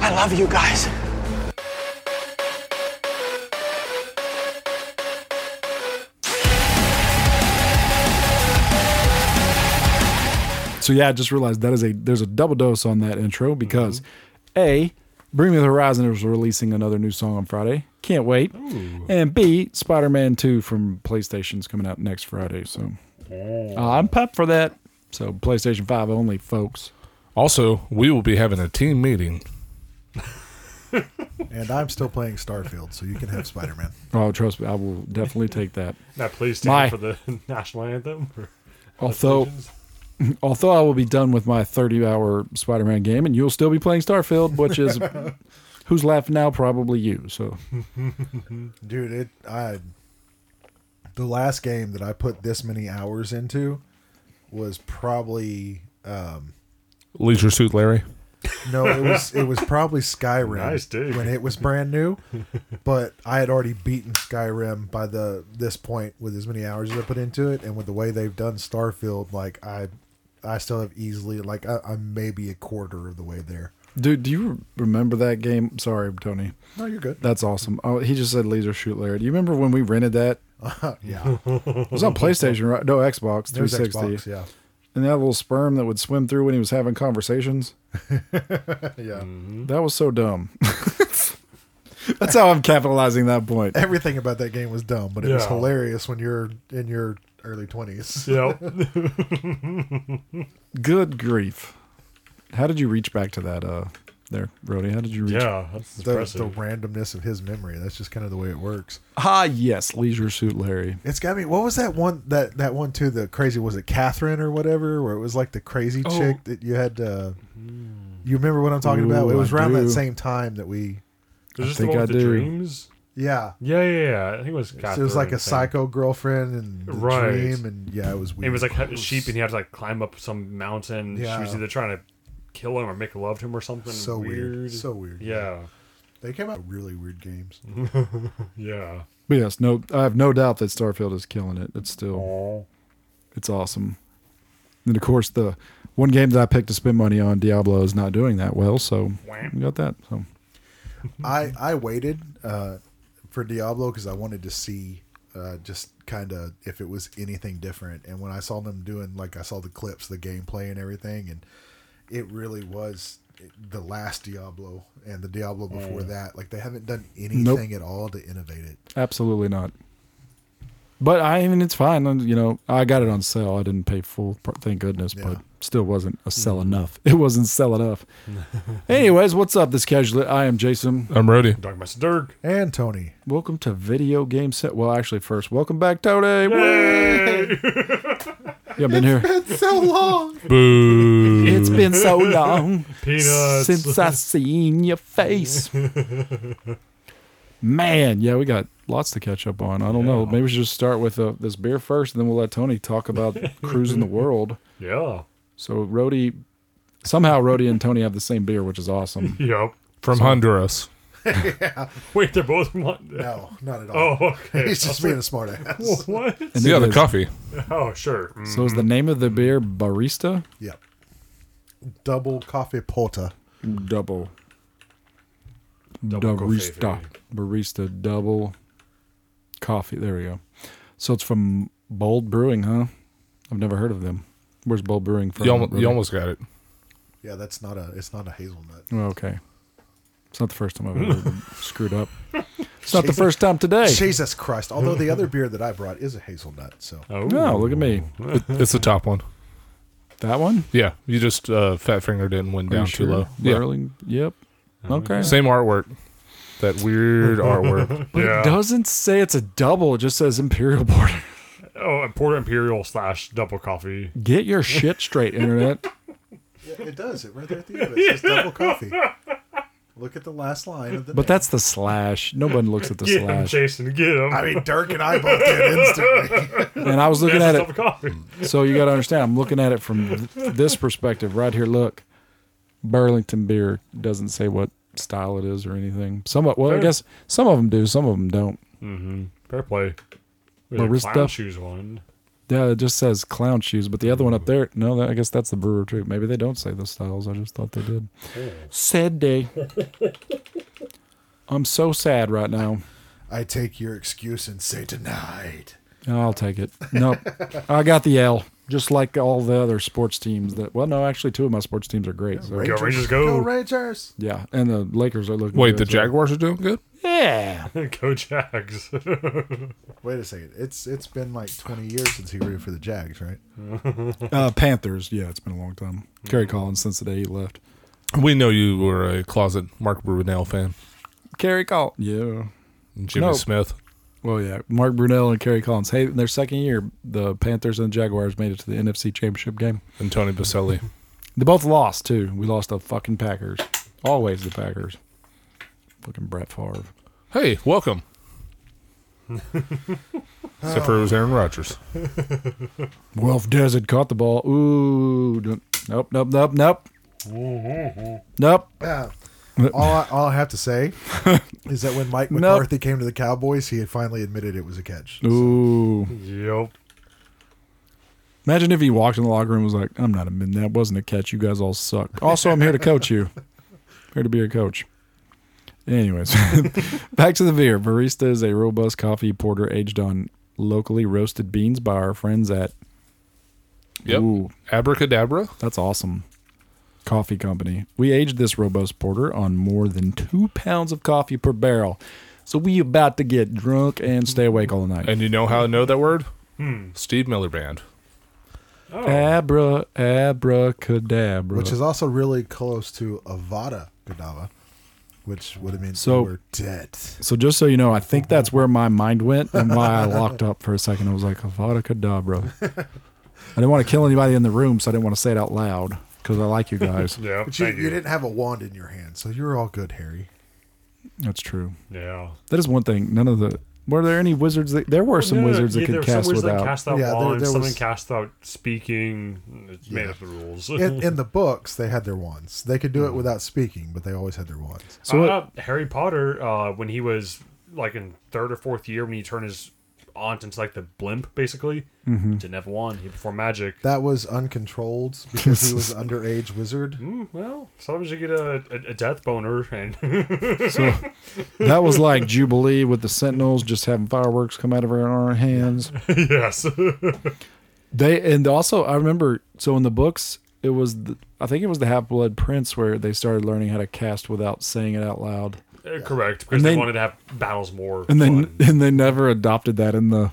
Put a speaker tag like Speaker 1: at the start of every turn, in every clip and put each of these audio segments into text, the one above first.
Speaker 1: I love you guys.
Speaker 2: So yeah, I just realized that is a there's a double dose on that intro because A, Bring Me the Horizon is releasing another new song on Friday. Can't wait. And B, Spider-Man 2 from PlayStation's coming out next Friday. So uh, I'm pumped for that. So PlayStation 5 only, folks.
Speaker 3: Also, we will be having a team meeting.
Speaker 4: And I'm still playing Starfield, so you can have Spider Man.
Speaker 2: Oh, trust me, I will definitely take that.
Speaker 5: Now, please stand
Speaker 2: My-
Speaker 5: for the national anthem. or
Speaker 2: Although
Speaker 5: Legends.
Speaker 2: although I will be done with my 30-hour Spider-Man game and you'll still be playing Starfield, which is who's laughing now probably you. So
Speaker 4: Dude, it I the last game that I put this many hours into was probably
Speaker 3: Leisure Suit Larry.
Speaker 4: no, it was it was probably Skyrim
Speaker 5: Nice, dude.
Speaker 4: when it was brand new, but I had already beaten Skyrim by the this point with as many hours as I put into it, and with the way they've done Starfield, like I I still have easily like I, I'm maybe a quarter of the way there.
Speaker 2: Dude, do you remember that game? Sorry, Tony.
Speaker 4: No, you're good.
Speaker 2: That's awesome. Oh, he just said laser shoot Larry. Do you remember when we rented that?
Speaker 4: Yeah,
Speaker 2: It was on PlayStation, right? No, Xbox
Speaker 4: there's
Speaker 2: 360.
Speaker 4: Xbox. Yeah,
Speaker 2: And that little sperm that would swim through when he was having conversations.
Speaker 4: yeah.
Speaker 2: That was so dumb. That's how I'm capitalizing that point.
Speaker 4: Everything about that game was dumb, but it was
Speaker 5: Yeah.
Speaker 4: hilarious when you're in your early twenties.
Speaker 5: Yep.
Speaker 2: Good grief. How did you reach back to that uh there, Brody? How did you reach?
Speaker 5: yeah, that's
Speaker 4: the, the
Speaker 5: impressive.
Speaker 4: randomness of his memory. That's just kind of the way it works.
Speaker 2: Ah, yes, Leisure Suit Larry.
Speaker 4: It's got me. What was that one? That that one too. The crazy was it Catherine or whatever? Where it was like the crazy
Speaker 2: Oh.
Speaker 4: chick that you had. Uh, you remember what I'm talking about?
Speaker 2: Ooh,
Speaker 4: It was
Speaker 2: I
Speaker 4: around
Speaker 2: do.
Speaker 4: that same time that we.
Speaker 2: I
Speaker 5: Is this the
Speaker 2: think
Speaker 5: one
Speaker 2: I
Speaker 5: with the
Speaker 2: do.
Speaker 5: dreams?
Speaker 4: Yeah,
Speaker 5: Yeah, yeah, yeah. I think it was.
Speaker 4: so it was like a
Speaker 5: Catherine, I think.
Speaker 4: psycho girlfriend and the
Speaker 5: Right.
Speaker 4: dream, and yeah, it was weird.
Speaker 5: It was like a sheep, and he had to like climb up some mountain.
Speaker 4: Yeah.
Speaker 5: She was either trying to kill him or make love to him or something.
Speaker 4: so weird. so weird.
Speaker 5: Yeah,
Speaker 4: they came out with really weird games.
Speaker 5: yeah.
Speaker 2: But yes, no, I have no doubt that Starfield is killing it. It's still. It's awesome. And of course, the one game that I picked to spend money on, Diablo, is not doing that well. So we got that. So
Speaker 4: I I waited uh, for Diablo because I wanted to see uh, just kind of if it was anything different. And when I saw them doing like I saw the clips, the gameplay, and everything, and it really was the last Diablo and the Diablo before
Speaker 5: Mm.
Speaker 4: that. Like they haven't done anything at all to innovate it.
Speaker 2: absolutely not. But I mean, it's fine. and, You know, I got it on sale. I didn't pay full. pr- Thank goodness.
Speaker 4: Yeah.
Speaker 2: But still wasn't a sell enough. It wasn't sell enough. Anyways, what's up? This casual. I am Jason.
Speaker 3: I'm ready.
Speaker 5: Dark Master Dirk.
Speaker 4: And Tony,
Speaker 2: Welcome to video game set. Well, actually, first, welcome back, Tony. yeah, I've been here.
Speaker 4: it's so long.
Speaker 3: Boo.
Speaker 2: It's been so long.
Speaker 5: Peanuts.
Speaker 2: since I seen your face. Man, yeah, we got lots to catch up on. I don't know. Maybe we should just start with uh, this beer first, and then we'll let Tony talk about cruising the world.
Speaker 5: Yeah.
Speaker 2: So, Rody, somehow Rody and Tony have the same beer, which is awesome.
Speaker 5: Yep.
Speaker 3: From Honduras.
Speaker 5: Wait, they're both. No.
Speaker 4: No, not at all.
Speaker 5: Oh, okay.
Speaker 4: He's just being a smart ass.
Speaker 5: what?
Speaker 2: And
Speaker 3: Yeah,
Speaker 2: it
Speaker 3: the
Speaker 2: is-
Speaker 3: coffee.
Speaker 5: Oh, sure. Mm.
Speaker 2: So, is the name of the beer Barista
Speaker 4: yep. Double coffee porter.
Speaker 2: Double?
Speaker 5: Double
Speaker 2: barista.
Speaker 5: coffee.
Speaker 2: Barista Double Coffee. There we go. So, it's from Bold Brewing, huh? I've never heard of them. Where's Bold Brewing from?
Speaker 3: You almost,
Speaker 2: Rody?
Speaker 3: you almost got it.
Speaker 4: Yeah, that's not a. It's not a hazelnut.
Speaker 2: Oh, okay. It's not the first time I've ever screwed up. It's not the first time today.
Speaker 4: Jesus Christ! Although the other beer that I brought is a hazelnut, so
Speaker 5: Oh.
Speaker 2: No, look at me.
Speaker 3: It's the top one.
Speaker 2: That one?
Speaker 3: Yeah, you just uh, fat fingered it and went
Speaker 2: Are you
Speaker 3: down
Speaker 2: sure?
Speaker 3: too low.
Speaker 2: Burling? Yep. Okay.
Speaker 3: Yeah. Same artwork. That weird artwork.
Speaker 2: But
Speaker 5: Yeah.
Speaker 2: it doesn't say it's a double. It just says Imperial Porter.
Speaker 5: Oh, Porter Imperial slash double coffee.
Speaker 2: Get your shit straight, Internet.
Speaker 4: It does. It right there at the end. It says double coffee. Look at the last line of the.
Speaker 2: But that's the slash. Nobody looks at the
Speaker 5: Get him,
Speaker 2: slash.
Speaker 5: Jason. Get him.
Speaker 4: I mean, Dirk and I both did instantly.
Speaker 2: And I was looking
Speaker 5: That's
Speaker 2: at
Speaker 5: a
Speaker 2: it.
Speaker 5: double coffee.
Speaker 2: So you got to understand, I'm looking at it from th- this perspective right here. Look, Burlington beer doesn't say what style it is or anything. Some, of- well, I
Speaker 5: Fair.
Speaker 2: guess some of them do, some of them don't.
Speaker 5: Fair play. There's a
Speaker 2: Barista.
Speaker 5: clown shoes one.
Speaker 2: Yeah, it just says clown shoes, but the other one up there, no, that, I guess that's the brewer too. Maybe they don't say the styles. I just thought they did. Sad day. I'm so sad right now.
Speaker 4: I take your excuse and say denied.
Speaker 2: I'll take it. Nope. I got the L, just like all the other sports teams that, well, no, actually, two of my sports teams are great. So,
Speaker 5: Go Rangers,
Speaker 4: Go
Speaker 5: go.
Speaker 4: Rangers!
Speaker 2: yeah. And the Lakers are looking
Speaker 3: Wait,
Speaker 2: good,
Speaker 3: the
Speaker 2: so-
Speaker 3: Jaguars are doing good.
Speaker 2: Yeah.
Speaker 5: Go Jags.
Speaker 4: Wait a second. It's it's been like 20 years since he rooted for the Jags, right?
Speaker 2: Uh, Panthers. Yeah, it's been a long time. Kerry Collins since the day he left.
Speaker 3: We know you were a closet Mark Brunell fan.
Speaker 2: Kerry Collins. Yeah.
Speaker 3: Jimmy
Speaker 2: No.
Speaker 3: Smith.
Speaker 2: Well, yeah, Mark Brunell and Kerry Collins. Hey, in their second year, the Panthers and Jaguars made it to the NFC Championship game.
Speaker 3: and Tony Baselli.
Speaker 2: They both lost too. We lost the fucking Packers. Always the Packers. Fucking Brett Favre.
Speaker 3: Hey, welcome. Except for it was Aaron Rodgers.
Speaker 2: Wolf Desert caught the ball. Ooh, don't- nope, nope, nope, nope, nope.
Speaker 4: Yeah. All I, all I have to say is that when Mike
Speaker 2: Nope.
Speaker 4: McCarthy came to the Cowboys, he had finally admitted it was a catch.
Speaker 2: Ooh.
Speaker 5: yep.
Speaker 2: Imagine if he walked in the locker room and was like, "I'm not a man. That wasn't a catch. You guys all suck. Also, I'm here to coach you. Here to be a coach." Anyways, back to the beer. Barista is a robust coffee porter aged on locally roasted beans by our friends at.
Speaker 3: Yep.
Speaker 2: Ooh,
Speaker 3: Abracadabra.
Speaker 2: that's awesome. Coffee company. We aged this robust porter on more than two pounds of coffee per barrel, so we about to get drunk and stay awake all night.
Speaker 3: And you know how I know that word? Steve Miller Band.
Speaker 5: Oh.
Speaker 2: Abra, abracadabra.
Speaker 4: Which is also really close to Avada Kedavra, which would have meant
Speaker 2: So-
Speaker 4: you were dead.
Speaker 2: So just so you know, I think that's where my mind went and why I locked up for a second. I was like, Avada Kedavra. I didn't want to kill anybody in the room, so I didn't want to say it out loud because I like you guys.
Speaker 5: Yeah.
Speaker 4: But you,
Speaker 5: thank
Speaker 4: you didn't have a wand in your hand, so you were all good, Harry.
Speaker 2: That's true.
Speaker 5: Yeah.
Speaker 2: That is one thing. None of the were there any wizards? That, there were some
Speaker 5: Yeah,
Speaker 2: wizards
Speaker 5: yeah,
Speaker 2: that
Speaker 5: there
Speaker 2: could
Speaker 5: were some
Speaker 2: cast
Speaker 5: wizards that
Speaker 2: without.
Speaker 5: cast out
Speaker 4: Yeah, there-
Speaker 5: wands,
Speaker 4: there
Speaker 5: some
Speaker 4: was-
Speaker 5: that cast out speaking. It's made up the rules.
Speaker 4: In, in the books, they had their wands. They could do
Speaker 5: Hmm.
Speaker 4: it without speaking, but they always had their wands.
Speaker 2: So
Speaker 5: uh, Harry Potter, uh, when he was like in third or fourth year, when he turned his aunt into like the blimp, basically,
Speaker 2: Mm-hmm.
Speaker 5: didn't have one. He performed magic.
Speaker 4: That was uncontrolled because he was an underage wizard.
Speaker 5: Hmm, well, sometimes you get a, a, a death boner, and
Speaker 2: that was like Jubilee with the Sentinels just having fireworks come out of our- our hands.
Speaker 5: yes,
Speaker 2: They and also I remember so in the books it was the, I think it was the Half Blood Prince where they started learning how to cast without saying it out loud.
Speaker 5: correct, because
Speaker 2: And
Speaker 5: they,
Speaker 2: then-
Speaker 5: wanted to have battles more.
Speaker 2: and they
Speaker 5: fun.
Speaker 2: and they never adopted that in the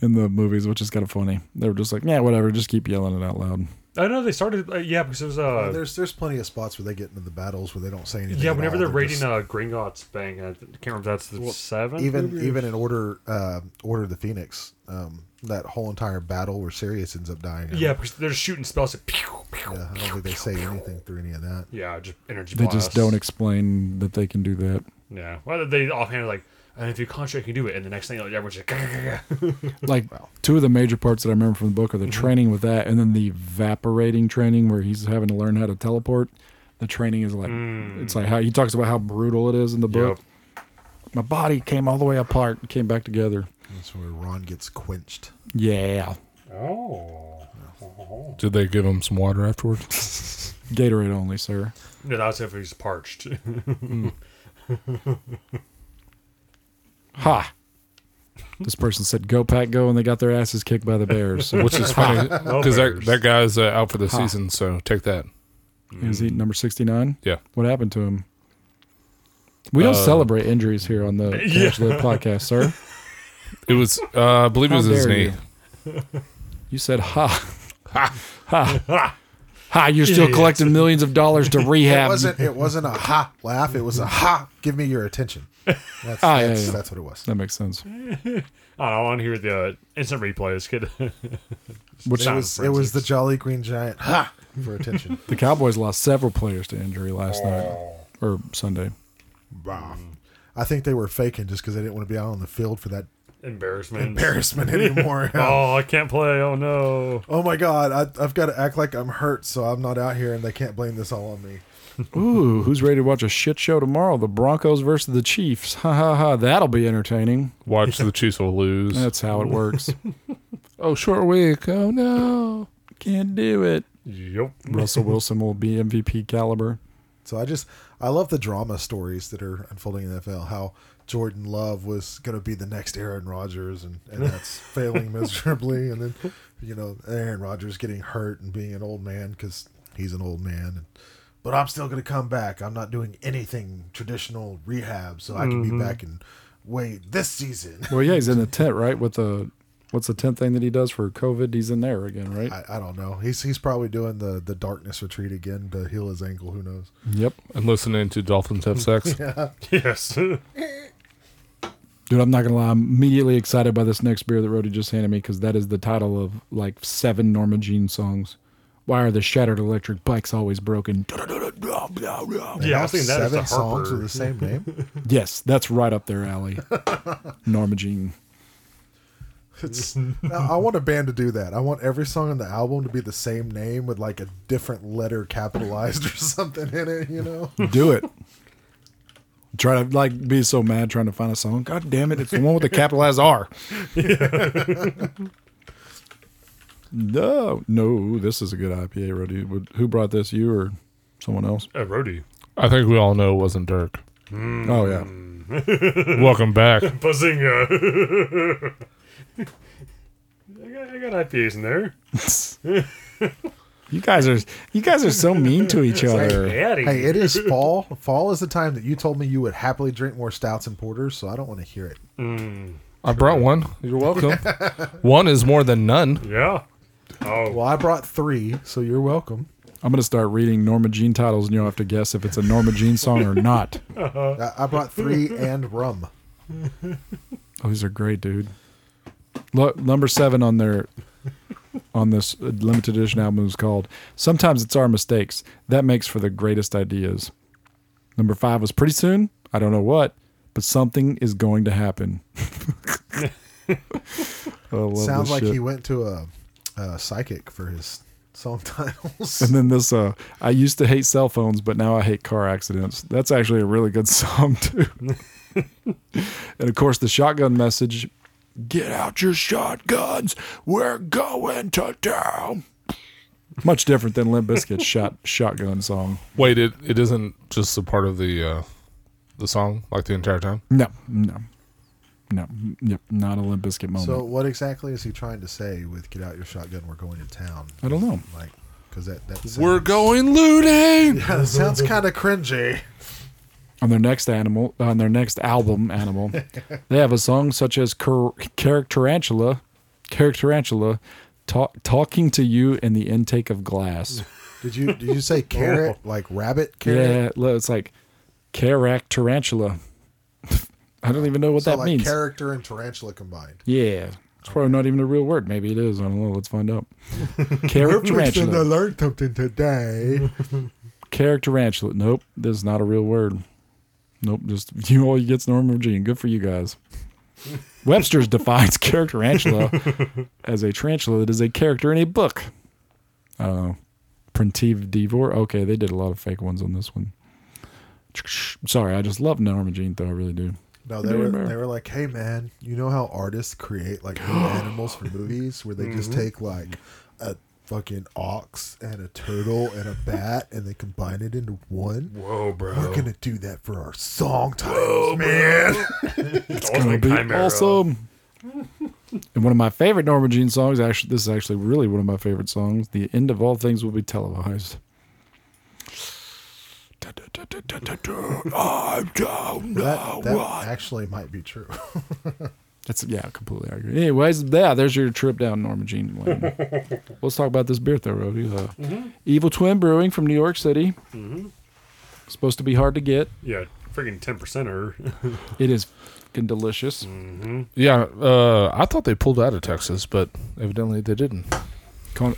Speaker 2: in the movies, which is kind of funny. They were just like, yeah, whatever, just keep yelling it out loud.
Speaker 5: I know they started, uh, yeah, because it was
Speaker 4: And
Speaker 5: uh,
Speaker 4: There's there's plenty of spots where they get into the battles where they don't say anything.
Speaker 5: yeah,
Speaker 4: at
Speaker 5: whenever
Speaker 4: all.
Speaker 5: they're raiding
Speaker 4: just-
Speaker 5: uh, Gringotts Bank, I th- can't remember if that's the seventh,
Speaker 4: even
Speaker 5: maybe?
Speaker 4: even in order uh, order of the Phoenix, um, that whole entire battle where Sirius ends up dying. I
Speaker 5: yeah, because they're shooting spells. Like, pew, pew,
Speaker 4: don't- yeah, I don't think they say anything through any of that.
Speaker 5: yeah, just energy.
Speaker 2: They just
Speaker 5: blast.
Speaker 2: don't explain that they can do that.
Speaker 5: Yeah. Well, they offhand are like, and if you concentrate, you can do it. And the next thing, like, everyone's like,
Speaker 2: Like two of the major parts that I remember from the book are the training with that, and then the evaporating training where he's having to learn how to teleport. The training is like it's like how he talks about how brutal it is in the book. My body came all the way apart, and came back together.
Speaker 4: That's where Ron gets quenched.
Speaker 2: Yeah,
Speaker 5: Oh.
Speaker 3: Did they give him some water afterwards?
Speaker 2: Gatorade only, sir.
Speaker 5: No, that's if he's parched.
Speaker 2: Ha. This person said, "Go pack, go," and they got their asses kicked by the Bears. So
Speaker 3: Which is funny because that,
Speaker 5: Bears.
Speaker 3: that guy's uh, out for the season, so take that.
Speaker 2: Is he number 69?
Speaker 3: Yeah.
Speaker 2: What happened to him? We don't
Speaker 3: Uh,
Speaker 2: celebrate injuries here on the Catch the podcast, sir.
Speaker 3: It was, uh, I believe it
Speaker 2: How
Speaker 3: was his
Speaker 2: dare
Speaker 3: knee.
Speaker 2: you. You said, ha. Ha. Ha. Ha. You're still
Speaker 5: Idiot.
Speaker 2: collecting millions of dollars to
Speaker 4: It
Speaker 2: rehab.
Speaker 4: wasn't it wasn't a ha laugh. It was a ha. Give me your attention. That's
Speaker 2: Ah, yeah,
Speaker 4: that's,
Speaker 2: yeah.
Speaker 4: that's what it was.
Speaker 2: that makes sense.
Speaker 5: I don't want to hear the uh, instant replays. Kid.
Speaker 2: Which
Speaker 4: It was it was the Jolly Green Giant ha for attention.
Speaker 2: the Cowboys lost several players to injury last night or Sunday.
Speaker 4: Bah. I think they were faking just because they didn't want to be out on the field for that
Speaker 5: embarrassment.
Speaker 4: embarrassment anymore.
Speaker 5: Oh, I can't play. Oh no.
Speaker 4: Oh my God! I, I've got to act like I'm hurt, so I'm not out here, and they can't blame this all on me.
Speaker 2: Ooh, who's ready to watch a shit show tomorrow? The Broncos versus the Chiefs. Ha ha ha. That'll be entertaining.
Speaker 3: Watch the Chiefs will lose.
Speaker 2: That's how it works.
Speaker 3: Oh, short week. Oh no.
Speaker 2: Can't do it.
Speaker 5: Yep.
Speaker 2: Russell Wilson will be MVP caliber.
Speaker 4: So I just I love the drama stories that are unfolding in the NFL. How Jordan Love was going to be the next Aaron Rodgers, and, and that's failing miserably. And then you know Aaron Rodgers getting hurt and being an old man because he's an old man. And, but I'm still going to come back. I'm not doing anything traditional rehab, so I
Speaker 5: Mm-hmm.
Speaker 4: can be back and wait this season.
Speaker 2: Well, yeah, he's in the tent, right? With the what's the tent thing that he does for COVID? He's in there again, right?
Speaker 4: I, I don't know. He's he's probably doing the the darkness retreat again to heal his ankle. Who knows?
Speaker 2: Yep.
Speaker 3: And listening to dolphins have sex.
Speaker 5: Yes.
Speaker 2: Dude, I'm not gonna lie. I'm immediately excited by this next beer that Rody just handed me because that is the title of like seven Norma Jean songs. Why are the shattered electric bikes always broken?
Speaker 5: Yeah, I
Speaker 4: Have
Speaker 5: think that is
Speaker 4: seven
Speaker 5: the
Speaker 4: songs with
Speaker 5: Harper.
Speaker 4: the same name.
Speaker 2: Yes, that's right up their alley. Norma Jean.
Speaker 4: It's, I I want a band to do that. I want every song on the album to be the same name with like a different letter capitalized or something in it. You know,
Speaker 2: Do it. Try to like be so mad trying to find a song. God damn it! It's the one with the capitalized R. no, no, this is a good IPA, Rody. Would- Who brought this? You or someone else?
Speaker 5: Uh, Rody.
Speaker 3: I think we all know it wasn't Dirk.
Speaker 2: Oh yeah.
Speaker 3: Welcome back.
Speaker 5: Bazinga. I, got, I got IPAs in there.
Speaker 2: you guys are you guys are so mean to each other.
Speaker 5: Daddy.
Speaker 4: hey, it is fall. Fall is the time that you told me you would happily drink more stouts and porters. So I don't want to hear it.
Speaker 3: I brought one. You're welcome. one is more than none.
Speaker 5: yeah. Oh,
Speaker 4: Well, I brought three, so you're welcome.
Speaker 2: I'm gonna start reading Norma Jean titles, and you'll have to guess if it's a Norma Jean song or not.
Speaker 4: I, I brought three and rum.
Speaker 2: Oh, these are great, dude. Look, number seven on their on this uh, limited edition album is called "Sometimes It's Our Mistakes That Makes for the Greatest Ideas." Number five was pretty soon. I don't know what, but something is going to happen. I love
Speaker 4: Sounds
Speaker 2: this
Speaker 4: like
Speaker 2: shit.
Speaker 4: he went to a, a psychic for his song titles.
Speaker 2: And then this, uh, I used to hate cell phones, but now I hate car accidents. That's actually a really good song too. and of course, the shotgun message: "Get out your shotguns, we're going to town." Much different than Limp Bizkit's shot shotgun song.
Speaker 3: Wait, it, it isn't just a part of the uh, the song like the entire time.
Speaker 2: No, no, no, yep, not a Limp Bizkit moment.
Speaker 4: So what exactly is he trying to say with "Get out your shotgun, we're going to town"?
Speaker 2: I don't know.
Speaker 4: Like, because that that sounds,
Speaker 3: We're going looting.
Speaker 4: that sounds kind of cringy.
Speaker 2: on their next animal on their next album animal they have a song such as Car- characterantula characterantula ta- talking to you in the intake of glass
Speaker 4: Did you did you say carrot like rabbit carrot?
Speaker 2: yeah lo- it's like carac tarantula i don't even know what
Speaker 4: so
Speaker 2: that
Speaker 4: like
Speaker 2: means
Speaker 4: character and tarantula combined.
Speaker 2: yeah it's probably not even a real word maybe it is i don't know let's find out characterantula
Speaker 4: learn something today.
Speaker 2: characterantula nope this is not a real word nope just you all you get's normal gene good for you guys Webster's defines characterantula as a tarantula that is a character in a book. I don't know. Printive Devor. Okay, they did a lot of fake ones on this one. Sorry, I just love Norma Jean, though. I really do.
Speaker 4: No, they were they were like, hey man, you know how artists create like little animals for movies where they just take like a fucking ox and a turtle and a bat and they combine it into one.
Speaker 5: whoa, bro.
Speaker 4: We're gonna do that for our song titles, man.
Speaker 5: it's
Speaker 2: Gonna be awesome. and one of my favorite Norma Jean songs, actually, this is actually really one of my favorite songs. The end of all things will be televised. I don't know
Speaker 4: That, that
Speaker 2: what
Speaker 4: actually might be true.
Speaker 2: That's yeah, completely accurate. Anyways, yeah, there's your trip down Norma Jean Lane. Let's talk about this beer though, Rody. Uh, Evil Twin Brewing from New York City. Supposed to be hard to get.
Speaker 5: Yeah, freaking 10%er.
Speaker 2: It is fucking delicious.
Speaker 3: Yeah, uh, I thought they pulled out of Texas, but evidently they didn't.
Speaker 2: Con-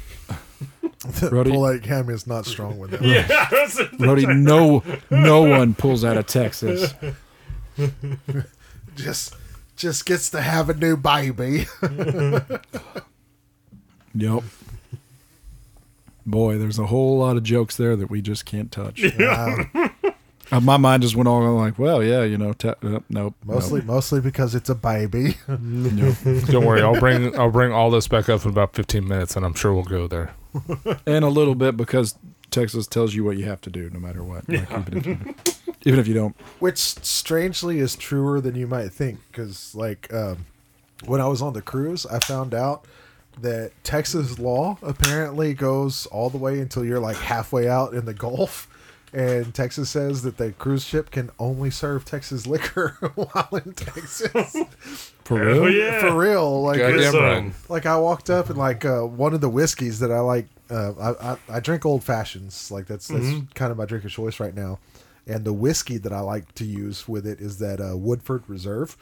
Speaker 2: Brody-
Speaker 4: Polite Cam is not strong with that.
Speaker 5: yeah, that's it.
Speaker 2: Rody, no, no one pulls out of Texas.
Speaker 4: Just just gets to have a new baby.
Speaker 2: Yep. Boy, there's a whole lot of jokes there that we just can't touch.
Speaker 4: Wow.
Speaker 2: Uh, my mind just went all like, well, yeah, you know, te- uh, nope.
Speaker 4: Mostly,
Speaker 2: nope.
Speaker 4: mostly because it's a baby.
Speaker 3: Don't worry, I'll bring I'll bring all this back up in about 15 minutes, and I'm sure we'll go there.
Speaker 2: and a little bit because Texas tells you what you have to do no matter what. Like, even, if you, even if you don't.
Speaker 4: which strangely is truer than you might think because like um, when i was on the cruise i found out that texas law apparently goes all the way until you're like halfway out in the gulf and texas says that the cruise ship can only serve texas liquor while in texas
Speaker 2: For
Speaker 5: Oh
Speaker 2: real?
Speaker 5: yeah.
Speaker 4: for real like
Speaker 3: Goddamn
Speaker 5: Yes, um,
Speaker 3: right.
Speaker 4: like I walked up and like uh, one of the whiskeys that I like, uh, I, I I drink old fashions. Like that's that's kind of my drink of choice right now. And the whiskey that I like to use with it is that uh, Woodford Reserve.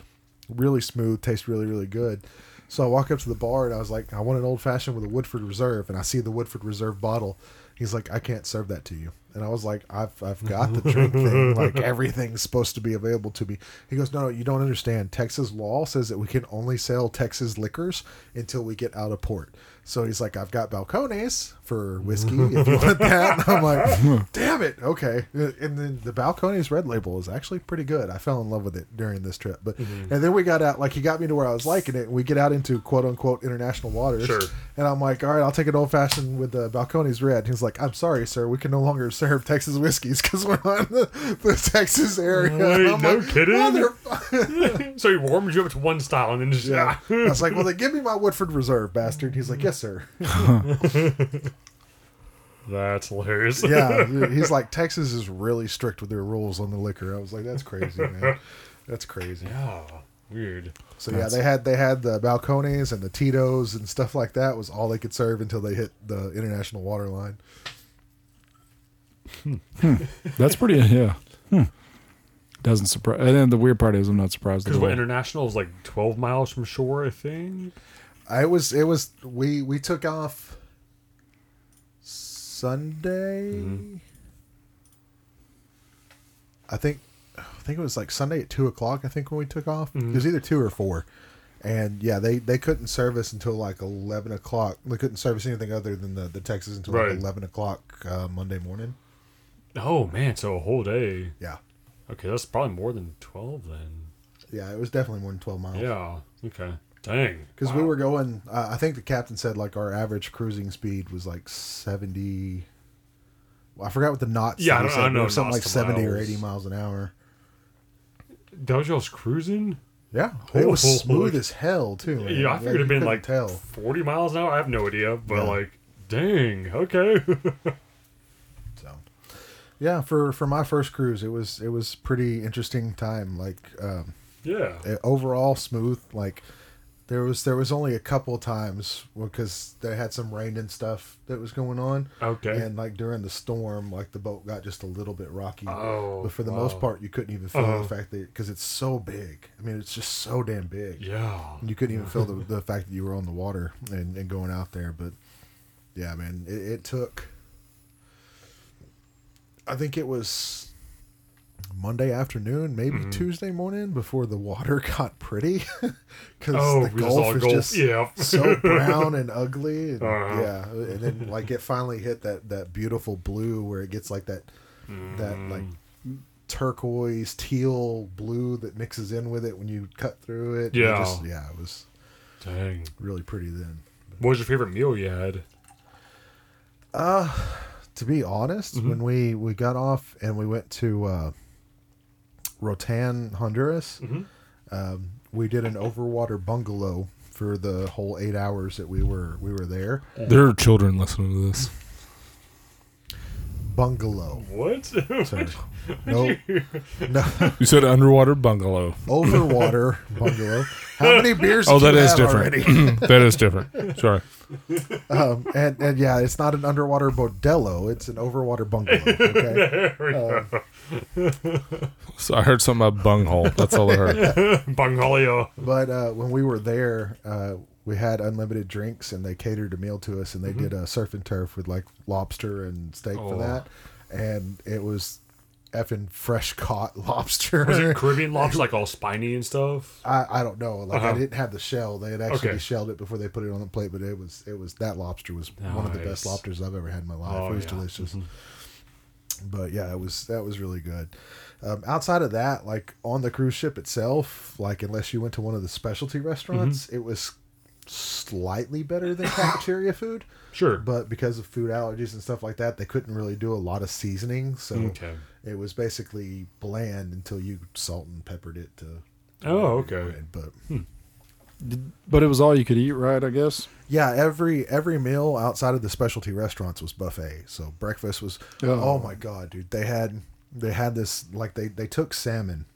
Speaker 4: Really smooth, tastes really really good. So I walk up to the bar and I was like, I want an old fashioned with a Woodford Reserve, and I see the Woodford Reserve bottle. He's like, I can't serve that to you. And I was like, I've, I've got the drink thing. Like, everything's supposed to be available to me. He goes, No, no, you don't understand. Texas law says that we can only sell Texas liquors until we get out of port. So he's like, I've got balcones for whiskey if you want that. And I'm like, Damn it. Okay. And then the balcones red label is actually pretty good. I fell in love with it during this trip. But And then we got out, like, he got me to where I was liking it. And we get out into quote unquote international waters.
Speaker 5: Sure.
Speaker 4: And I'm like, all right, I'll take an old fashioned with the balconies red. He's like, I'm sorry, sir, we can no longer serve Texas whiskeys because we're on the, the Texas area.
Speaker 5: Wait,
Speaker 4: I'm
Speaker 5: no
Speaker 4: like,
Speaker 5: kidding?
Speaker 4: "Mother-"
Speaker 5: so he warmed you up to one style and then just
Speaker 4: Yeah.
Speaker 5: yeah.
Speaker 4: I was like, well, then give me my Woodford Reserve, bastard. He's like, yes, sir.
Speaker 5: That's hilarious.
Speaker 4: Yeah. He's like, Texas is really strict with their rules on the liquor. I was like, that's crazy, man. That's crazy.
Speaker 5: Yeah. Weird.
Speaker 4: So yeah, they had they had the balconies and the Tito's and stuff like that was all they could serve until they hit the international water line.
Speaker 2: That's pretty, yeah. Hmm. Doesn't surprise. And then the weird part is I'm not surprised. at
Speaker 5: Because what
Speaker 2: all.
Speaker 5: international is like twelve miles from shore, I think.
Speaker 4: I was it was we we took off Sunday.
Speaker 5: Mm-hmm.
Speaker 4: I think I think it was like Sunday at two o'clock. I think when we took off,
Speaker 5: Mm-hmm.
Speaker 4: it was either two or four. And yeah, they they couldn't service until like eleven o'clock. They couldn't service anything other than the the Texas until
Speaker 5: Right.
Speaker 4: like eleven o'clock uh, Monday morning.
Speaker 5: Oh man, so a whole day.
Speaker 4: Yeah,
Speaker 5: Okay, that's probably more than twelve then.
Speaker 4: yeah, it was definitely more than twelve miles.
Speaker 5: Yeah. Okay. Dang.
Speaker 4: Because we
Speaker 5: Wow.
Speaker 4: were going, uh, I think the captain said like our average cruising speed was like seventy. Well, I forgot what the knots.
Speaker 5: Yeah, I
Speaker 4: that he
Speaker 5: don't-
Speaker 4: said,
Speaker 5: I
Speaker 4: but
Speaker 5: know
Speaker 4: it was something like
Speaker 5: knots to
Speaker 4: seventy or
Speaker 5: miles.
Speaker 4: eighty miles an hour.
Speaker 5: that was y'all's cruising.
Speaker 4: Yeah, it was
Speaker 5: Oh,
Speaker 4: smooth
Speaker 5: like-
Speaker 4: as hell too. man.
Speaker 5: Yeah, I figured
Speaker 4: you
Speaker 5: it'd been
Speaker 4: couldn't
Speaker 5: like
Speaker 4: tell.
Speaker 5: forty miles an hour. I have no idea, but
Speaker 4: Yeah.
Speaker 5: like, dang. Okay.
Speaker 4: So, yeah, for for my first cruise, it was it was pretty interesting time. Like um,
Speaker 5: yeah.
Speaker 4: it- overall smooth. Like there was there was only a couple times because they had some rain and stuff that was going on.
Speaker 5: Okay.
Speaker 4: And like during the storm, like the boat got just a little bit rocky.
Speaker 5: Oh,
Speaker 4: but for the
Speaker 5: wow.
Speaker 4: most part, you couldn't even feel
Speaker 5: Uh-huh.
Speaker 4: the fact that because it's so big. I mean, it's just so damn big.
Speaker 5: yeah.
Speaker 4: You couldn't even feel the, the fact that you were on the water and, and going out there. But yeah, man, it, it took. I think it was Monday afternoon, maybe
Speaker 5: Mm-hmm.
Speaker 4: Tuesday morning before the water got pretty. Because
Speaker 5: Oh,
Speaker 4: the
Speaker 5: we just all
Speaker 4: Gulf is
Speaker 5: Gulf-
Speaker 4: just
Speaker 5: yeah.
Speaker 4: so brown and ugly. And,
Speaker 5: Uh-huh.
Speaker 4: Yeah. And then, like, it finally hit that, that beautiful blue where it gets like that, that,
Speaker 5: Mm.
Speaker 4: like, turquoise teal blue that mixes in with it when you cut through it. It
Speaker 5: Yeah.
Speaker 4: just- yeah, it was
Speaker 5: Dang.
Speaker 4: really pretty then.
Speaker 5: What was your favorite meal you had?
Speaker 4: To be honest,
Speaker 5: Mm-hmm.
Speaker 4: when we we got off and we went to uh, Rotan, Honduras,
Speaker 5: Mm-hmm.
Speaker 4: um, we did an overwater bungalow for the whole eight hours that we were we were there.
Speaker 3: There are children listening to this.
Speaker 4: Bungalow.
Speaker 5: What?
Speaker 4: So, no, no
Speaker 3: You said underwater bungalow.
Speaker 4: overwater bungalow. How many beers?
Speaker 3: Oh, that
Speaker 4: did you
Speaker 3: is
Speaker 4: have already?
Speaker 3: different. that is different. Sorry.
Speaker 4: um, and, and yeah, it's not an underwater bordello. It's an overwater bungalow. Okay?
Speaker 3: So I heard something about bunghole. That's all I heard.
Speaker 5: Bengalio.
Speaker 4: but uh, when we were there, uh, we had unlimited drinks, and they catered a meal to us, and they did a surf and turf with like lobster and steak for
Speaker 3: Oh.
Speaker 4: that, and it was effing fresh caught lobster.
Speaker 5: Was it Caribbean lobster like all spiny and stuff?
Speaker 4: I, I don't know. Like I
Speaker 5: Uh-huh.
Speaker 4: didn't have the shell. They had actually
Speaker 5: Okay.
Speaker 4: shelled it before they put it on the plate, but it was it was that lobster was one of the best
Speaker 5: Nice.
Speaker 4: lobsters I've ever had in my life.
Speaker 5: Oh, Mm-hmm.
Speaker 4: it was
Speaker 5: yeah.
Speaker 4: delicious. but yeah, it was that was really good. Um, outside of that, like on the cruise ship itself, like unless you went to one of the specialty restaurants,
Speaker 5: Mm-hmm.
Speaker 4: it was slightly better than cafeteria food.
Speaker 3: Sure.
Speaker 4: But because of food allergies and stuff like that, they couldn't really do a lot of seasoning, so
Speaker 5: Okay.
Speaker 4: it was basically bland until you salt and peppered it to.
Speaker 3: Oh, okay.
Speaker 4: But
Speaker 2: But it was all you could eat, right? I guess.
Speaker 4: Yeah, every every meal outside of the specialty restaurants was buffet. So breakfast was oh,
Speaker 2: Oh.
Speaker 4: my god, dude. They had they had this like they they took salmon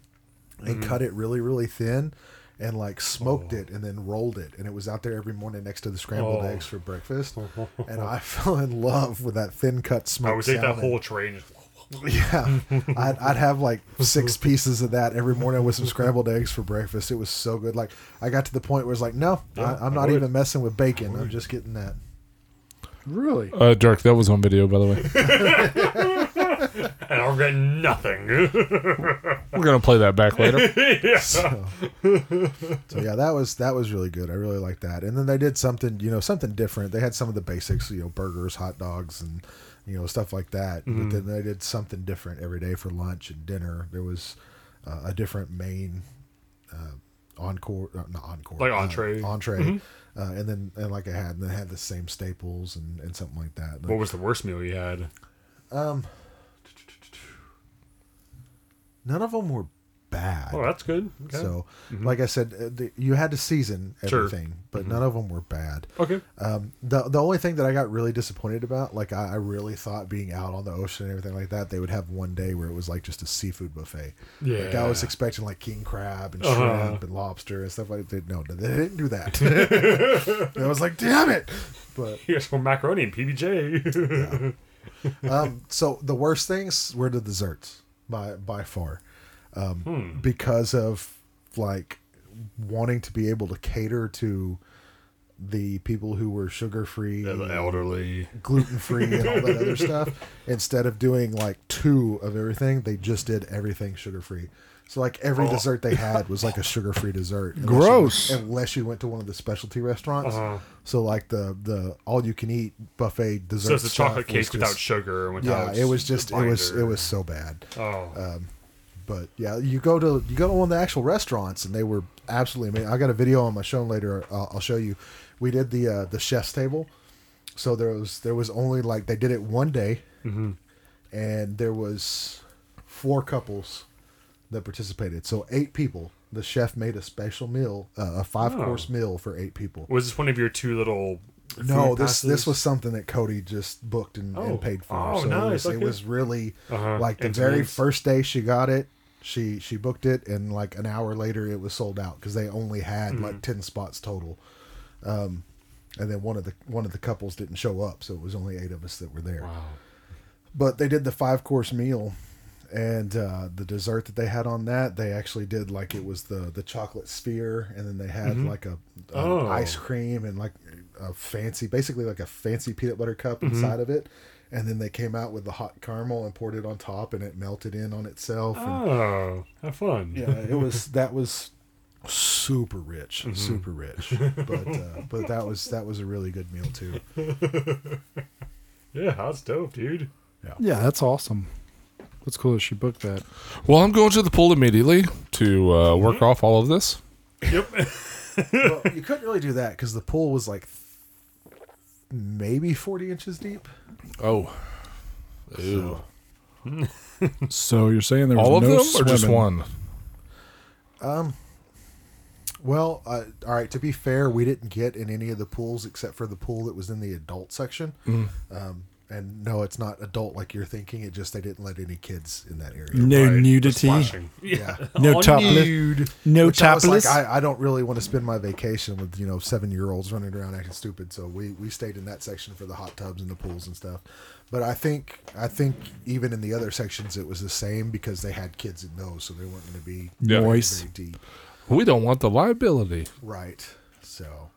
Speaker 5: Mm-hmm.
Speaker 4: and cut it really really thin and like smoked it and then rolled it and it was out there every morning next to the scrambled
Speaker 5: Oh.
Speaker 4: eggs for breakfast. and I fell in love with that thin cut smoked
Speaker 5: I would take that
Speaker 4: salmon.
Speaker 5: whole tray and just,
Speaker 4: Yeah, I'd, I'd have like six pieces of that every morning with some scrambled eggs for breakfast. It was so good. Like I got to the point where it's like, no,
Speaker 5: Yeah,
Speaker 4: I, I'm
Speaker 5: I
Speaker 4: not
Speaker 5: would.
Speaker 4: even messing with bacon. I'm just getting that.
Speaker 2: Really?
Speaker 3: Uh, Dirk, that was on video, by the way.
Speaker 5: and I'll get nothing.
Speaker 3: We're gonna play that back later.
Speaker 4: So, so yeah, that was that was really good. I really liked that. And then they did something, you know, something different. They had some of the basics, you know, burgers, hot dogs, and you know stuff like that.
Speaker 5: Mm-hmm.
Speaker 4: But then they did something different every day for lunch and dinner. There was uh, a different main uh, encore, uh, not encore,
Speaker 5: Like
Speaker 4: uh,
Speaker 5: entree. Mm-hmm.
Speaker 4: entree. Uh, and then, and like I had, and they had the same staples and, and something like that.
Speaker 5: what was the worst meal you had?
Speaker 4: None of them were bad.
Speaker 5: Oh, that's good. Okay. Mm-hmm.
Speaker 4: So, like I said, uh, the, you had to season
Speaker 5: Sure. Mm-hmm.
Speaker 4: everything, but none of them were bad.
Speaker 5: okay.
Speaker 4: Um, the the only thing that I got really disappointed about, like I, I really thought being out on the ocean and everything like that, they would have one day where it was like just a seafood buffet. like I was
Speaker 5: Yeah.
Speaker 4: expecting like king crab and shrimp
Speaker 5: Uh-huh.
Speaker 4: and lobster and stuff like that. No, they didn't do that. I was like, damn it! But
Speaker 5: Here's some macaroni and PBJ.
Speaker 4: um, so the worst things were the desserts by by far, um,
Speaker 5: Hmm.
Speaker 4: because of like wanting to be able to cater to the people who were sugar free,
Speaker 5: elderly.
Speaker 4: gluten free, and all that other stuff. Instead of doing like two of everything, they just did everything sugar free. So like
Speaker 5: Oh.
Speaker 4: every dessert they had was like a sugar free dessert. unless you-
Speaker 2: Gross.
Speaker 4: unless you went to one of the specialty restaurants.
Speaker 5: Uh-huh.
Speaker 4: So like the the all you can eat buffet dessert.
Speaker 5: So it's a
Speaker 4: stuff
Speaker 5: chocolate
Speaker 4: was
Speaker 5: cake without
Speaker 4: just-
Speaker 5: sugar. and
Speaker 4: yeah
Speaker 5: Without
Speaker 4: it was just it was it
Speaker 5: binder.
Speaker 4: was uh, so bad
Speaker 5: Oh,
Speaker 4: but yeah you go to you go to one of the actual restaurants and they were absolutely amazing i got a video on my show later uh, i'll, I'll show you we did the uh, the chef's table so there was there was only like they did it one day and there was four couples that participated so eight people the chef made a special meal uh, a five course meal for eight people
Speaker 5: was this one of your two little?
Speaker 4: no,
Speaker 5: food
Speaker 4: this this
Speaker 5: passes?
Speaker 4: was something that Cody just booked and,
Speaker 5: Oh.
Speaker 4: and paid for.
Speaker 5: Oh,
Speaker 4: so it,
Speaker 5: nice,
Speaker 4: was, it
Speaker 5: okay.
Speaker 4: was really
Speaker 5: Uh-huh,
Speaker 4: like the
Speaker 5: and
Speaker 4: very
Speaker 5: drinks.
Speaker 4: first day she got it, she she booked it, and like an hour later it was sold out because they only had
Speaker 5: Mm-hmm.
Speaker 4: like ten spots total. Um, and then one of the one of the couples didn't show up, so it was only eight of us that were there. But they did the five course meal. And uh, the dessert that they had on that, they actually did like it was the the chocolate sphere, and then they had like a, a
Speaker 5: Mm-hmm. Oh.
Speaker 4: ice cream and like a fancy, basically like a fancy peanut butter cup inside of it. And then they came out with the hot caramel and poured it on top, and it melted in on itself. And
Speaker 5: Oh, have fun.
Speaker 4: yeah, it was that was super rich, super rich. But uh, but that was that was a really good meal too.
Speaker 5: Yeah, that's dope, dude.
Speaker 2: Yeah, that's awesome. That's cool that she booked that.
Speaker 3: Well, I'm going to the pool immediately to uh, work off all of this.
Speaker 4: well, you couldn't really do that because the pool was like maybe forty inches deep.
Speaker 3: Oh. Ew.
Speaker 2: So you're saying there was
Speaker 3: all of
Speaker 2: no
Speaker 3: them
Speaker 2: swimming.
Speaker 3: or just one?
Speaker 4: Well, uh, all right. To be fair, we didn't get in any of the pools except for the pool that was in the adult section.
Speaker 2: Mm.
Speaker 4: Um, and no, it's not adult like you're thinking. It just they didn't let any kids in that area.
Speaker 2: No
Speaker 5: Right, the
Speaker 2: nudity.
Speaker 5: splashing. Yeah.
Speaker 2: No
Speaker 5: On
Speaker 2: topless.
Speaker 5: you.
Speaker 2: No
Speaker 4: Which I was like,
Speaker 2: topless.
Speaker 4: I, I don't really want to spend my vacation with you know seven year olds running around acting stupid. So we we stayed in that section for the hot tubs and the pools and stuff. But I think I think even in the other sections it was the same because they had kids in those, so they weren't going to be
Speaker 3: Yeah.
Speaker 2: Nice.
Speaker 4: very deep.
Speaker 3: We don't want the liability.
Speaker 4: Right. So,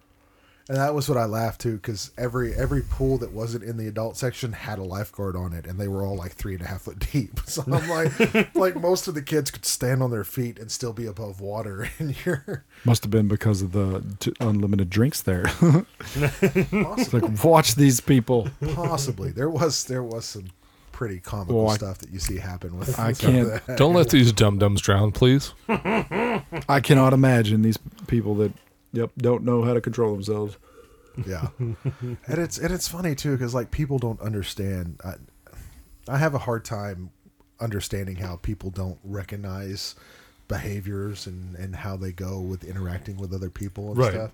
Speaker 4: and that was what I laughed to because every every pool that wasn't in the adult section had a lifeguard on it, and they were all like three and a half foot deep. So I'm like, like most of the kids could stand on their feet and still be above water, and you're
Speaker 2: Must have been because of the t- unlimited drinks there.
Speaker 4: possibly,
Speaker 2: like, watch these people.
Speaker 4: possibly there was there was some pretty comical
Speaker 2: Well, I-
Speaker 4: stuff that you see happen with.
Speaker 2: I
Speaker 4: some of
Speaker 2: can't-
Speaker 4: that.
Speaker 3: Don't let these dum dums drown, please.
Speaker 2: I cannot imagine these people that yep don't know how to control themselves.
Speaker 4: Yeah, and it's and it's funny too because like people don't understand. uh, I, I have a hard time understanding how people don't recognize behaviors and and how they go with interacting with other people and
Speaker 5: Right.
Speaker 4: stuff.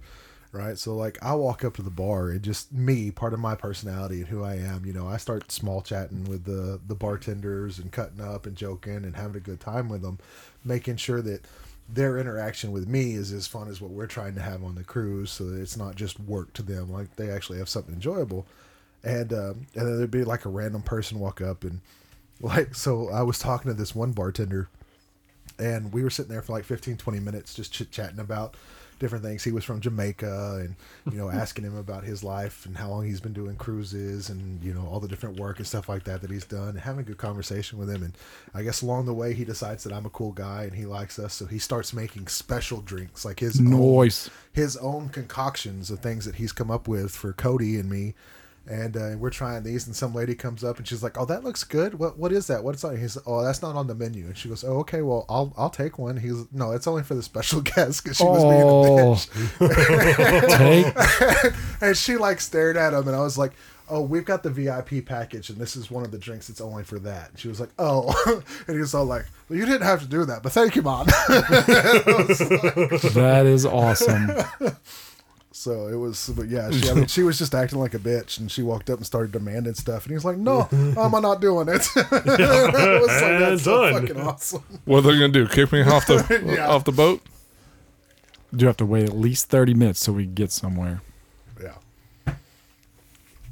Speaker 4: Right. So like I walk up to the bar and just me, part of my personality and who I am, you know, I start small chatting with the the bartenders and cutting up and joking and having a good time with them, making sure that their interaction with me is as fun as what we're trying to have on the cruise so that it's not just work to them like they actually have something enjoyable and um, and then there'd be like a random person walk up and like so i was talking to this one bartender and we were sitting there for like 15 20 minutes just chit-chatting about different things he was from jamaica and you know asking him about his life and how long he's been doing cruises and you know all the different work and stuff like that that he's done and having a good conversation with him and i guess along the way he decides that i'm a cool guy and he likes us so he starts making special drinks like his own
Speaker 2: Noise.
Speaker 4: his own concoctions of things that he's come up with for Cody and me. And uh, we're trying these, and some lady comes up and she's like, "Oh, that looks good. What what is that? What's on?" He's, "Oh, that's not on the menu." And she goes, "Oh, okay. Well, I'll I'll take one." He's, "No, it's only for the special guest because she
Speaker 2: Oh.
Speaker 4: was being a bitch."
Speaker 2: Take
Speaker 4: and she like stared at him, and I was like, "Oh, we've got the VIP package, and this is one of the drinks that's only for that." And she was like, "Oh," and he was all like, well, "You didn't have to do that, but thank you, mom."
Speaker 2: that is awesome.
Speaker 4: So it was, but yeah, she, I mean, she was just acting like a bitch, and she walked up and started demanding stuff, and he was like, "No, I'm not doing it." it was like, that's so
Speaker 5: Done.
Speaker 4: fucking awesome.
Speaker 3: What are they gonna do? Kick me off the
Speaker 4: Yeah.
Speaker 3: off the boat?
Speaker 2: You have to wait at least thirty minutes till we get somewhere.
Speaker 4: Yeah,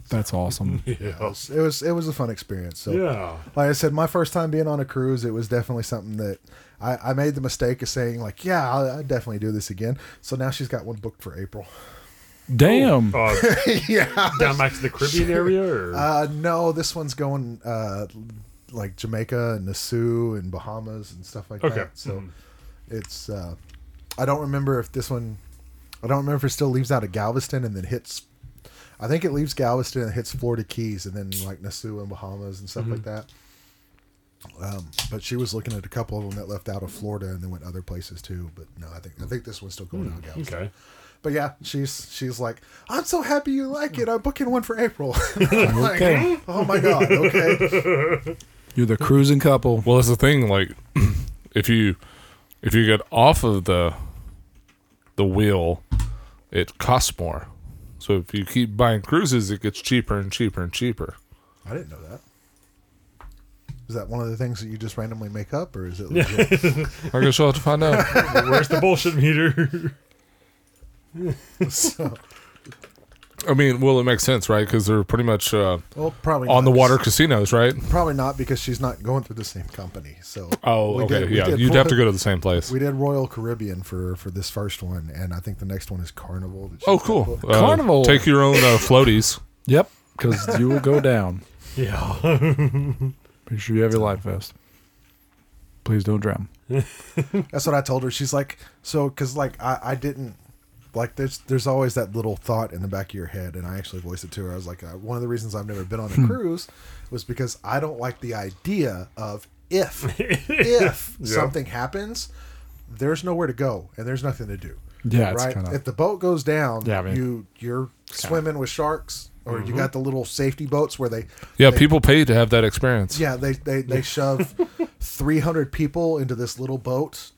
Speaker 2: That's awesome.
Speaker 4: it was, it was, it was a fun experience. So,
Speaker 5: Yeah.
Speaker 4: like I said, my first time being on a cruise, it was definitely something that I, I made the mistake of saying like, "Yeah, I'll, I'll definitely do this again." So now she's got one booked for April.
Speaker 2: Damn.
Speaker 5: Uh,
Speaker 4: yeah.
Speaker 5: down back to the Caribbean area, or
Speaker 4: Uh, no, this one's going uh, like Jamaica and Nassau and Bahamas and stuff like
Speaker 5: Okay.
Speaker 4: that. So it's uh, I don't remember if this one I don't remember if it still leaves out of Galveston and then hits I think it leaves Galveston and hits Florida Keys and then like Nassau and Bahamas and stuff like that. Um, but she was looking at a couple of them that left out of Florida and then went other places too. But no, I think I think this one's still going out of Galveston.
Speaker 5: okay,
Speaker 4: But yeah, she's she's like, I'm so happy you like it. I'm booking one for April. I'm like,
Speaker 2: Okay.
Speaker 4: oh my god. Okay.
Speaker 2: You're the cruising couple.
Speaker 3: Well, that's the thing. Like, if you if you get off of the the wheel, it costs more. So if you keep buying cruises, it gets cheaper and cheaper and cheaper.
Speaker 4: I didn't know that. Is that one of the things that you just randomly make up, or is it? legit?
Speaker 3: I guess you'll have to find out.
Speaker 5: where's the bullshit meter?
Speaker 4: so,
Speaker 3: I mean, well, it makes sense, right? Because they're pretty much uh,
Speaker 4: well, probably
Speaker 3: on
Speaker 4: not.
Speaker 3: the water casinos, right?
Speaker 4: Probably not because she's not going through the same company. So
Speaker 3: Oh,
Speaker 4: We
Speaker 3: okay,
Speaker 4: did- we
Speaker 3: yeah.
Speaker 4: did
Speaker 3: You'd
Speaker 4: pull-
Speaker 3: have to go to the same place.
Speaker 4: we did Royal Caribbean for for this first one, and I think the next one is Carnival. that she-
Speaker 3: oh, cool. Uh,
Speaker 2: Carnival.
Speaker 3: Take your own uh, floaties.
Speaker 2: Yep. Because you will go down.
Speaker 5: yeah,
Speaker 2: Make sure you have your life vest. Please don't drown. Mm-hmm.
Speaker 4: That's what I told her. She's like, so because like I, I didn't like there's there's always that little thought in the back of your head, and I actually voiced it to her. I was like, uh, one of the reasons I've never been on
Speaker 2: Hmm.
Speaker 4: a cruise was because I don't like the idea of if if something happens, there's nowhere to go and there's nothing to do.
Speaker 2: Yeah, it's
Speaker 4: right.
Speaker 2: kinda-
Speaker 4: if the boat goes down,
Speaker 2: Yeah, I mean- Mm-hmm.
Speaker 4: you you're swimming with sharks. Or you got the little safety boats where they
Speaker 3: Yeah,
Speaker 4: they-
Speaker 3: people pay to have that experience.
Speaker 4: yeah, they they, they shove 300 people into this little boat,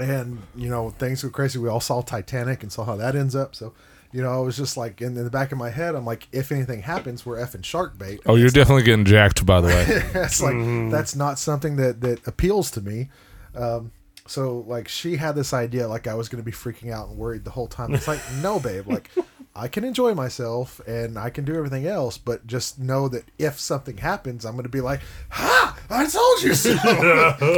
Speaker 4: and you know things go crazy. We all saw Titanic and saw how that ends up. So, you know, I was just like, in, in the back of my head, I'm like, if anything happens, we're effing shark bait.
Speaker 3: Oh, you're definitely getting jacked, by the way.
Speaker 4: that's like that's not something that that appeals to me. Um, so like she had this idea like I was gonna be freaking out and worried the whole time. It's like no, babe, like I can enjoy myself and I can do everything else, but just know that if something happens, I'm gonna be like, ha! I told you so.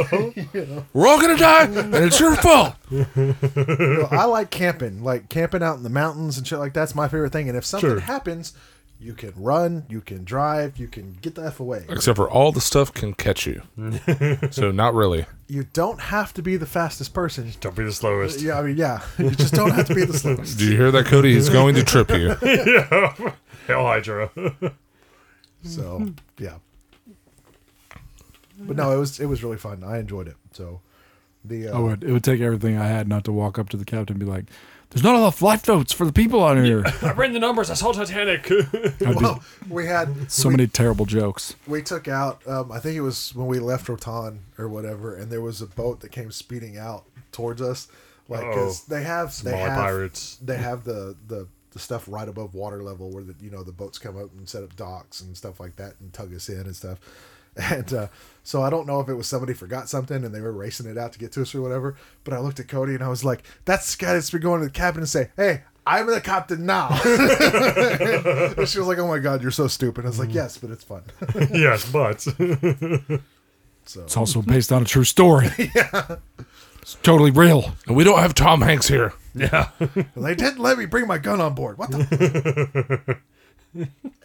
Speaker 3: We're all gonna die, and it's your fault.
Speaker 4: You know, I like camping, like camping out in the mountains and shit like that's my favorite thing. And if something
Speaker 5: Sure.
Speaker 4: happens, you can run, you can drive, you can get the f away.
Speaker 3: Except for all the stuff can catch you. so not really.
Speaker 4: You don't have to be the fastest person.
Speaker 5: don't be the slowest.
Speaker 4: Yeah, I mean, yeah, you just don't have to be the slowest.
Speaker 3: Do you hear that, Cody? He's going to trip you.
Speaker 5: Hail Hydra.
Speaker 4: So yeah, But no, it was it was really fun. I enjoyed it. So the uh,
Speaker 2: I would. It would take everything I had not to walk up to the captain and be like, "There's not enough lifeboats for the people on here."
Speaker 5: I ran the numbers. I saw Titanic.
Speaker 2: I did
Speaker 4: well, we had
Speaker 2: so
Speaker 4: we,
Speaker 2: many terrible jokes.
Speaker 4: We took out. Um, I think it was when we left Rotan or whatever, and there was a boat that came speeding out towards us. Like because
Speaker 5: Uh-oh.
Speaker 4: they have they
Speaker 5: Smaller
Speaker 4: have
Speaker 5: pirates.
Speaker 4: they have the the the stuff right above water level where the you know the boats come up and set up docks and stuff like that and tug us in and stuff. And uh, so I don't know if it was somebody forgot something and they were racing it out to get to us or whatever. But I looked at Cody and I was like, "That's the guy that's been going to the cabin and say, hey." I'm the captain now. And she was like, "Oh my god, you're so stupid." I was like, "Yes, but it's fun."
Speaker 5: yes, but
Speaker 4: So
Speaker 2: It's also based on a true story. It's totally real.
Speaker 3: And we don't have Tom Hanks here.
Speaker 5: yeah,
Speaker 4: And they didn't let me bring my gun on board. What the?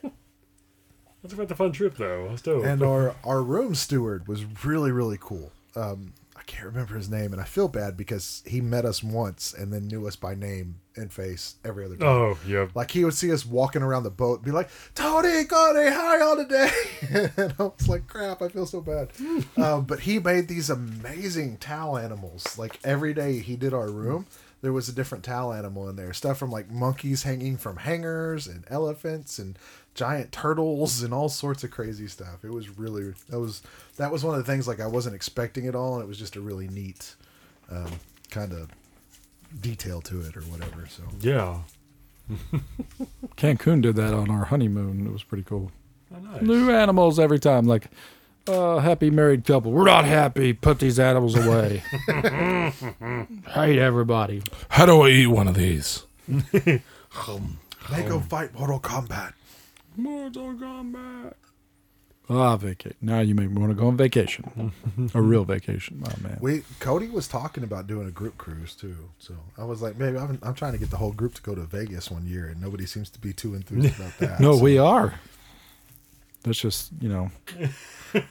Speaker 5: that's about the fun trip though. Let's do it.
Speaker 4: and our our room steward was really really cool. Um, I can't remember his name, and I feel bad because he met us once and then knew us by name and face every other time.
Speaker 5: oh yeah,
Speaker 4: Like he would see us walking around the boat, and be like, "Tony, Cody, how are y'all today?" and I was like, "Crap, I feel so bad." um, but he made these amazing towel animals. Like every day, he did our room. There was a different towel animal in there. Stuff from like monkeys hanging from hangers and elephants and giant turtles and all sorts of crazy stuff. It was really that was that was one of the things like I wasn't expecting at all, and it was just a really neat um, kind of detail to it or whatever. So.
Speaker 5: yeah.
Speaker 2: Cancun did that on our honeymoon. It was pretty cool.
Speaker 5: Oh, nice.
Speaker 2: New animals every time. Like, uh, happy married couple. We're not happy. Put these animals away. Hate everybody.
Speaker 3: How do I eat one of these?
Speaker 4: They go fight Mortal Kombat.
Speaker 3: Mortal Kombat.
Speaker 2: Ah, vacate. Now you make me want to go on vacation. a real vacation. Oh, man.
Speaker 4: We Cody was talking about doing a group cruise too, so I was like, maybe I'm, I'm trying to get the whole group to go to Vegas one year, and nobody seems to be too enthused about that.
Speaker 2: No,
Speaker 4: so.
Speaker 2: we are. That's just, you know,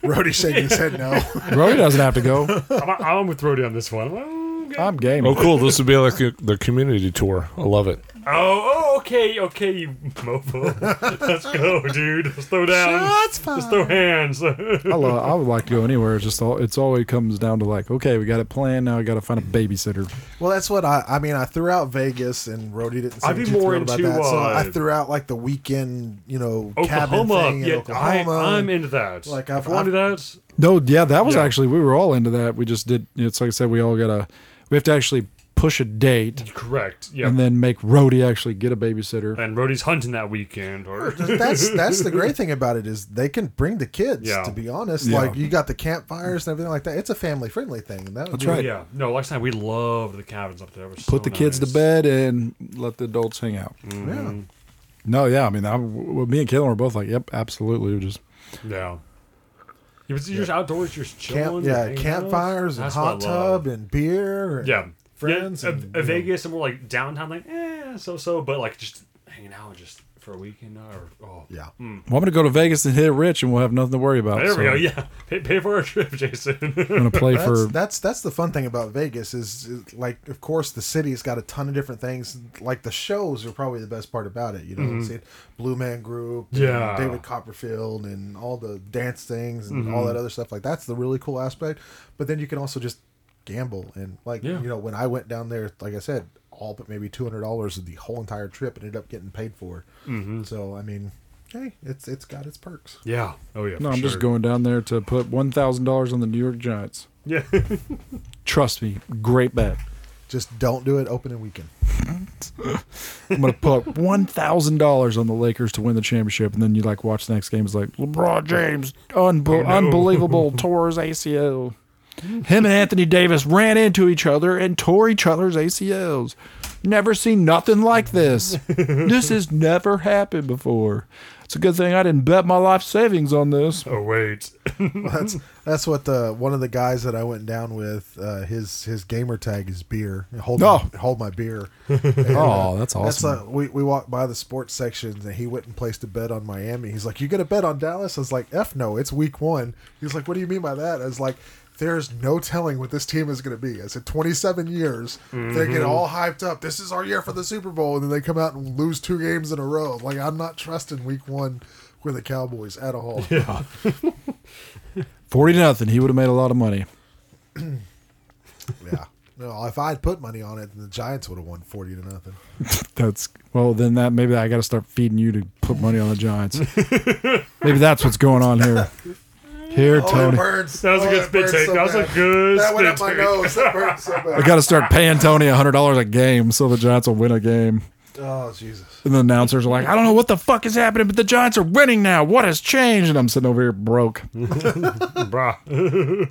Speaker 4: Rhodey shaking his head no.
Speaker 2: Rory doesn't have to go.
Speaker 5: I'm, I'm with Rody on this one. I'm okay.
Speaker 2: I'm game.
Speaker 3: Oh, cool. This would be like a, the community tour. I love it.
Speaker 5: Oh, oh, okay, okay, you mofo. Let's go, dude. Let's throw down.
Speaker 4: Shots
Speaker 5: Let's throw hands.
Speaker 2: I, lo- I would like to go anywhere. It's just all, it's always comes down to like, okay, we got it planned. Now I got to find a babysitter.
Speaker 4: well, that's what I. I mean, I threw out Vegas, and Rhodey didn't. Seem
Speaker 5: I'd be
Speaker 4: too
Speaker 5: more
Speaker 4: thrilled about
Speaker 5: into,
Speaker 4: that, so
Speaker 5: uh,
Speaker 4: I threw out like the weekend, you know, cabin
Speaker 5: Oklahoma.
Speaker 4: thing in
Speaker 5: Yeah,
Speaker 4: Oklahoma.
Speaker 5: I, I'm into that.
Speaker 4: Like,
Speaker 5: Like
Speaker 4: I've-
Speaker 5: I've wanted that.
Speaker 2: No, yeah, that was
Speaker 5: Yeah.
Speaker 2: actually we were all into that. We just did. It's like I said, we all gotta we have to actually push a date
Speaker 5: Correct. Yeah.
Speaker 2: and
Speaker 5: And,
Speaker 2: then make Rhodey actually get a babysitter.
Speaker 5: Rody's hunting that weekend, or
Speaker 4: that's that's the great thing about it is they can bring the kids.
Speaker 5: Yeah.
Speaker 4: To be honest,
Speaker 2: Yeah.
Speaker 4: like you got the campfires and everything like that. It's a family friendly thing. And that would
Speaker 2: That's
Speaker 4: be-
Speaker 2: right.
Speaker 5: yeah. No, last time we loved the cabins up there. It was so
Speaker 2: Put the kids to
Speaker 5: nice. Mm.
Speaker 2: bed and let the adults hang out.
Speaker 5: Mm-hmm.
Speaker 4: Yeah.
Speaker 2: No, yeah, I mean, I, well, me and Caitlin were both like, yep, absolutely. We're just
Speaker 5: Yeah. You was- You're just outdoors, you're just
Speaker 4: Camp,
Speaker 5: chilling.
Speaker 4: yeah,
Speaker 5: hanging out.
Speaker 4: campfires and
Speaker 5: That's what I
Speaker 4: hot
Speaker 5: love.
Speaker 4: tub and beer. And
Speaker 5: Yeah.
Speaker 4: friends
Speaker 5: Yeah, a-
Speaker 4: and,
Speaker 5: a
Speaker 4: you know.
Speaker 5: Vegas and more like downtown, like eh, so so, but like just hanging out just for a weekend or oh
Speaker 4: Yeah.
Speaker 2: well, I'm gonna go to Vegas and hit it rich, and we'll have nothing to worry about.
Speaker 5: There
Speaker 2: So
Speaker 5: we go. Yeah, pay, pay for our trip, Jason.
Speaker 2: I'm gonna play
Speaker 4: That's,
Speaker 2: for
Speaker 4: that's that's the fun thing about Vegas is, is like of course the city's got a ton of different things like the shows are probably the best part about it you know see Blue Man Group and
Speaker 5: Mm-hmm. Yeah.
Speaker 4: David Copperfield and all the dance things and
Speaker 5: Mm-hmm.
Speaker 4: all that other stuff like that's the really cool aspect but then you can also just gamble and like
Speaker 5: Yeah.
Speaker 4: you know when I went down there like I said all but maybe two hundred dollars of the whole entire trip ended up getting paid for
Speaker 5: Mm-hmm.
Speaker 4: so I mean hey it's it's got its perks
Speaker 5: yeah. Oh yeah.
Speaker 2: No,
Speaker 5: for
Speaker 2: I'm just
Speaker 5: sure.
Speaker 2: going down there to put one thousand dollars on the New York Giants.
Speaker 5: Yeah.
Speaker 2: Trust me, great bet.
Speaker 4: just don't do it opening weekend
Speaker 2: I'm gonna put one thousand dollars on the Lakers to win the championship, and then you like watch the next game. It's like LeBron James, unbe- unbelievable, tore his ACL. Him and Anthony Davis ran into each other and tore each other's ACLs. Never seen nothing like this. this has never happened before. It's a good thing I didn't bet my life savings on this.
Speaker 5: oh wait.
Speaker 4: that's that's what the one of the guys that I went down with. Uh, his his gamer tag is beer. Hold
Speaker 2: Oh.
Speaker 4: my, hold my beer.
Speaker 2: Oh, that's
Speaker 4: That's
Speaker 2: awesome.
Speaker 4: like we, we walked by the sports sections and he went and placed a bet on Miami. He's like, "You gonna bet on Dallas?" I was like, "F no, it's week one." He's like, "What do you mean by that?" I was like, "There's no telling what this team is gonna be." I said, "27 years, they get all hyped up. This is our year for the Super Bowl, and then they come out and lose two games in a row. Like I'm not trusting week one with the Cowboys at all."
Speaker 2: Forty to nothing. He would have made a lot of money.
Speaker 4: Yeah. No, if I had put money on it, then the Giants would have won forty to nothing.
Speaker 2: That's well. Then that maybe I got to start feeding you to put money on the Giants. maybe that's what's going on here. Here,
Speaker 4: Oh, it
Speaker 2: Tony.
Speaker 4: burns.
Speaker 5: That was a
Speaker 4: Oh,
Speaker 5: good
Speaker 4: it
Speaker 5: spit
Speaker 4: burns
Speaker 5: take.
Speaker 4: so
Speaker 5: That was a
Speaker 4: bad.
Speaker 5: good
Speaker 4: That went up
Speaker 5: spit
Speaker 4: my
Speaker 5: take.
Speaker 4: nose. That burns so
Speaker 2: I
Speaker 4: bad.
Speaker 2: got to start paying Tony hundred dollars a game so the Giants will win a game.
Speaker 4: Oh Jesus.
Speaker 2: And the announcers are like, I don't know what the fuck is happening, but the Giants are winning now. What has changed? And I'm sitting over here broke.
Speaker 5: Bruh.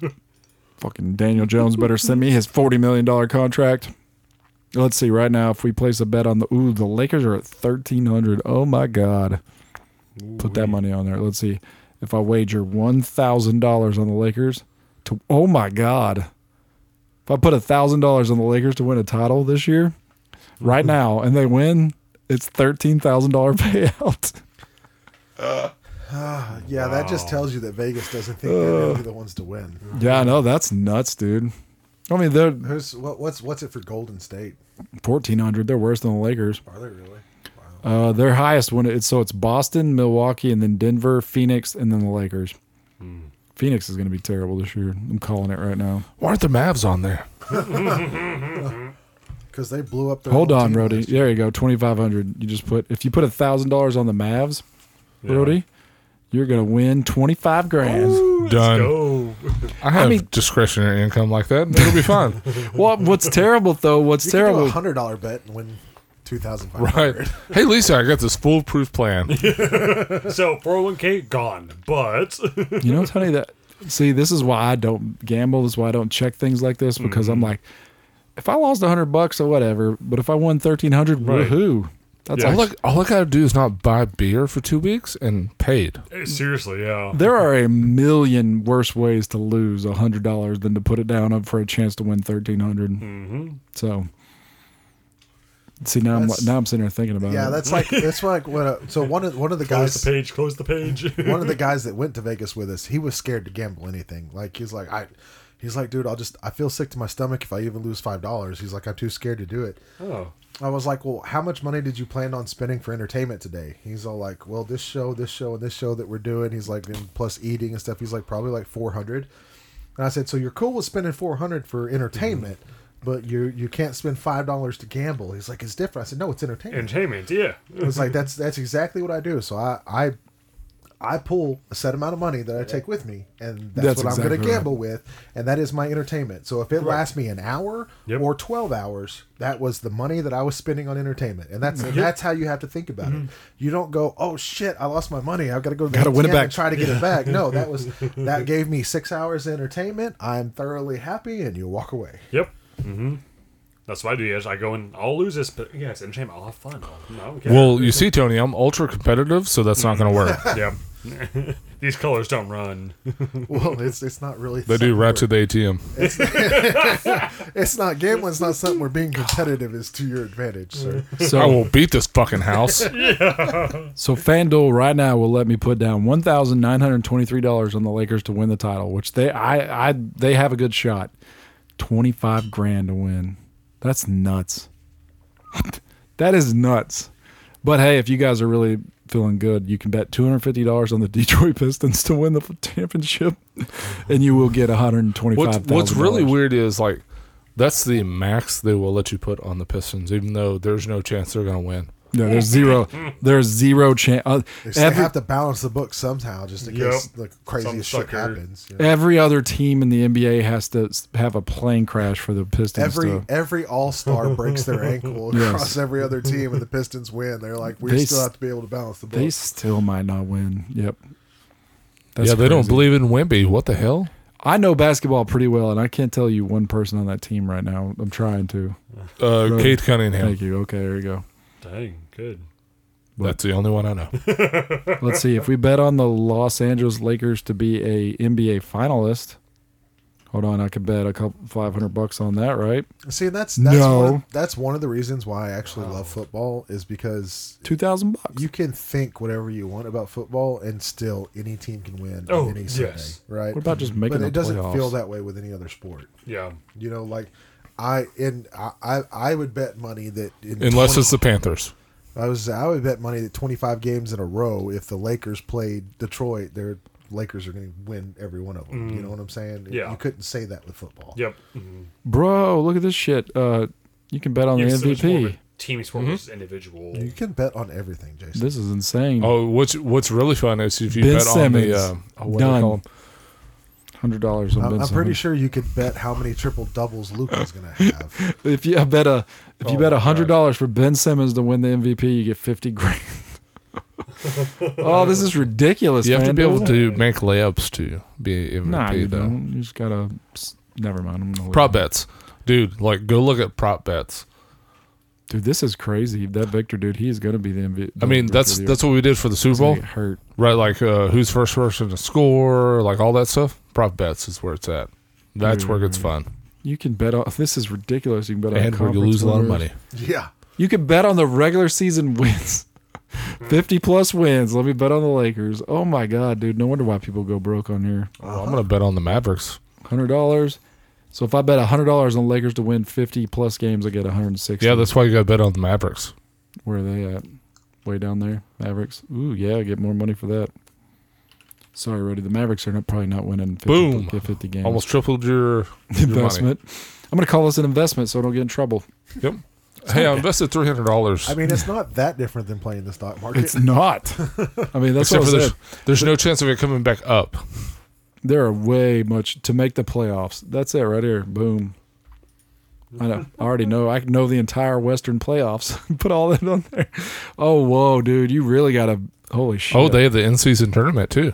Speaker 2: Fucking Daniel Jones better send me his $40 million contract. Let's see right now if we place a bet on the. Ooh, the Lakers are at 1300 Oh my God. Put that money on there. Let's see. If I wager $1,000 on the Lakers to. Oh my God. If I put $1,000 on the Lakers to win a title this year, right now, and they win, it's $13,000 payout.
Speaker 4: Yeah, that just tells you that Vegas doesn't think they're going to be the ones to win.
Speaker 2: Yeah, I know that's nuts, dude. I mean, they're
Speaker 4: Who's what, what's what's it for Golden State?
Speaker 2: fourteen hundred. They're worse than the Lakers.
Speaker 4: Are they really? Wow.
Speaker 2: Uh, their highest one. It's so it's Boston, Milwaukee, and then Denver, Phoenix, and then the Lakers.
Speaker 5: Hmm.
Speaker 2: Phoenix is going to be terrible this year. I'm calling it right now.
Speaker 3: Why aren't the Mavs on there?
Speaker 4: Because they blew up their
Speaker 2: Hold
Speaker 4: whole
Speaker 2: on,
Speaker 4: team
Speaker 2: Rody.
Speaker 4: last year.
Speaker 2: There you go. Twenty five hundred. You just put if you put a thousand dollars on the Mavs, Rody, you're going to win twenty five grand.
Speaker 3: Done.
Speaker 5: Go.
Speaker 3: I have
Speaker 2: mean-
Speaker 3: discretionary income like that. and It'll be fine.
Speaker 2: What what's terrible though? What's
Speaker 4: You could do
Speaker 2: terrible?
Speaker 4: a hundred dollar bet and win two thousand five
Speaker 3: right.
Speaker 4: hundred.
Speaker 3: Hey, Lisa, I got this foolproof plan.
Speaker 5: So 401k gone, but
Speaker 2: You know, Tony, that see, this is why I don't gamble. This is why I don't check things like this because
Speaker 5: Mm-hmm.
Speaker 2: I'm like, if I lost hundred bucks or whatever, but if I won thirteen hundred,
Speaker 5: Right.
Speaker 2: woohoo! That's
Speaker 5: Yeah.
Speaker 2: all.
Speaker 3: All I, all I got to do is not buy beer for two weeks and paid.
Speaker 5: eh, seriously, yeah.
Speaker 2: There are a million worse ways to lose hundred dollars than to put it down for a chance to win thirteen Mm-hmm. So, see now I'm
Speaker 4: That's-
Speaker 2: now I'm sitting here thinking about
Speaker 4: Yeah,
Speaker 2: it.
Speaker 4: that's like that's like what. Uh, so one of one of the
Speaker 5: Close
Speaker 4: guys
Speaker 5: the page. Close the page.
Speaker 4: one of the guys that went to Vegas with us, he was scared to gamble anything. Like he's like I, he's like dude, I'll just I feel sick to my stomach if I even lose five dollars. He's like I'm too scared to do it.
Speaker 5: oh,
Speaker 4: I was like, well, how much money did you plan on spending for entertainment today? He's all like, well, this show, this show, and this show that we're doing. He's like, and plus eating and stuff. He's like, probably like four hundred. And I said, so you're cool with spending four hundred for entertainment, but you you can't spend five dollars to gamble. He's like, it's different. I said, no, it's entertainment.
Speaker 5: entertainment. Yeah.
Speaker 4: It's like that's that's exactly what I do. So I I I pull a set amount of money that I take with me, and that's,
Speaker 2: That's
Speaker 4: what I'm going
Speaker 2: exactly
Speaker 4: to
Speaker 2: right.
Speaker 4: gamble with, and that is my entertainment. So if it lasts me an hour
Speaker 5: Yep.
Speaker 4: or twelve hours, that was the money that I was spending on entertainment, and that's
Speaker 2: Mm-hmm.
Speaker 4: that's how you have to think about it. You don't go, oh shit, I lost my money. I've got to go to the
Speaker 2: Gotta win it
Speaker 4: ATM
Speaker 2: back."
Speaker 4: and try to get it back. No, that was that gave me six hours of entertainment. I'm thoroughly happy, and you walk away.
Speaker 5: Yep. Mm-hmm. That's what I do. Is I go and I'll lose this, but yeah, it's entertainment. I'll have fun. I'll, I don't care.
Speaker 3: Well, you see, Tony, I'm ultra competitive, so that's not going to work.
Speaker 5: yeah. These colors don't run.
Speaker 4: Well, it's it's not really
Speaker 3: They do right to the ATM.
Speaker 4: It's not gambling's not something where being competitive is to your advantage, sir.
Speaker 2: so
Speaker 3: I will beat this fucking house.
Speaker 2: So FanDuel right now will let me put down one thousand nine hundred twenty-three dollars on the Lakers to win the title, which they I I they have a good shot. Twenty-five grand to win. That's nuts. that is nuts. But hey, if you guys are really feeling good, you can bet two hundred fifty dollars on the Detroit Pistons to win the championship, and you will get one hundred twenty-five
Speaker 3: What's,
Speaker 2: thousand.
Speaker 3: what's really weird is like that's the max they will let you put on the Pistons, even though there's no chance they're going to win.
Speaker 2: No, there's zero. There's zero chance. Uh,
Speaker 4: They still
Speaker 2: every,
Speaker 4: have to balance the book somehow, just in
Speaker 5: Yep.
Speaker 4: case the craziest
Speaker 5: Some
Speaker 4: shit
Speaker 5: sucker.
Speaker 4: happens. you know.
Speaker 2: every other team in the NBA has to s- have a plane crash for the Pistons.
Speaker 4: Every
Speaker 2: to,
Speaker 4: every all star breaks their ankle
Speaker 2: Yes.
Speaker 4: across every other team, and the Pistons win. They're like, we
Speaker 2: They
Speaker 4: still
Speaker 2: s-
Speaker 4: have to be able to balance the book.
Speaker 2: They still might not win. Yep. That's
Speaker 3: yeah, they don't
Speaker 2: crazy.
Speaker 3: believe in Wimby. What the hell?
Speaker 2: I know basketball pretty well, and I can't tell you one person on that team right now. I'm trying to.
Speaker 3: Uh,
Speaker 2: Right.
Speaker 3: Kate Cunningham.
Speaker 2: Thank you. Okay, there you go.
Speaker 5: Dang, good.
Speaker 3: That's the only one I know.
Speaker 2: Let's see if we bet on the Los Angeles Lakers to be a NBA finalist. Hold on, I could bet a couple five hundred bucks on that, right?
Speaker 4: See, that's that's one
Speaker 2: No.
Speaker 4: of, that's one of the reasons why I actually
Speaker 5: Oh.
Speaker 4: love football is because
Speaker 2: Two thousand bucks.
Speaker 4: you can think whatever you want about football, and still any team can win.
Speaker 5: Oh,
Speaker 4: on any
Speaker 5: yes.
Speaker 4: Sunday, right.
Speaker 2: What about just making
Speaker 4: but
Speaker 2: the
Speaker 4: it doesn't
Speaker 2: playoffs?
Speaker 4: feel that way with any other sport.
Speaker 5: Yeah.
Speaker 4: You know, like I and I I, I would bet money that in
Speaker 3: Unless
Speaker 4: 20
Speaker 3: it's the Panthers.
Speaker 4: I was I would bet money that 25 games in a row if the Lakers played Detroit, they're Lakers are going to win every one of them. You know what I'm saying?
Speaker 5: Yeah.
Speaker 4: You couldn't say that with football.
Speaker 5: Yep.
Speaker 2: Bro, look at this shit. Uh, you can bet on
Speaker 5: It's
Speaker 2: the
Speaker 5: so much more of
Speaker 2: MVP.
Speaker 5: a Team sport
Speaker 3: Mm-hmm.
Speaker 5: versus individual.
Speaker 4: You can bet on everything, Jason.
Speaker 2: This is insane.
Speaker 3: Oh, what's what's really fun is if you
Speaker 2: Ben
Speaker 3: bet on
Speaker 2: Simmons.
Speaker 3: the uh, oh, what do they
Speaker 2: Done.
Speaker 3: call 'em?
Speaker 2: Hundred dollars on
Speaker 4: I'm,
Speaker 2: Ben
Speaker 4: I'm pretty
Speaker 2: Simmons.
Speaker 4: sure you could bet how many triple doubles Luca's going to have.
Speaker 2: If you I bet a if you
Speaker 3: Oh
Speaker 2: bet
Speaker 3: my
Speaker 2: a hundred dollars for Ben Simmons to win the MVP, you get fifty grand. oh, this is ridiculous.
Speaker 3: You have to
Speaker 2: man.
Speaker 3: be able
Speaker 2: Don't-
Speaker 3: to make layups to be MVP
Speaker 2: Nah, you
Speaker 3: though.
Speaker 2: don't. You just gotta. psst, Never mind. I'm gonna leave.
Speaker 3: Prop bets, dude. Like, go look at prop bets.
Speaker 2: dude. This is crazy. That Victor dude, he is gonna be the MVP.
Speaker 3: I mean, that's that's what we did for the Super Bowl,
Speaker 2: hurt.
Speaker 3: right? Like, uh, who's first person to score, like all that stuff. Prop bets is where it's at. That's where it gets fun,
Speaker 2: You can bet on this is ridiculous. You can bet on
Speaker 3: and where you
Speaker 2: Mm-hmm. conference
Speaker 3: lose a lot of
Speaker 2: winners.
Speaker 3: money.
Speaker 4: yeah.
Speaker 2: You can bet on the regular season wins. 50 plus wins. Let me bet on the Lakers. Oh my God, dude. No wonder why people go broke on here.
Speaker 3: Well, I'm gonna bet on the Mavericks.
Speaker 2: $100. So if I bet $100 on Lakers to win 50 plus games, I get 160.
Speaker 3: Yeah, that's why you got to bet on the Mavericks.
Speaker 2: Where are they at? Way down there. Mavericks. Ooh, yeah, I get more money for that. Sorry, Rudy. The Mavericks are not, probably not winning 50,
Speaker 3: Boom.
Speaker 2: 50 games.
Speaker 3: Almost tripled your, your money.
Speaker 2: investment. I'm going to call this an investment so I don't get in trouble.
Speaker 3: Yep. Hey, I invested three hundred dollars.
Speaker 4: I mean, it's not that different than playing the stock market.
Speaker 2: It's not. I mean, that's
Speaker 3: Except
Speaker 2: what I said.
Speaker 3: for there's, there's no chance of it coming back up.
Speaker 2: there are way much to make the playoffs. That's it right here. Boom. I know. I already know. I know the entire Western playoffs. Put all that on there. Oh, whoa, dude! You really got to. Holy shit!
Speaker 3: Oh, they have the in season tournament too.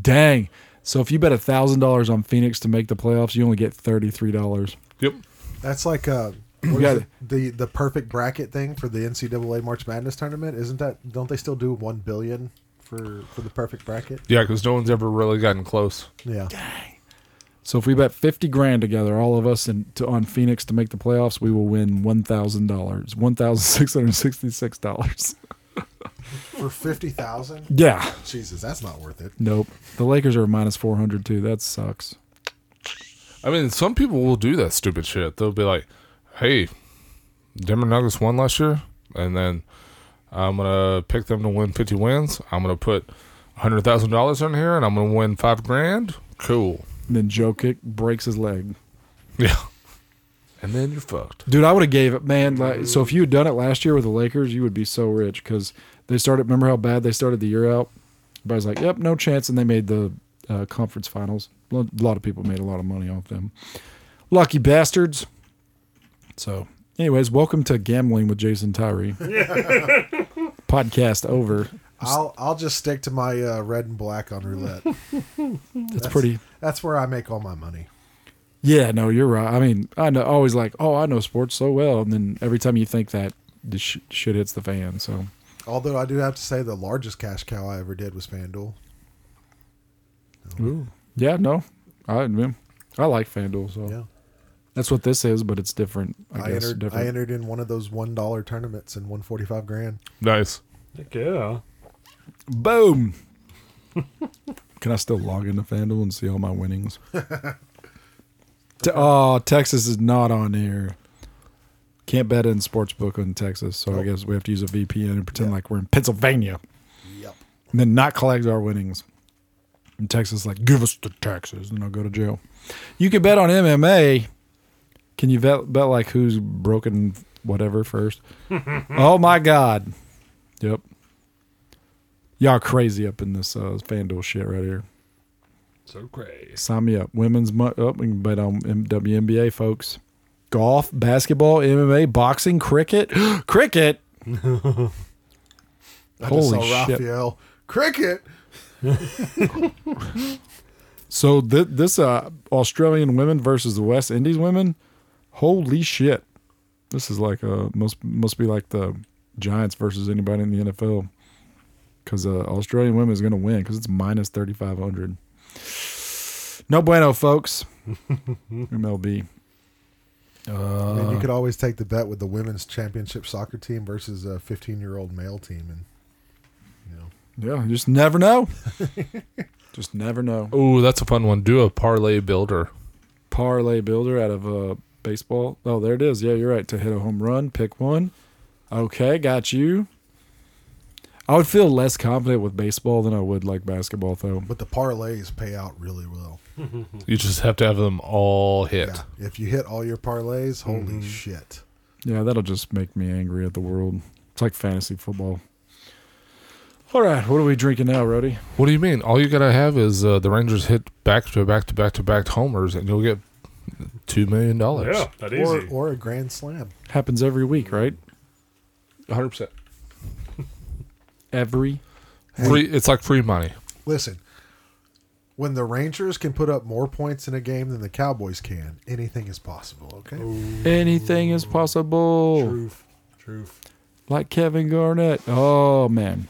Speaker 2: dang. So if you bet thousand dollars on Phoenix to make the playoffs, you only get thirty three dollars.
Speaker 3: Yep.
Speaker 4: That's like uh, what is
Speaker 2: got
Speaker 4: it? the the perfect bracket thing for the NCAA March Madness tournament. Isn't that? Don't they still do one billion for for the perfect bracket?
Speaker 3: Yeah, because no one's ever really gotten close.
Speaker 4: Yeah.
Speaker 2: So if we bet fifty grand together, all of us, and to, on Phoenix to make the playoffs, we will win one thousand dollars, one thousand six hundred sixty six dollars.
Speaker 4: For fifty thousand.
Speaker 2: Yeah.
Speaker 4: Jesus, that's not worth it.
Speaker 2: Nope. The Lakers are minus four hundred too. That sucks.
Speaker 3: I mean, some people will do that stupid shit. They'll be like, "Hey, Denver Nuggets won last year, and then I'm gonna pick them to win 50 wins. I'm gonna put hundred thousand dollars on here, and I'm gonna win five grand. Cool.
Speaker 2: And then Jokic breaks his leg.
Speaker 3: Yeah. And then you're fucked.
Speaker 2: Dude, I would have gave it, man. Like, so if you had done it last year with the Lakers, you would be so rich because they started. Remember how bad they started the year out? Everybody's like, "Yep, no chance," and they made the uh, conference finals. A lot of people made a lot of money off them. Lucky bastards. So, anyways, welcome to gambling with Jason Tyree. Podcast over.
Speaker 4: I'll I'll just stick to my uh, red and black on roulette.
Speaker 2: That's pretty.
Speaker 4: That's where I make all my money.
Speaker 2: Yeah, no, you're right. I mean, I know always like, oh, I know sports so well, and then every time you think that, the sh- shit hits the fan. So.
Speaker 4: Although I do have to say, the largest cash cow I ever did was FanDuel.
Speaker 2: Yeah, no, I admit, I like FanDuel, so
Speaker 4: Yeah,
Speaker 2: that's what this is, but it's different. I,
Speaker 4: I,
Speaker 2: guess
Speaker 4: entered.
Speaker 2: different.
Speaker 4: I entered in one of those one dollar tournaments and won forty five grand.
Speaker 3: Nice.
Speaker 5: Heck yeah.
Speaker 2: Boom. Can I still log into FanDuel and see all my winnings? Te- oh, Texas is not on here. Can't bet in sportsbook in Texas, so I guess we have to use a VPN and pretend like we're in Pennsylvania,
Speaker 4: Yep.
Speaker 2: and then not collect our winnings. And Texas, is like, give us the taxes, and I'll go to jail. You can bet on MMA. Can you bet, bet like who's broken whatever first? oh my god. Yep. Y'all crazy up in this uh, FanDuel shit right here.
Speaker 5: So crazy.
Speaker 2: Sign me up. Women's money. Oh, we can bet on M- WNBA, folks. Golf, basketball, MMA, boxing, cricket. cricket.
Speaker 4: I
Speaker 2: Holy
Speaker 4: just saw
Speaker 2: shit.
Speaker 4: Raphael cricket.
Speaker 2: So th- this uh, Australian women versus the West Indies women. Holy shit! This is like uh must must be like the Giants versus anybody in the NFL. Because uh, Australian women is going to win because it's minus thirty five hundred. No bueno, folks. MLB.
Speaker 4: and
Speaker 2: Uh.
Speaker 4: you could always take the bet with the women's championship soccer team versus a fifteen year old male team, and you know.
Speaker 2: Yeah, you just never know. just never know.
Speaker 3: Oh, that's a fun one. Do a parlay builder.
Speaker 2: parlay builder out of uh, baseball. Oh, there it is. Yeah, you're right. To hit a home run, pick one. Okay, got you. I would feel less confident with baseball than I would like basketball, though.
Speaker 4: But the parlays pay out really well.
Speaker 3: You just have to have them all hit.
Speaker 4: Yeah, if you hit all your parlays, holy
Speaker 2: Mm-hmm.
Speaker 4: shit!
Speaker 2: Yeah, that'll just make me angry at the world. It's like fantasy football. All right, what are we drinking now, Rody?
Speaker 3: What do you mean? All you gotta have is uh, the Rangers hit back to back to back to back homers, and you'll get two million dollars.
Speaker 5: Yeah, that easy.
Speaker 4: Or, or a grand slam.
Speaker 2: Happens every week, right?
Speaker 3: one hundred percent.
Speaker 2: Every
Speaker 3: Free. It's like free money.
Speaker 4: Listen, when the Rangers can put up more points in a game than the Cowboys can, anything is possible. Okay,
Speaker 2: anything is possible.
Speaker 5: Truth. Truth.
Speaker 2: Like Kevin Garnett. Oh man.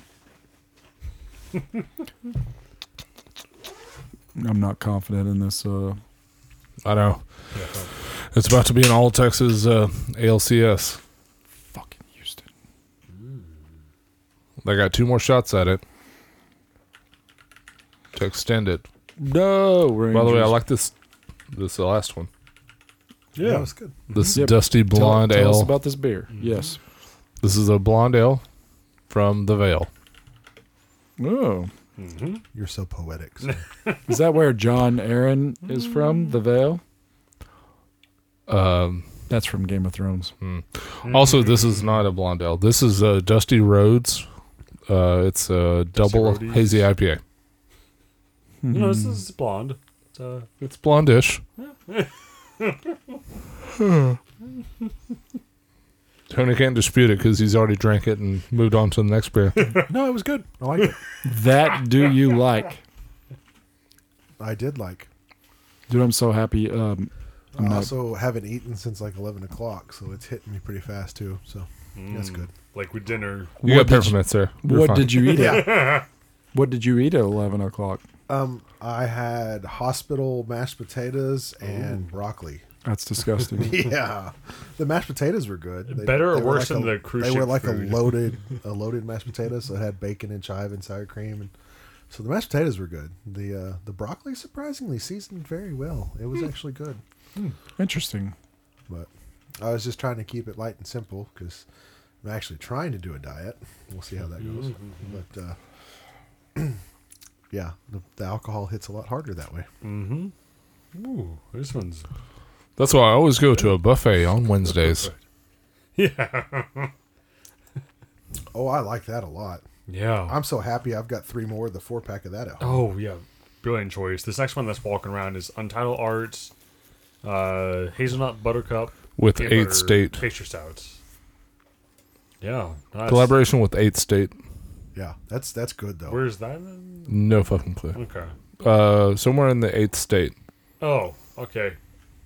Speaker 2: I'm not confident in this uh
Speaker 3: I know. It's about to be an all Texas uh, ALCS.
Speaker 2: fucking Houston.
Speaker 3: They got two more shots at it to extend it.
Speaker 2: No, Rangers. Mm-hmm.
Speaker 3: By the way, I like this. This the last one.
Speaker 4: that was good.
Speaker 3: This
Speaker 2: Yep.
Speaker 3: dusty
Speaker 2: Tell-
Speaker 3: blonde
Speaker 2: tell,
Speaker 3: ale.
Speaker 2: us about this beer. Yes.
Speaker 3: this is a blonde ale from the Vale.
Speaker 2: Oh.
Speaker 4: You're so poetic. sir.
Speaker 2: Is that where John Aaron is from? The Vale?
Speaker 3: Um, Hmm.
Speaker 2: That's from Game of Thrones. Mm-hmm.
Speaker 3: Also, this is not a blonde ale. This is uh, Dusty Roads. Uh, it's a double
Speaker 5: Roadies.
Speaker 3: hazy IPA.
Speaker 5: No,
Speaker 3: Mm-hmm.
Speaker 5: this is blonde. It's, uh,
Speaker 3: It's blondish.
Speaker 2: Hmm.
Speaker 3: Tony can't dispute it because he's already drank it and moved on to the next beer.
Speaker 4: no, it was good. I like it.
Speaker 2: That do you like?
Speaker 4: I did like.
Speaker 2: Dude, I'm so happy. Um I'm
Speaker 4: I
Speaker 2: not-
Speaker 4: also haven't eaten since like eleven o'clock, so it's hitting me pretty fast too. So that's good.
Speaker 5: like with dinner.
Speaker 2: What
Speaker 3: You got
Speaker 2: did you-
Speaker 3: peppermints there. You're
Speaker 2: what
Speaker 3: fine.
Speaker 2: did you eat at?
Speaker 4: Yeah,
Speaker 2: What did you eat at eleven o'clock?
Speaker 4: um, I had hospital mashed potatoes and broccoli.
Speaker 2: That's disgusting.
Speaker 4: Yeah, the mashed potatoes were good.
Speaker 5: Better or
Speaker 4: were
Speaker 5: worse
Speaker 4: like
Speaker 5: than
Speaker 4: a-
Speaker 5: the cruise
Speaker 4: They were
Speaker 5: ship
Speaker 4: like
Speaker 5: food?
Speaker 4: a loaded, a loaded mashed potato, so it had bacon and chive and sour cream, and so the mashed potatoes were good. The uh, the broccoli surprisingly seasoned very well. It was
Speaker 5: Hmm.
Speaker 4: actually good,
Speaker 2: Interesting.
Speaker 4: but I was just trying to keep it light and simple because I'm actually trying to do a diet. We'll see how that goes,
Speaker 5: Mm-hmm.
Speaker 4: but uh, yeah, the, the alcohol hits a lot harder that way.
Speaker 5: Ooh, this one's.
Speaker 3: That's why I always go to a buffet on Wednesdays.
Speaker 4: Oh, I like that a lot.
Speaker 5: Yeah.
Speaker 4: I'm so happy I've got three more of the four pack of that at home.
Speaker 5: Oh yeah, brilliant choice. This next one that's walking around is Untitled Arts, uh, Hazelnut Buttercup
Speaker 3: With
Speaker 5: peanut
Speaker 3: Eighth
Speaker 5: butter
Speaker 3: State.
Speaker 5: pastry stouts. Yeah, nice.
Speaker 3: Collaboration with Eighth State.
Speaker 4: Yeah, that's that's good though.
Speaker 5: Where's that? in?
Speaker 3: No fucking clue.
Speaker 5: Okay.
Speaker 3: Uh, somewhere in the Eighth State.
Speaker 5: Oh, okay.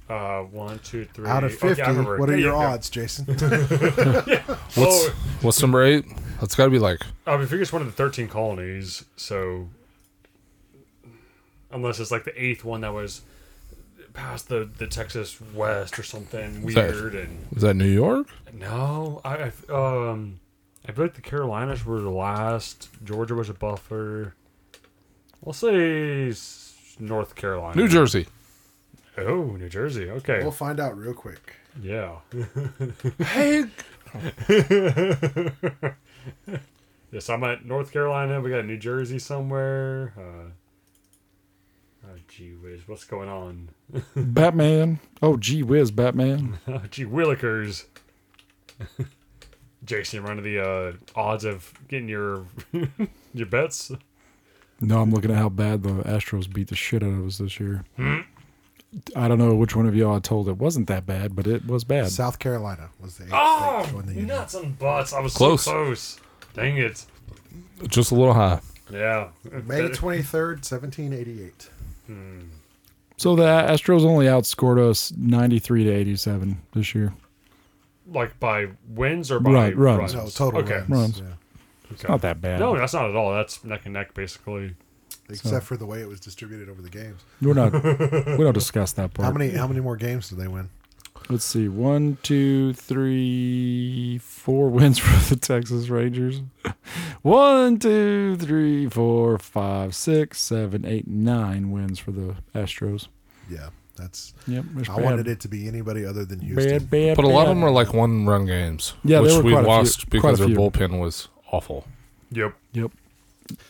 Speaker 5: Uh, one, two, three.
Speaker 4: out of
Speaker 5: Okay, I
Speaker 4: 50
Speaker 5: remember.
Speaker 4: what are
Speaker 5: There
Speaker 4: your
Speaker 5: you go.
Speaker 4: odds jason
Speaker 3: What's
Speaker 5: Oh,
Speaker 3: what's number eight? That's got to be like
Speaker 5: I mean, figure it's one of the thirteen colonies. So, unless it's like the eighth one that was past the the Texas West or something
Speaker 3: that-
Speaker 5: weird and.
Speaker 3: is that New York?
Speaker 5: No, I, I um, I feel like the Carolinas were the last. Georgia was a buffer. We'll say s- North Carolina.
Speaker 3: New Jersey.
Speaker 5: Oh, New Jersey. Okay.
Speaker 4: we'll find out real quick
Speaker 5: yeah.
Speaker 3: Hey,
Speaker 5: Yes, I'm at North Carolina. We got New Jersey somewhere. Uh, oh, gee whiz, what's going on?
Speaker 2: Batman. Oh, gee whiz, Batman.
Speaker 5: Oh, gee willikers. Jason, run to the uh, odds of getting your your bets.
Speaker 2: No, I'm looking at how bad the Astros beat the shit out of us this year.
Speaker 5: Hmm?
Speaker 2: I don't know which one of y'all I told it wasn't that bad, but it was bad.
Speaker 4: south carolina was the eighth state to
Speaker 5: Oh,
Speaker 4: join the union
Speaker 5: nuts and butts. I was
Speaker 3: Close.
Speaker 5: so close. Dang it.
Speaker 3: just a little high.
Speaker 5: Yeah.
Speaker 4: may 23rd 1788
Speaker 2: So the Astros only outscored us 93 to 87 this year.
Speaker 5: like by wins or by
Speaker 2: Right, runs.
Speaker 4: no Oh, total
Speaker 5: Okay.
Speaker 4: runs,
Speaker 2: Runs.
Speaker 4: yeah.
Speaker 5: Okay.
Speaker 2: Not that bad.
Speaker 5: No, that's not at all. That's neck and neck, basically.
Speaker 4: except for the way it was distributed over the games
Speaker 2: We're not. we don't discuss that part.
Speaker 4: how many how many more games did they win
Speaker 2: Let's see. One, two, three, four wins for the Texas Rangers. One, two, three, four, five, six, seven, eight, nine wins for the Astros.
Speaker 4: yeah that's
Speaker 2: Yep. it's
Speaker 4: i
Speaker 2: bad.
Speaker 4: wanted it to be anybody other than houston
Speaker 2: Bad, bad,
Speaker 3: But a lot
Speaker 2: bad.
Speaker 3: of them are like one run games,
Speaker 2: Yeah, there
Speaker 3: which
Speaker 2: were
Speaker 3: we
Speaker 2: quite a few-
Speaker 3: lost
Speaker 2: quite a
Speaker 3: because their
Speaker 2: few.
Speaker 3: bullpen was awful.
Speaker 5: Yep.
Speaker 2: Yep.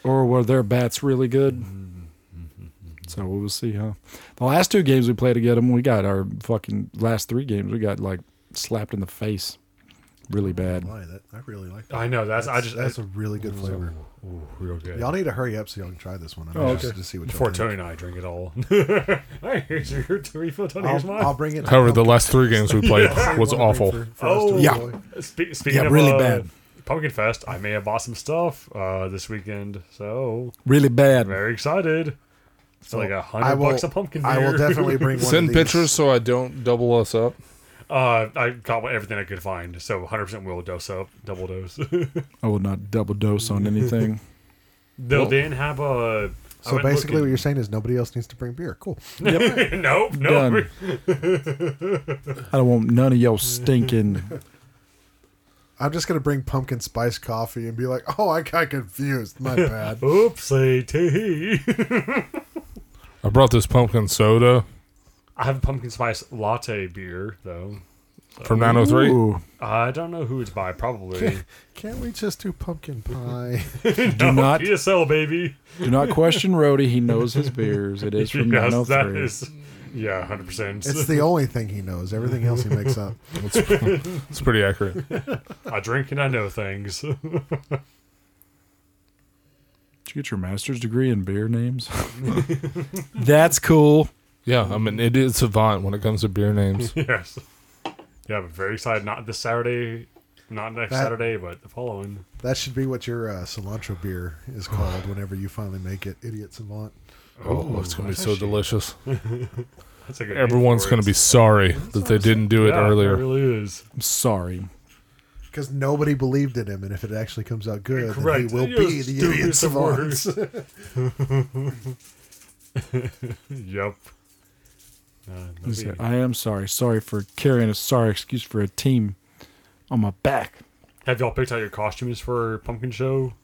Speaker 2: Or were their bats really good? So we'll see, huh? The last two games we played to get them, we got our fucking last three games. We got like slapped in the face, really bad.
Speaker 4: Why that? I really like that.
Speaker 5: I know. That's, I Mm-hmm. just
Speaker 4: that's a really good flavor.
Speaker 5: Ooh, ooh, real good.
Speaker 4: Y'all need to hurry up so y'all can try this one. I'm
Speaker 2: Oh,
Speaker 4: interested
Speaker 2: okay.
Speaker 4: to see what
Speaker 5: Before
Speaker 4: y'all
Speaker 5: Tony
Speaker 4: think.
Speaker 5: and I drink it all. hey, here's your refill, Tony. Here's
Speaker 4: I'll,
Speaker 5: mine.
Speaker 4: I'll bring it.
Speaker 3: However, the
Speaker 4: I'll-
Speaker 3: last three games we played
Speaker 4: save
Speaker 3: was
Speaker 4: one to
Speaker 3: awful.
Speaker 4: bring for- for us to
Speaker 5: Oh.
Speaker 2: Yeah.
Speaker 4: enjoy.
Speaker 5: Spe- speaking
Speaker 2: Yeah,
Speaker 5: of
Speaker 2: really
Speaker 5: uh,
Speaker 2: bad.
Speaker 5: Pumpkin Fest, I may have bought some stuff uh, this weekend, so
Speaker 2: Really bad.
Speaker 5: very excited. It's like a
Speaker 4: I
Speaker 5: hundred
Speaker 4: will-
Speaker 5: bucks a pumpkin. Beer.
Speaker 4: I will definitely bring one.
Speaker 3: Send
Speaker 4: of these.
Speaker 3: pictures so I don't double us up.
Speaker 5: uh, I got everything I could find, so 100 percent will dose up, double dose.
Speaker 2: I would not double dose on anything.
Speaker 5: They'll
Speaker 3: Well-
Speaker 5: then have a. I
Speaker 4: So
Speaker 5: went
Speaker 4: basically, what
Speaker 5: looking.
Speaker 4: you're saying is nobody else needs to bring beer. Cool.
Speaker 5: nope, nope.
Speaker 2: Done. I don't want none of y'all stinking.
Speaker 4: I'm just gonna bring pumpkin spice coffee and be like, "Oh, I got confused. My bad."
Speaker 5: Oopsie tee.
Speaker 3: I brought this pumpkin soda
Speaker 5: I have a pumpkin spice latte beer though.
Speaker 3: from 903.
Speaker 2: Ooh,
Speaker 5: I don't know who it's by. Probably
Speaker 4: Can't we just do pumpkin pie?
Speaker 2: do not
Speaker 5: PSL baby.
Speaker 2: do not question Rody. He knows his beers. It is from
Speaker 5: Yes, that
Speaker 2: 903.
Speaker 5: is. Yeah, 100. percent
Speaker 4: It's the only thing he knows. Everything else he makes up.
Speaker 3: It's, it's pretty accurate.
Speaker 5: I drink and I know things.
Speaker 2: Did you get your master's degree in beer names? That's cool.
Speaker 3: Yeah, I'm an idiot savant when it comes to beer names.
Speaker 5: yes. Yeah, I'm very excited. Not this Saturday, not next
Speaker 4: That-
Speaker 5: Saturday, but the following.
Speaker 4: That should be what your uh, cilantro beer is called whenever you finally make it, idiot savant.
Speaker 3: Oh, it's gonna be
Speaker 5: that's
Speaker 3: so
Speaker 5: actually-
Speaker 3: delicious.
Speaker 5: That's a good name
Speaker 3: Everyone's
Speaker 5: for
Speaker 3: gonna
Speaker 5: it.
Speaker 3: be sorry that they didn't do it
Speaker 5: Yeah, It
Speaker 3: earlier.
Speaker 5: really is.
Speaker 2: I'm sorry.
Speaker 4: Because nobody believed in him, and if it actually comes out good, then he
Speaker 5: Correct.
Speaker 4: will
Speaker 5: You're
Speaker 4: be the
Speaker 5: stupid
Speaker 4: idiot
Speaker 5: as
Speaker 4: savant.
Speaker 5: words. yep. Uh,
Speaker 2: He
Speaker 5: maybe-
Speaker 2: said, I am sorry. Sorry for carrying a sorry excuse for a team on my back.
Speaker 5: Have y'all picked out your costumes for pumpkin show?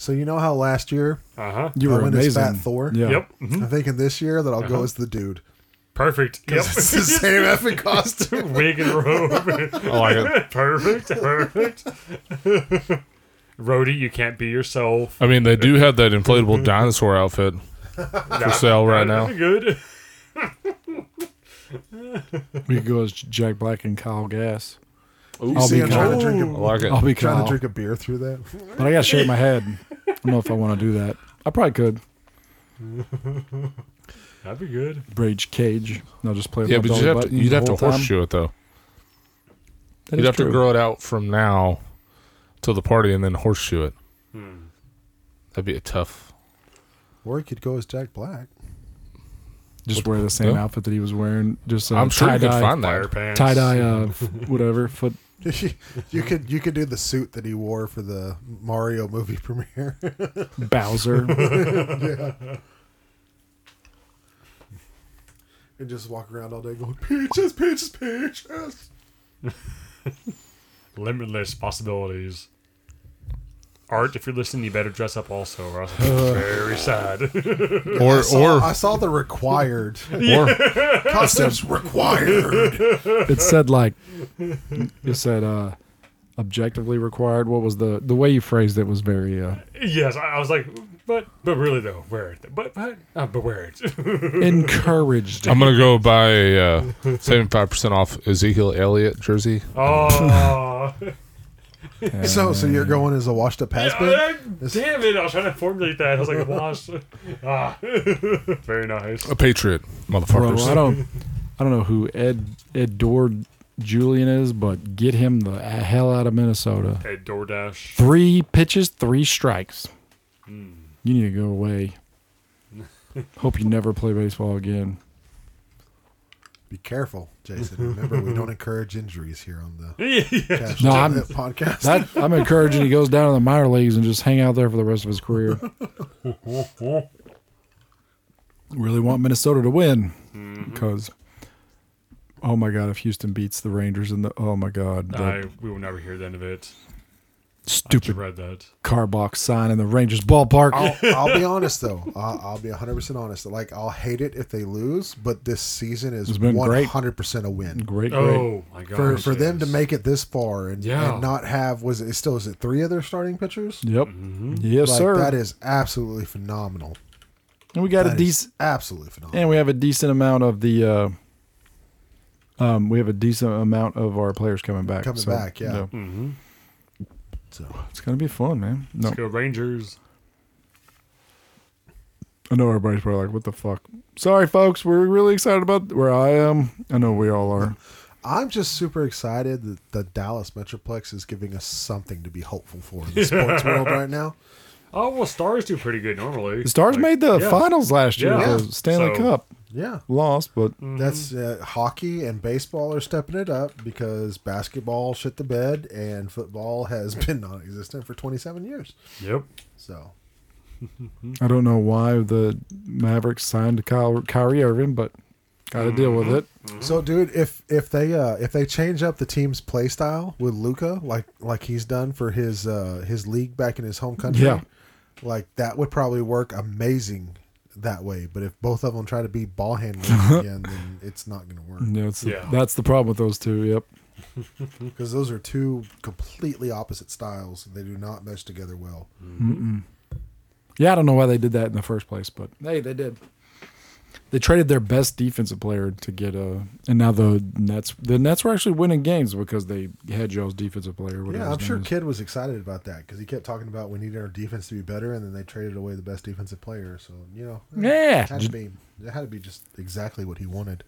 Speaker 4: So you know how last year
Speaker 5: Uh huh.
Speaker 2: You
Speaker 4: I
Speaker 2: were
Speaker 4: went as
Speaker 2: amazing.
Speaker 4: Fat Thor?
Speaker 2: Yeah.
Speaker 5: Yep. Mhm.
Speaker 4: I'm thinking this year that I'll go as the dude.
Speaker 5: Perfect. Uh-huh. Yep.
Speaker 4: It's the same effing costume.
Speaker 5: Wig and robe.
Speaker 3: I like it.
Speaker 5: perfect. Perfect. Rhodey, you can't be yourself.
Speaker 3: I mean, they do have that inflatable dinosaur outfit for sale right now.
Speaker 5: Good.
Speaker 2: We could go as Jack Black and Kyle Gas.
Speaker 4: You
Speaker 2: I'll
Speaker 4: see
Speaker 2: be
Speaker 4: him trying to
Speaker 2: Kyle.
Speaker 4: drink
Speaker 3: I
Speaker 4: a,
Speaker 3: like
Speaker 2: I'll
Speaker 3: it.
Speaker 2: be
Speaker 4: trying
Speaker 2: Kyle.
Speaker 4: to drink a beer through that.
Speaker 2: But I got to shave my head. I don't know if I want to do that. I probably could.
Speaker 5: That'd be good.
Speaker 2: Rage Cage. And I'll just play with
Speaker 3: Yeah,
Speaker 2: my
Speaker 3: but you'd
Speaker 2: belly
Speaker 3: have to,
Speaker 2: button
Speaker 3: you'd
Speaker 2: the
Speaker 3: have to
Speaker 2: whole time.
Speaker 3: horseshoe it though.
Speaker 2: That
Speaker 3: You'd
Speaker 2: is
Speaker 3: have to
Speaker 2: true.
Speaker 3: grow it out from now till the party and then horseshoe it. That'd be a tough.
Speaker 4: Or he could go as Jack Black.
Speaker 2: Just wear the same
Speaker 3: Yeah.
Speaker 2: outfit that he was wearing. Just uh,
Speaker 3: I'm sure you could find
Speaker 5: Fire
Speaker 3: that.
Speaker 5: pants.
Speaker 2: tie dye, uh, f- whatever foot
Speaker 4: you could you could do the suit that he wore for the Mario movie premiere.
Speaker 2: Bowser.
Speaker 4: and just walk around all day going peaches, peaches, peaches.
Speaker 5: Limitless possibilities. Art, if you're listening, you better dress up also, or else it'll be very sad.
Speaker 3: Or
Speaker 4: Or I
Speaker 3: or
Speaker 4: saw the required
Speaker 3: or
Speaker 4: costumes required.
Speaker 2: it said like it said uh objectively required. What was the the way you phrased it was very uh
Speaker 5: yes, I, I was like, but but really though, wear it. But but uh, but wear it.
Speaker 2: encouraged.
Speaker 3: I'm gonna go buy a seventy five percent off Ezekiel Elliott jersey.
Speaker 5: Oh,
Speaker 4: So so you're going as a washed up husband?
Speaker 5: damn it! I was trying to formulate that. I was like, wash. Ah, very nice.
Speaker 3: A patriot,
Speaker 2: Bro,
Speaker 3: motherfuckers.
Speaker 2: I don't I don't know who Ed Ed Dord Julian is, but get him the hell out of Minnesota.
Speaker 5: Hey, DoorDash.
Speaker 2: Three pitches, three strikes. You need to go away. Hope you never play baseball again.
Speaker 4: Be careful, Jason. Remember we don't encourage injuries here on the
Speaker 5: yeah,
Speaker 4: Cash
Speaker 2: No,
Speaker 4: Jet
Speaker 2: I'm-
Speaker 4: podcast.
Speaker 2: That, I'm encouraging he goes down to the minor leagues and just hang out there for the rest of his career. really want Minnesota to win because oh my god, if Houston beats the Rangers in the oh my god, that-
Speaker 5: I, we will never hear the end of it. I just
Speaker 2: stupid
Speaker 5: read that.
Speaker 2: car box sign in the Rangers ballpark.
Speaker 4: I'll, I'll be honest though. I'll, I'll be 100 percent honest. Like I'll hate it if they lose, but this season is
Speaker 2: It's been great.
Speaker 4: 100 percent a win
Speaker 2: Great, great.
Speaker 5: Oh my god!
Speaker 4: for for them to make it this far and,
Speaker 5: Yeah.
Speaker 4: and not have was it still is it three other starting pitchers?
Speaker 2: Yep. Yes,
Speaker 4: Like,
Speaker 2: sir.
Speaker 4: That is absolutely phenomenal.
Speaker 2: and we got a
Speaker 4: That is
Speaker 2: decent,
Speaker 4: absolutely phenomenal.
Speaker 2: and we have a decent amount of the. Uh, um, we have a decent amount of our players coming back.
Speaker 4: Coming
Speaker 2: so,
Speaker 4: back, yeah.
Speaker 5: Mm-hmm.
Speaker 4: So
Speaker 2: it's gonna be fun, man. No,
Speaker 5: Let's go Rangers.
Speaker 2: I know everybody's probably like, "What the fuck?" Sorry, folks. We're really excited about where I am. I know we all are.
Speaker 4: I'm just super excited that the Dallas Metroplex is giving us something to be hopeful for in the sports world right now.
Speaker 5: Oh well, Stars do pretty good normally.
Speaker 2: The Stars
Speaker 5: Like,
Speaker 2: made the
Speaker 5: yeah.
Speaker 2: finals last year,
Speaker 5: Yeah.
Speaker 2: the Stanley
Speaker 5: So-
Speaker 2: Cup.
Speaker 4: Yeah.
Speaker 2: Lost, but
Speaker 4: That's uh, hockey and baseball are stepping it up because basketball shit the bed and football has been non-existent for 27 years.
Speaker 5: Yep.
Speaker 4: So
Speaker 5: Mm-hmm.
Speaker 2: I don't know why the Mavericks signed Kyle, Kyrie Irving, but got to deal with it.
Speaker 5: Mm-hmm.
Speaker 4: So, dude, if if they uh, if they change up the team's play style with Luca, like like he's done for his uh, his league back in his home country,
Speaker 2: Yeah.
Speaker 4: like that would probably work amazing that way. But if both of them try to be ball handling again, then it's not going to work
Speaker 2: Yeah, it's
Speaker 5: Yeah.
Speaker 2: that's the problem with those two. Yep.
Speaker 4: because those are two completely opposite styles. They do not mesh together well.
Speaker 2: Yeah, I don't know why they did that in the first place, but hey, they did. They traded their best defensive player to get a, and now the Nets, the Nets were actually winning games because they had Joe's defensive player. Whatever
Speaker 4: Yeah,
Speaker 2: his
Speaker 4: I'm
Speaker 2: name
Speaker 4: sure
Speaker 2: is.
Speaker 4: Kid was excited about that because he kept talking about we need our defense to be better, and then they traded away the best defensive player. So you know, eh,
Speaker 2: Yeah.
Speaker 4: it had to be it had to be just exactly what he wanted.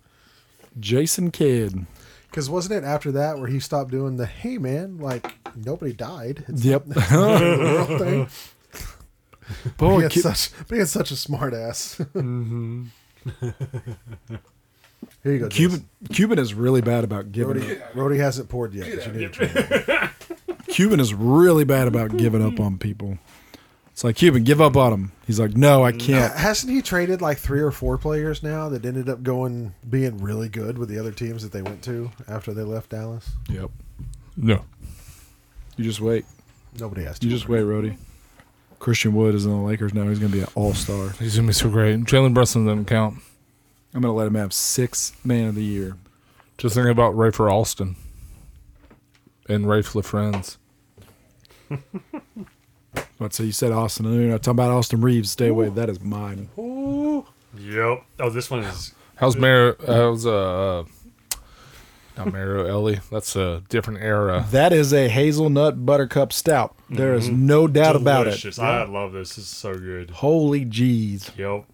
Speaker 2: Jason Kidd.
Speaker 4: Because wasn't it after that where he stopped doing the hey man, like nobody died? It's
Speaker 2: Yep.
Speaker 4: not the real thing.
Speaker 2: Boy,
Speaker 4: He had
Speaker 2: Kidd-
Speaker 4: such, but he had such a smart ass. Here you go,
Speaker 2: Mm-hmm. Cuban Cuban is really bad about
Speaker 4: Jason.
Speaker 2: giving.
Speaker 4: Rhodey, Rhodey hasn't poured yet. but you need to try.
Speaker 2: Cuban is really bad about giving up on people. It's like Cuban, give up on him. He's like, no, I can't.
Speaker 4: Ha- Hasn't he traded like three or four players now that ended up going being really good with the other teams that they went to after they left Dallas?
Speaker 2: Yep.
Speaker 3: No.
Speaker 2: You just wait.
Speaker 4: Nobody has to.
Speaker 2: You just wait, Rody. Christian Wood is in the Lakers now. He's going to be an all star.
Speaker 3: He's going to be so great. Jalen Brunson doesn't count.
Speaker 2: I'm going to let him have six man of the year.
Speaker 3: Just think about Rafer Alston and Rafe LaFrenz.
Speaker 2: But so you said Austin. and You're not talking about Austin Reeves. Stay away. That is mine.
Speaker 5: Yep. Oh, this one is.
Speaker 3: How's Mayor? How's uh, not Mario Ellie? That's a different era.
Speaker 2: That is a hazelnut buttercup stout. There is no doubt about it.
Speaker 5: delicious. I love this. This is so good.
Speaker 2: Holy jeez.
Speaker 5: Yep.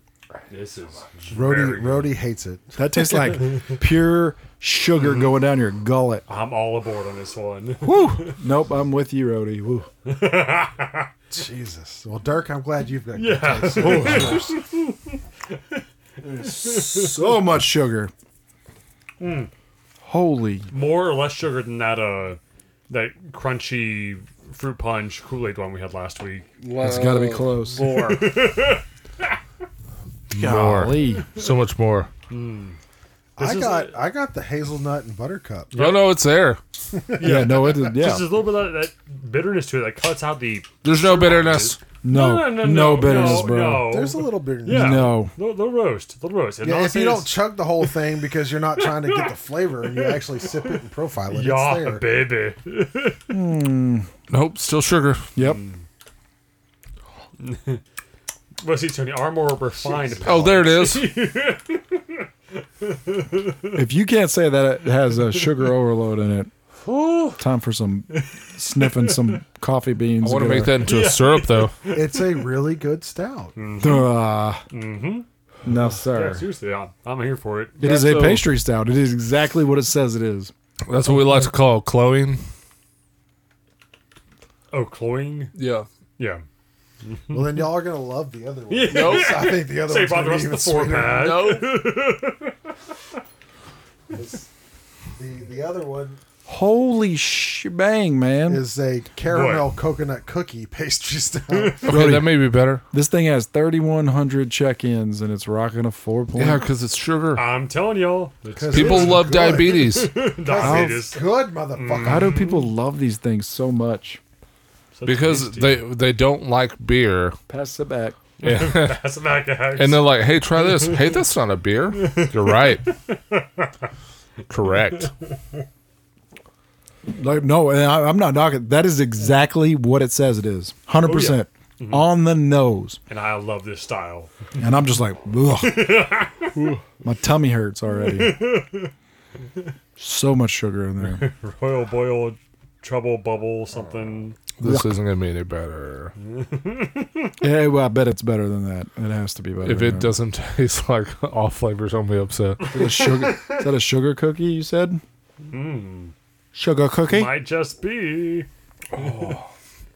Speaker 5: This is.
Speaker 4: Rhodey, Rhodey hates it.
Speaker 2: That tastes like pure sugar going down your gullet.
Speaker 5: I'm all aboard on this one.
Speaker 2: Woo! Nope, I'm with you, Rody. Woo.
Speaker 4: Jesus. Well, Dirk, I'm glad you've got.
Speaker 5: Yeah.
Speaker 2: so much sugar. Mm. Holy.
Speaker 5: More or less sugar than that. Uh, that crunchy fruit punch Kool Aid one we had last week.
Speaker 2: That's got to be close.
Speaker 5: More.
Speaker 2: Golly.
Speaker 3: So much more.
Speaker 4: I
Speaker 5: is
Speaker 4: got I got the hazelnut and buttercup.
Speaker 3: Oh no, it's there.
Speaker 2: Yeah, no, it is.
Speaker 5: Just a
Speaker 2: Yeah.
Speaker 5: little bit of that bitterness to it that cuts out the.
Speaker 3: There's no bitterness.
Speaker 2: No, no, bitterness, bro.
Speaker 5: no.
Speaker 4: There's a little bitterness.
Speaker 5: Oh. Yeah.
Speaker 2: No.
Speaker 5: They'll, they'll roast. They'll roast. And
Speaker 4: Yeah,
Speaker 5: I'll
Speaker 4: if you
Speaker 5: say
Speaker 4: don't
Speaker 5: it's-
Speaker 4: chug the whole thing because you're not trying to get the flavor and you actually sip it and profile it, it's
Speaker 5: yeah,
Speaker 4: there.
Speaker 5: baby.
Speaker 3: Nope, still sugar.
Speaker 2: Yep.
Speaker 5: Well, see, Tony, our more refined.
Speaker 3: Oh, there it is.
Speaker 2: If you can't say that it has a sugar overload in it,
Speaker 4: Oh.
Speaker 2: time for some sniffing some coffee beans.
Speaker 3: I want to
Speaker 2: Get
Speaker 3: make
Speaker 2: a-
Speaker 3: that into a syrup, though.
Speaker 4: It's a really good stout.
Speaker 5: Mm-hmm.
Speaker 2: Ah. No,
Speaker 5: Yeah,
Speaker 2: sir.
Speaker 5: seriously, I'm, I'm here for it.
Speaker 2: It is a
Speaker 3: so-
Speaker 2: pastry stout. It is exactly what it says it is.
Speaker 3: That's what we like to call cloying.
Speaker 5: Oh, cloying?
Speaker 3: Yeah.
Speaker 5: Yeah.
Speaker 4: Well, then y'all are gonna love the other one.
Speaker 3: Nope.
Speaker 4: I think the other
Speaker 5: Say
Speaker 4: one's
Speaker 5: about
Speaker 4: gonna
Speaker 5: the
Speaker 4: be
Speaker 5: rest of
Speaker 4: even
Speaker 5: the four
Speaker 4: sweeter.
Speaker 5: pack.
Speaker 3: No.
Speaker 4: The the other one
Speaker 2: Holy shebang, man.
Speaker 4: is a caramel coconut cookie pastry
Speaker 5: Oh,
Speaker 4: stout.
Speaker 3: Okay, that may be better.
Speaker 2: This thing has 3,100 check-ins and it's rocking a four point.
Speaker 3: Yeah, because it's sugar.
Speaker 5: I'm telling y'all. it's
Speaker 4: 'Cause
Speaker 3: People
Speaker 4: it's
Speaker 3: love
Speaker 4: good.
Speaker 3: diabetes.
Speaker 5: diabetes.
Speaker 4: Good motherfucker.
Speaker 2: How do people love these things so much?
Speaker 5: Such
Speaker 3: because
Speaker 5: tasty.
Speaker 3: they they don't like beer.
Speaker 2: Pass it back.
Speaker 5: That's about guys.
Speaker 3: And they're like, "Hey, try this. hey, that's not a beer." You're right. Correct.
Speaker 2: Like, no, and I, I'm not knocking. That is exactly what it says it is. 100%. On the nose.
Speaker 5: and I love this style.
Speaker 2: And I'm just like, ugh. My tummy hurts already. So much sugar in there.
Speaker 5: Royal boil trouble bubble something.
Speaker 3: This isn't gonna be any better
Speaker 2: Yeah, well, I bet it's better than that. It has to be better.
Speaker 3: if
Speaker 2: than
Speaker 3: it
Speaker 2: that.
Speaker 3: doesn't taste like all flavors. I'll be upset.
Speaker 2: Is that a sugar, is that a sugar cookie you said?
Speaker 5: Hmm.
Speaker 2: Sugar cookie?
Speaker 5: Might just be.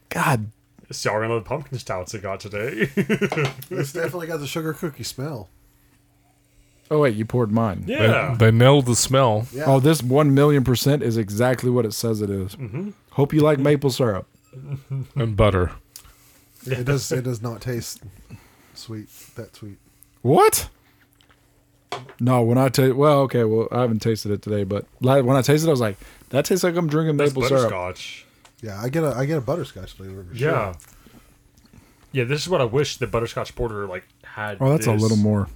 Speaker 2: God.
Speaker 5: Sour and the pumpkin stouts I got today. Mm.
Speaker 4: It's definitely got the sugar cookie smell.
Speaker 2: Oh, wait, you poured mine.
Speaker 3: They-
Speaker 5: yeah.
Speaker 3: They, nailed the smell.
Speaker 4: Yeah.
Speaker 2: Oh, this 1 million percent is exactly what it says it is.
Speaker 5: Mm-hmm.
Speaker 2: Hope you like maple syrup.
Speaker 3: and butter.
Speaker 4: It does. It does not taste sweet. That sweet.
Speaker 2: What? No, when I taste, well, okay, well, I haven't tasted it today, but like, when I tasted it, I was like, that tastes like I'm drinking
Speaker 5: That's
Speaker 2: maple syrup.
Speaker 5: butterscotch.
Speaker 4: Yeah, I get a I get a butterscotch flavor. For sure.
Speaker 5: Yeah. Yeah, this is what I wish the butterscotch porter like had.
Speaker 2: Oh, that's a
Speaker 5: this.
Speaker 2: little more.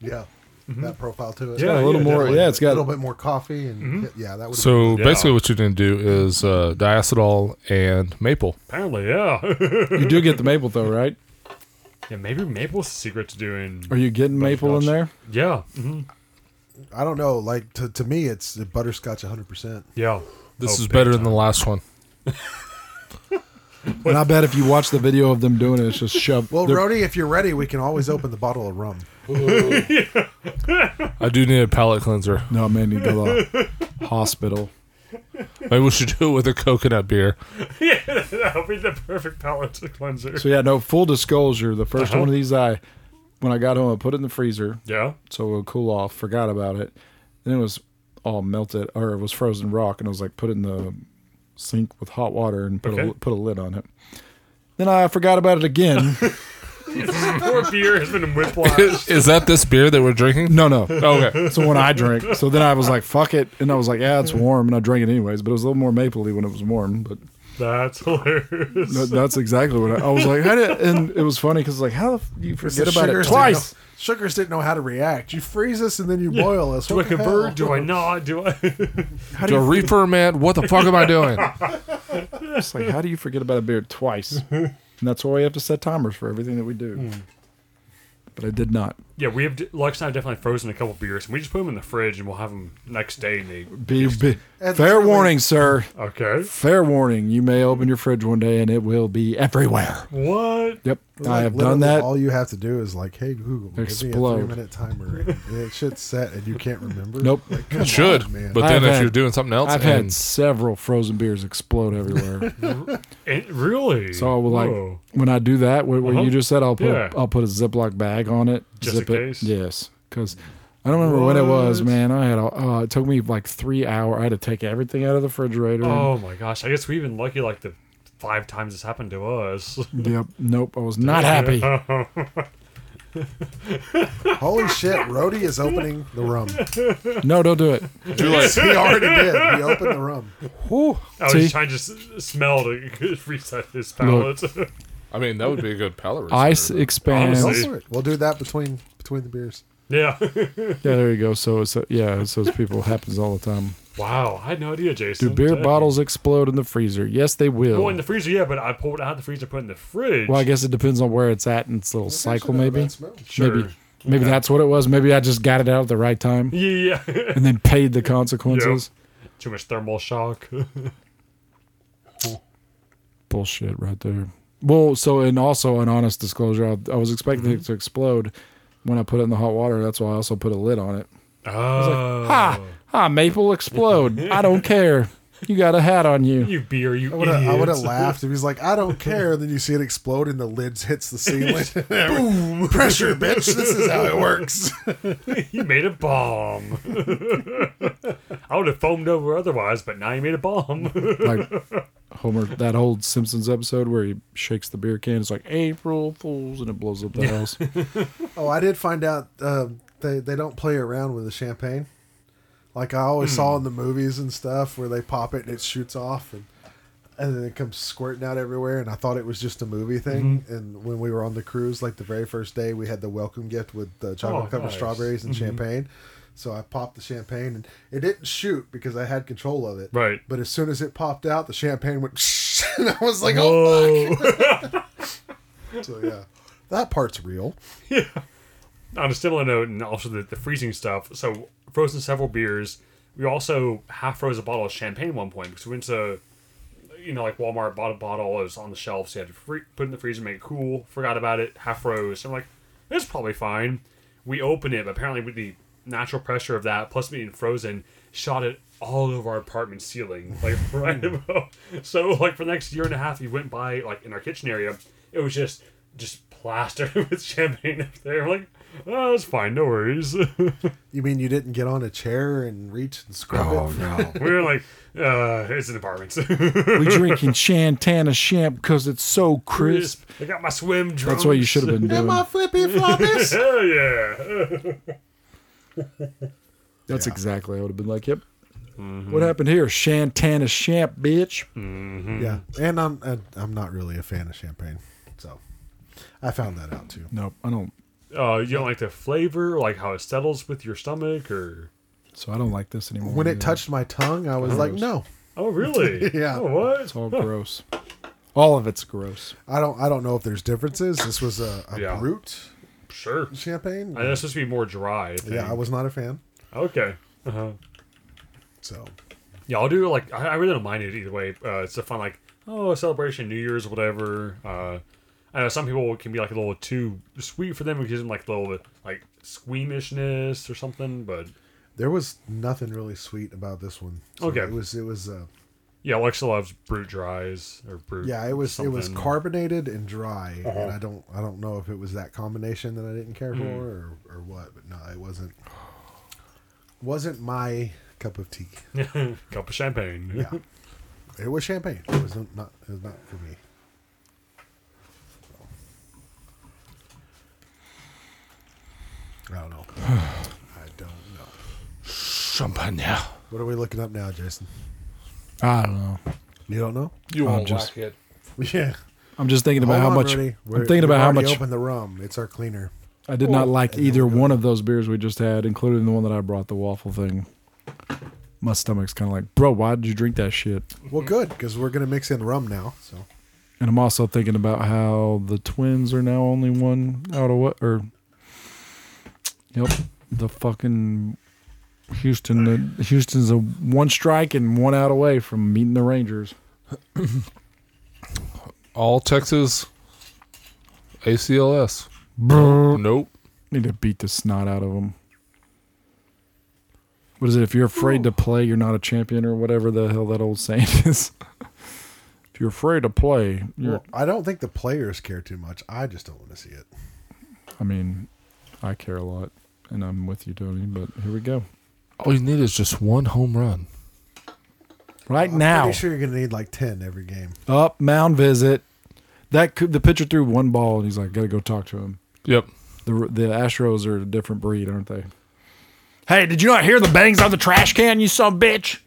Speaker 4: yeah, that profile to it.
Speaker 5: Mm-hmm. Yeah, Mm-hmm.
Speaker 2: a little more.
Speaker 5: definitely.
Speaker 2: Yeah, it's
Speaker 4: a
Speaker 2: got.
Speaker 4: little bit more coffee and yeah, that would.
Speaker 3: So
Speaker 5: Yeah.
Speaker 3: basically, what you didn't do is uh, diacetyl and maple.
Speaker 5: Apparently, yeah.
Speaker 2: You do get the maple though, right?
Speaker 5: yeah, maybe maple's the secret to doing.
Speaker 2: Are you getting maple in there?
Speaker 5: Yeah. mhm,
Speaker 4: I don't know. Like to, to me, it's the butterscotch 100. percent
Speaker 5: Yeah.
Speaker 3: This
Speaker 5: Oh,
Speaker 3: is
Speaker 5: big
Speaker 3: better than
Speaker 5: time.
Speaker 3: the last one.
Speaker 2: And I bet if you watch the video of them doing it, it's just shoved.
Speaker 4: Well,
Speaker 2: they're-
Speaker 4: Rody, if you're ready, we can always open the bottle of rum.
Speaker 3: I do need a palate cleanser.
Speaker 2: no man, you go to the hospital.
Speaker 3: Maybe we should do it with a coconut beer.
Speaker 5: yeah, that'll be the perfect palate cleanser.
Speaker 2: So yeah, no full disclosure. The 1st one of these, I when I got home, I put it in the freezer
Speaker 5: yeah.
Speaker 2: so it'll cool off. Forgot about it. Then it was all melted, or it was frozen rock, and I was like, put it in the sink with hot water and put a
Speaker 5: Okay.
Speaker 2: put a lid on it. Then I forgot about it again.
Speaker 5: Poor beer has been whiplash.
Speaker 3: Is that this beer that we're drinking?
Speaker 2: no, no,
Speaker 3: Okay.
Speaker 2: it's the one I drink. So then I was like, fuck it, and I was like, yeah, it's warm, and I drank it anyways. But it was a little more mapley when it was warm. But
Speaker 5: That's hilarious.
Speaker 2: that- that's exactly what I, I was like. How did? And it was funny because like, how the f- you forget
Speaker 4: The
Speaker 2: about it
Speaker 4: sugars
Speaker 2: twice?
Speaker 4: Didn't know, sugars didn't know how to react. You freeze us and then you boil us.
Speaker 5: Do I
Speaker 4: What the hell?
Speaker 5: convert? Do I not? Do I?
Speaker 2: How do
Speaker 3: The
Speaker 2: you,
Speaker 3: reefer man. What the fuck am I doing?
Speaker 2: it's like, how do you forget about a beer twice? And that's why we have to set timers for everything that we do.
Speaker 5: Hmm.
Speaker 2: But I did not.
Speaker 5: yeah, we have. Lex and I have definitely frozen a couple beers, and we just put them in the fridge, and we'll have them next day. And they
Speaker 2: Be, be-
Speaker 4: And
Speaker 2: fair
Speaker 4: literally-
Speaker 2: warning, sir.
Speaker 5: okay.
Speaker 2: Fair warning. You may open your fridge one day and it will be everywhere.
Speaker 5: What?
Speaker 2: Yep,
Speaker 4: Like,
Speaker 2: I have
Speaker 4: literally,
Speaker 2: done that.
Speaker 4: All you have to do is like, hey Google,
Speaker 2: Explode.
Speaker 4: give me a three minute timer. and it should set, and you can't remember.
Speaker 2: Nope.
Speaker 4: Like, come
Speaker 3: It should.
Speaker 4: on, man.
Speaker 3: But
Speaker 2: I
Speaker 3: then
Speaker 2: have
Speaker 3: if
Speaker 2: had-
Speaker 3: you're doing something else,
Speaker 2: I've
Speaker 3: and
Speaker 2: had several frozen beers explode everywhere.
Speaker 5: And really?
Speaker 2: so I will like
Speaker 5: Whoa.
Speaker 2: when I do that, what, what
Speaker 5: Uh-huh.
Speaker 2: you just said, I'll put
Speaker 5: Yeah.
Speaker 2: a, I'll put a Ziploc bag on it,
Speaker 5: Just
Speaker 2: zip
Speaker 5: in
Speaker 2: it.
Speaker 5: case?
Speaker 2: Yes, because I don't remember when it was,
Speaker 5: What?
Speaker 2: man. I had a, uh, it took me like three hour. I had to take everything out of the refrigerator. and-
Speaker 5: Oh my gosh! I guess we've been lucky like the five times this happened to us.
Speaker 2: Yep. Nope. I was not happy.
Speaker 4: Holy shit, Rody is opening the rum.
Speaker 2: No, don't do it.
Speaker 3: do like
Speaker 4: He already did. He opened the rum.
Speaker 2: Whew.
Speaker 5: I was
Speaker 2: See?
Speaker 5: trying to s- smell to reset his palate.
Speaker 3: I mean, that would be a good palate. reset.
Speaker 2: Ice expands.
Speaker 5: Honestly.
Speaker 4: Sure. We'll do that between between the beers.
Speaker 5: yeah.
Speaker 2: Yeah, there you go. So it's yeah, it's those people It happens all the time.
Speaker 5: wow, I had no idea, Jason.
Speaker 2: Do beer
Speaker 5: Dang.
Speaker 2: bottles explode in the freezer? Yes, they will.
Speaker 5: Well, in the freezer, yeah, but I pulled it out of the freezer, put it in the fridge.
Speaker 2: Well, I guess it depends on where it's at and its little cycle, maybe.
Speaker 5: sure.
Speaker 2: Maybe, maybe that's what it was. Maybe I just got it out at the right time
Speaker 5: Yeah, yeah.
Speaker 2: and then paid the consequences.
Speaker 5: Too much thermal shock.
Speaker 2: Bullshit, right there. Well, so and also an honest disclosure, I, I was expecting
Speaker 5: Mm-hmm.
Speaker 2: it to explode when I put it in the hot water. That's why I also put a lid on it.
Speaker 5: oh,
Speaker 2: Ha! Ha! Ah, Maple explode. I don't care. You got a hat on you.
Speaker 5: you beer, you
Speaker 4: I would have I would have
Speaker 5: idiots.
Speaker 4: laughed if he's like, I don't care. Then you see it explode and the lids hits the ceiling. Boom! Pressure, bitch. This is how it works.
Speaker 5: You made a bomb. I would have foamed over otherwise, but now you made a bomb.
Speaker 2: like Homer, that old Simpsons episode where he shakes the beer can. It's like April Fools, and it blows up the house.
Speaker 4: Oh, I did find out um, they they don't play around with the champagne.
Speaker 5: Hmm.
Speaker 4: Like I always saw in the movies and stuff where they pop it and it shoots off and. and then it comes squirting out everywhere. And I thought it was just a movie
Speaker 5: Mm-hmm.
Speaker 4: thing. And when we were on the cruise, like the very first day, we had the welcome gift with the chocolate covered
Speaker 5: Oh, nice. Mm-hmm.
Speaker 4: strawberries and champagne. So I popped the champagne, and it didn't shoot because I had control of it.
Speaker 5: Right.
Speaker 4: But as soon as it popped out, the champagne went, and I was like, "Oh!"
Speaker 5: Oh,
Speaker 4: fuck. So yeah, that part's real.
Speaker 5: on a similar note, and also the, the freezing stuff. So frozen several beers. We also half froze a bottle of champagne at one point because we went to, you know, like Walmart bought a bottle. It was on the shelf, so you had to free- put it in the freezer, make it cool. Forgot about it, half froze. I'm like, it's probably fine. We open it, but apparently with the natural pressure of that plus being frozen, shot it all over our apartment ceiling, like right
Speaker 2: Hmm.
Speaker 5: above. So like for the next year and a half, you went by like in our kitchen area, it was just just plastered with champagne up there. We're like, oh, it's fine, no worries. we
Speaker 4: You mean you didn't get on a chair and reach and scrub
Speaker 5: Oh,
Speaker 2: no.
Speaker 4: it?
Speaker 5: were like, uh, it's an apartment.
Speaker 2: we drinking Chantana champ because it's so crisp.
Speaker 5: I got my swim trunks.
Speaker 2: That's what you should have been
Speaker 4: Am I
Speaker 2: doing.
Speaker 4: flippy floppies?
Speaker 5: Hell yeah!
Speaker 2: That's exactly. I would have been like, "Yep."
Speaker 3: Mm-hmm.
Speaker 2: What happened here? Chantana champ, bitch.
Speaker 3: Hmm.
Speaker 4: Yeah, and I'm and I'm not really a fan of champagne, so I found that out too.
Speaker 2: Nope, I don't.
Speaker 5: Uh, you don't like the flavor, like how it settles with your stomach, or
Speaker 2: So I don't like this anymore.
Speaker 4: When
Speaker 2: Yeah.
Speaker 4: it touched my tongue, I was like, no,
Speaker 5: oh really?
Speaker 4: Yeah.
Speaker 5: Oh, what?
Speaker 2: it's all gross. All of it's gross.
Speaker 4: I don't. I don't know if there's differences. This was a, a
Speaker 5: Yeah.
Speaker 4: brute
Speaker 5: Sure.
Speaker 4: champagne.
Speaker 5: I know it's supposed to be more dry. I think.
Speaker 4: yeah, I was not a fan.
Speaker 5: Okay. Uh-huh.
Speaker 4: So
Speaker 5: Yeah, I'll do like I, I really don't mind it either way. Uh, it's a fun like oh celebration, New Year's, whatever. Uh, I know some people can be like a little too sweet for them, which isn't like a little bit like squeamishness or something. But
Speaker 4: there was nothing really sweet about this one. So
Speaker 5: Okay.
Speaker 4: it was it was uh,
Speaker 5: yeah, Alexa loves brute dries or brute.
Speaker 4: yeah it was it was
Speaker 5: something. Uh-huh.
Speaker 4: carbonated and dry, and I don't I don't know if it was that combination that I didn't care
Speaker 5: Hmm.
Speaker 4: for or or what, but no, it wasn't wasn't my cup of tea.
Speaker 5: cup of champagne.
Speaker 4: Yeah. It was champagne. It was not. It was not for me. I don't know. I don't know.
Speaker 3: Champagne.
Speaker 4: What are we looking up now, Jason?
Speaker 2: I don't know.
Speaker 4: You don't know?
Speaker 3: You
Speaker 2: I'm
Speaker 3: won't
Speaker 2: just-
Speaker 3: like it.
Speaker 4: Yeah.
Speaker 2: I'm just thinking about how much. I'm thinking about how much
Speaker 4: Open the rum. It's our cleaner.
Speaker 2: I did not like either one of those beers we just had, including the one that I brought, the waffle thing. My stomach's kind of like, bro, why did you drink that shit?
Speaker 4: Well, good because we're gonna mix in rum now. So
Speaker 2: And I'm also thinking about how the twins are now only one out of what or Yep. The fucking Houston the Houston's a one strike and one out away from meeting the Rangers.
Speaker 3: All Texas ACLS.
Speaker 2: Brrr.
Speaker 3: Nope.
Speaker 2: Need to beat the snot out of them. What is it? If you're afraid to play, you're not a champion, or whatever the hell that old saying is. if you're afraid to play, you're.
Speaker 4: well, I don't think the players care too much. I just don't want to see it.
Speaker 2: I mean, I care a lot, and I'm with you, Tony. But here we go.
Speaker 3: All you need is just one home run.
Speaker 2: Right
Speaker 4: I'm
Speaker 2: now,
Speaker 4: pretty sure you're gonna need like ten every game.
Speaker 2: up mound visit. That could, the pitcher threw one ball, and he's like, "Gotta go talk to him."
Speaker 3: Yep.
Speaker 2: The the Astros are a different breed, aren't they? Hey, did you not hear the bangs on the trash can, you son of a bitch?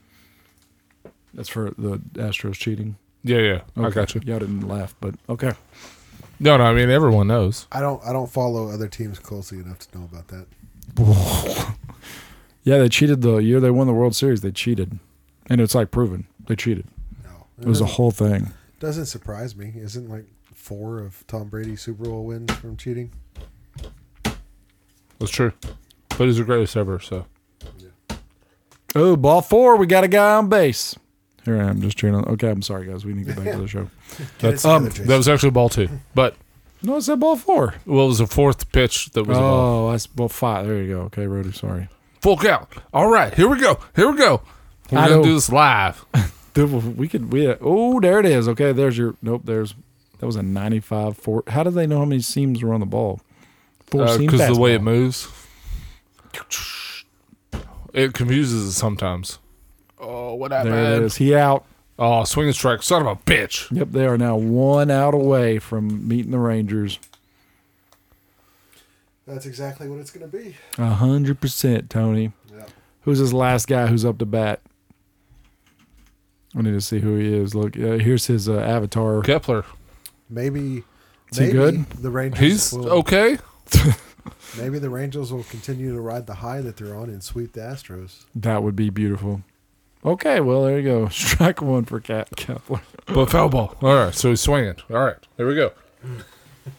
Speaker 2: That's for the Astros cheating.
Speaker 3: Yeah, yeah. I
Speaker 2: Okay.
Speaker 3: got you.
Speaker 2: Y'all didn't laugh, but okay.
Speaker 3: No, no. I mean, everyone knows.
Speaker 4: I don't. I don't follow other teams closely enough to know about that.
Speaker 2: Yeah, they cheated the year they won the World Series. They cheated, and it's like proven they cheated.
Speaker 4: No,
Speaker 2: It was a
Speaker 3: Uh-huh.
Speaker 2: whole thing.
Speaker 4: Doesn't surprise me. Isn't like four of Tom Brady's Super Bowl wins from cheating?
Speaker 3: That's true. But he's the greatest ever. So
Speaker 2: Oh, ball four. We got a guy on base. Here I am, just cheering on. Okay, I'm sorry, guys. We need to get back to the show.
Speaker 4: That's
Speaker 3: um, that was actually ball two. But
Speaker 2: No, I said ball four.
Speaker 3: well, it was the fourth pitch that was a ball.
Speaker 2: Oh, that's ball five. There you go. Okay, Rody, sorry.
Speaker 3: Full count. All right, here we go. Here we go. We're
Speaker 2: I
Speaker 3: gonna
Speaker 2: know.
Speaker 3: do this live. uh,
Speaker 2: Dude, well, we could. We oh, there it is. Okay, there's your. Nope, there's. That was a 95 four. How did they know how many seams were on the ball? Four seam
Speaker 3: Because Uh, the way it
Speaker 2: fastball.
Speaker 3: moves, it confuses us sometimes. Oh, what
Speaker 2: There it is. He out.
Speaker 3: Oh, swing and strike, son of a bitch.
Speaker 2: Yep, they are now one out away from meeting the Rangers.
Speaker 4: That's exactly what it's going to be.
Speaker 2: A hundred percent, Tony.
Speaker 4: Yeah.
Speaker 2: Who's this last guy who's up to bat? I need to see who he is. Look, uh, here's his uh, avatar.
Speaker 3: Kepler.
Speaker 4: Maybe.
Speaker 2: Is he
Speaker 4: Maybe
Speaker 2: good?
Speaker 4: the Rangers.
Speaker 3: He's
Speaker 4: will,
Speaker 3: okay.
Speaker 4: Maybe the Rangers will continue to ride the high that they're on and sweep the Astros.
Speaker 2: That would be beautiful. Okay, well there you go. Strike one for Cat Kepler.
Speaker 3: But foul ball. All right. So he's swinging. All right. There we go.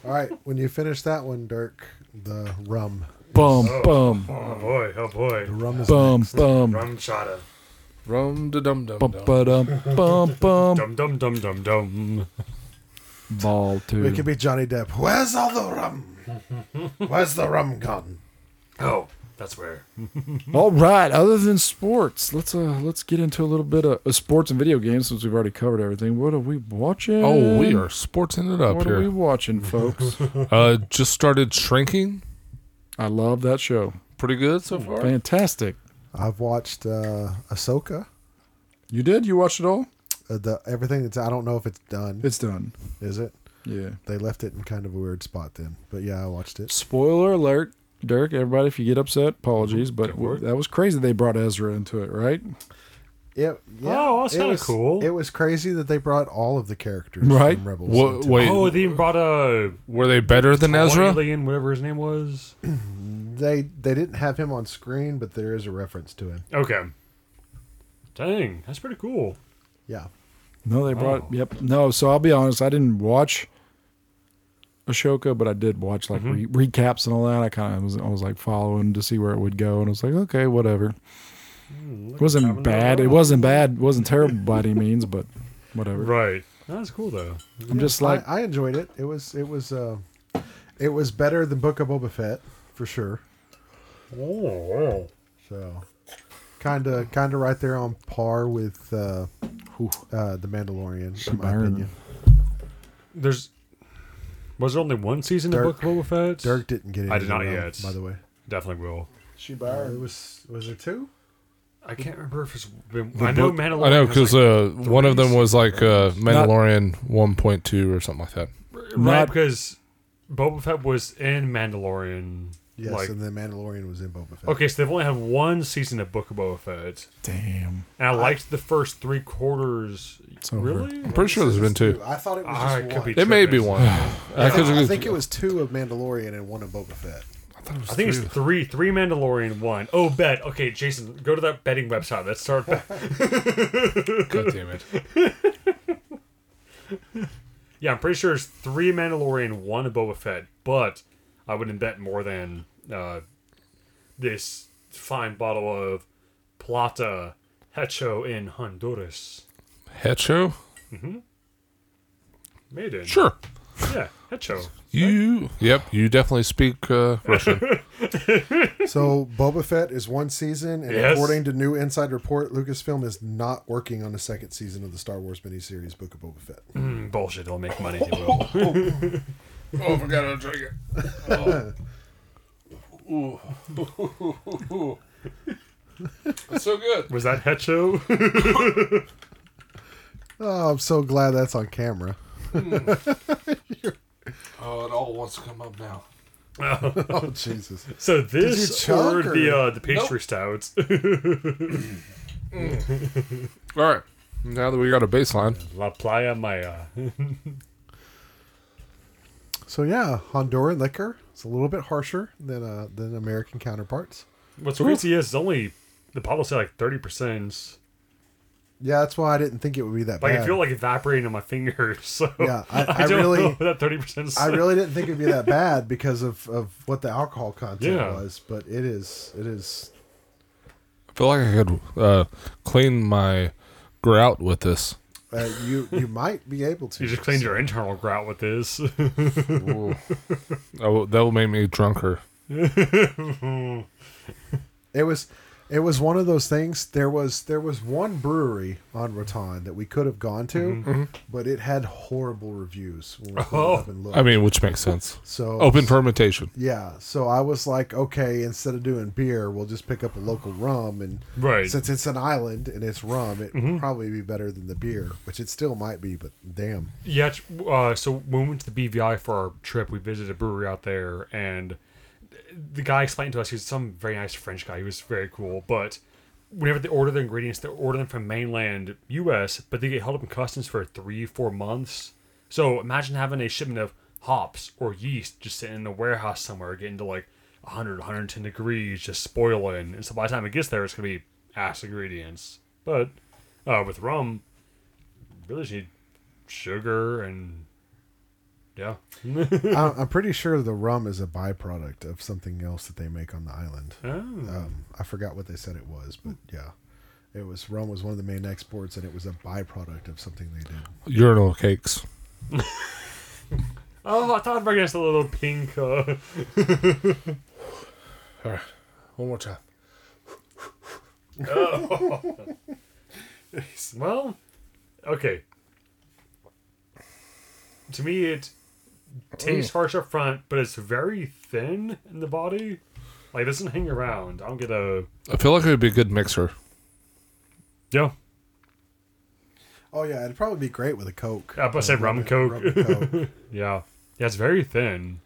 Speaker 4: All right, when you finish that one, Dirk, the rum.
Speaker 2: Bum
Speaker 5: Oh.
Speaker 2: bum
Speaker 5: Oh boy, oh boy.
Speaker 4: The rum is
Speaker 2: bum
Speaker 4: next.
Speaker 2: bum
Speaker 5: Rum chata.
Speaker 3: Rum da dum dum.
Speaker 2: bum ba-dum, bum bum
Speaker 5: Dum dum dum dum dum.
Speaker 2: ball two.
Speaker 4: It could be Johnny Depp. Where's all the rum? Where's the rum gone?
Speaker 5: Oh, that's where.
Speaker 2: All right. Other than sports, let's uh let's get into a little bit of uh, sports and video games since we've already covered everything. What are we watching?
Speaker 3: Oh, we are sporting it up
Speaker 2: What are we
Speaker 3: here.
Speaker 2: watching, folks?
Speaker 3: Uh, just started shrinking.
Speaker 2: I love that show.
Speaker 3: Pretty good so far.
Speaker 2: Fantastic.
Speaker 4: I've watched uh, Ahsoka.
Speaker 2: You did? You watched it all?
Speaker 4: Uh, the everything that's I don't know if it's done.
Speaker 2: It's done.
Speaker 4: Is it?
Speaker 2: Yeah.
Speaker 4: They left it in kind of a weird spot then. But yeah, I watched it.
Speaker 2: Spoiler alert, Dirk. Everybody, if you get upset, apologies, but
Speaker 5: Don't worry.
Speaker 2: that was crazy. They brought Ezra into it, right?
Speaker 4: It, yeah,
Speaker 5: Oh, that's
Speaker 4: it
Speaker 5: kinda
Speaker 4: was-
Speaker 5: cool.
Speaker 4: It was crazy that they brought all of the characters
Speaker 2: Right.
Speaker 4: from Rebels.
Speaker 3: Wha-
Speaker 4: into-
Speaker 3: wait,
Speaker 5: Oh, they even brought a
Speaker 3: were they better than Ezra?
Speaker 5: alien, whatever his name was.
Speaker 4: They they didn't have him on screen, but there is a reference to him.
Speaker 5: Okay. Dang, that's pretty cool.
Speaker 4: Yeah.
Speaker 2: No, they brought.
Speaker 5: Oh.
Speaker 2: Yep. No. So I'll be honest. I didn't watch Ashoka, but I did watch like re- recaps and all that. I kind of was. I was like following to see where it would go, and I was like, okay, whatever. It wasn't bad. It wasn't bad. It wasn't terrible by any means, but whatever.
Speaker 5: Right. That's cool though.
Speaker 2: I'm just like,
Speaker 4: I, I enjoyed it. It was it was uh, it was better than Book of Boba Fett for sure.
Speaker 5: Oh.
Speaker 4: So kind of kind of right there on par with uh, uh, the Mandalorian in my
Speaker 2: Burn.
Speaker 4: opinion.
Speaker 5: There's was there only one season of
Speaker 4: Dirk-
Speaker 5: Book of Boba Fett?
Speaker 4: Dirk didn't get it. um,
Speaker 5: I did not yet.
Speaker 4: By the way,
Speaker 5: definitely will.
Speaker 4: she burned. It was was there two?
Speaker 5: I can't remember if it's been. I know
Speaker 3: book-
Speaker 5: Mandalorian.
Speaker 3: I know
Speaker 5: has,
Speaker 3: because
Speaker 5: like,
Speaker 3: uh, one of them
Speaker 5: three
Speaker 3: was like uh, Mandalorian 1.2 or something like that.
Speaker 5: right
Speaker 2: not-
Speaker 5: because Boba Fett was in Mandalorian.
Speaker 4: Yes,
Speaker 5: like-
Speaker 4: and the Mandalorian was in Boba Fett.
Speaker 5: okay, so they've only had one season of Book of Boba Fett,
Speaker 2: damn.
Speaker 5: and I liked the first three quarters.
Speaker 2: over.
Speaker 5: Really?
Speaker 3: I'm pretty sure there's been two.
Speaker 4: I thought it was
Speaker 5: Ah, it
Speaker 4: just
Speaker 5: could
Speaker 4: one.
Speaker 5: be
Speaker 3: It may be one.
Speaker 4: I,
Speaker 3: I, could-
Speaker 4: I think it was two of Mandalorian and one of Boba Fett.
Speaker 5: I think it's three, three Mandalorian, one. Oh, bet. Okay, Jason, go to that betting website. Let's start. Bet.
Speaker 3: God damn it.
Speaker 5: yeah, I'm pretty sure it's three Mandalorian, one of Boba Fett, but I wouldn't bet more than uh, this fine bottle of Plata Hecho in Honduras.
Speaker 3: Hecho?
Speaker 5: Made in.
Speaker 3: Sure.
Speaker 5: Yeah, Hecho.
Speaker 3: You, yep, you definitely speak uh, Russian.
Speaker 4: So Boba Fett is one season, and
Speaker 5: Yes.
Speaker 4: according to new inside report, Lucasfilm is not working on a second season of the Star Wars miniseries Book of Boba Fett.
Speaker 5: Mm, bullshit. They'll make money. They will.
Speaker 3: oh, I forgot how to drink it. Oh. It's so good.
Speaker 5: Was that Hecho?
Speaker 4: Oh, I'm so glad that's on camera.
Speaker 3: Oh, it all wants to come up now.
Speaker 4: Oh Jesus!
Speaker 5: so
Speaker 4: you
Speaker 5: this
Speaker 4: chug
Speaker 5: or the
Speaker 4: or-
Speaker 5: uh, the pastry stouts.
Speaker 3: All right. Now that we got a baseline,
Speaker 5: La Playa Maya.
Speaker 4: So yeah, Honduran liquor. It's a little bit harsher than uh, than American counterparts.
Speaker 5: What's crazy is it's only the bottle said like thirty percent.
Speaker 4: Yeah, that's why I didn't think it would be that
Speaker 5: Like
Speaker 4: bad.
Speaker 5: I feel like evaporating on my fingers. So
Speaker 4: Yeah, I- I
Speaker 5: don't
Speaker 4: really-
Speaker 5: know what that thirty percent.
Speaker 4: I really didn't think it'd be that bad because of, of what the alcohol content
Speaker 5: Yeah.
Speaker 4: was, but it is it is
Speaker 3: I feel like I could uh, clean my grout with this.
Speaker 4: uh, you you might be able to.
Speaker 5: You just cleaned your internal grout with this.
Speaker 3: Oh, that will make me drunker.
Speaker 4: It was it was one of those things. There was there was one brewery on Raton that we could have gone to, but it had horrible reviews. When we pulled
Speaker 5: Mm-hmm. Oh.
Speaker 4: up and looked.
Speaker 3: I mean, which makes sense.
Speaker 4: so
Speaker 3: Open fermentation.
Speaker 4: Yeah, so I was like, okay, instead of doing beer, we'll just pick up a local rum, and
Speaker 5: Right. Mm-hmm.
Speaker 4: since it's an island and it's rum, it would probably be better than the beer, which it still might be, but damn,
Speaker 5: yeah. it's- Uh, so when we went to the BVI for our trip, we visited a brewery out there, and the guy explained to us. He's some very nice French guy. He was very cool, but whenever they order the ingredients, they order them from mainland U.S., but they get held up in customs for three, four months. So imagine having a shipment of hops or yeast just sitting in a warehouse somewhere, getting to like 100, 110 degrees, just spoiling. And so by the time it gets there, it's gonna be ass ingredients. But uh, with rum, you really just need sugar and yeah,
Speaker 4: I'm, I'm pretty sure the rum is a byproduct of something else that they make on the island.
Speaker 5: Oh.
Speaker 4: Um, I forgot what they said it was, but yeah, it was rum was one of the main exports, and it was a byproduct of something they did.
Speaker 3: Urinal cakes.
Speaker 5: Oh, I thought I'd recognize the little pink. Uh,
Speaker 3: One more time.
Speaker 5: well, okay. To me, it
Speaker 3: Mm.
Speaker 5: tastes harsh up front, but it's very thin in the body. Like, it doesn't hang around. I don't get a.
Speaker 3: I feel like it would be a good mixer.
Speaker 5: Yeah.
Speaker 4: Oh yeah, it'd probably be great with a coke.
Speaker 5: I said rum and coke.
Speaker 4: Rum and coke.
Speaker 5: Yeah. Yeah, it's very thin.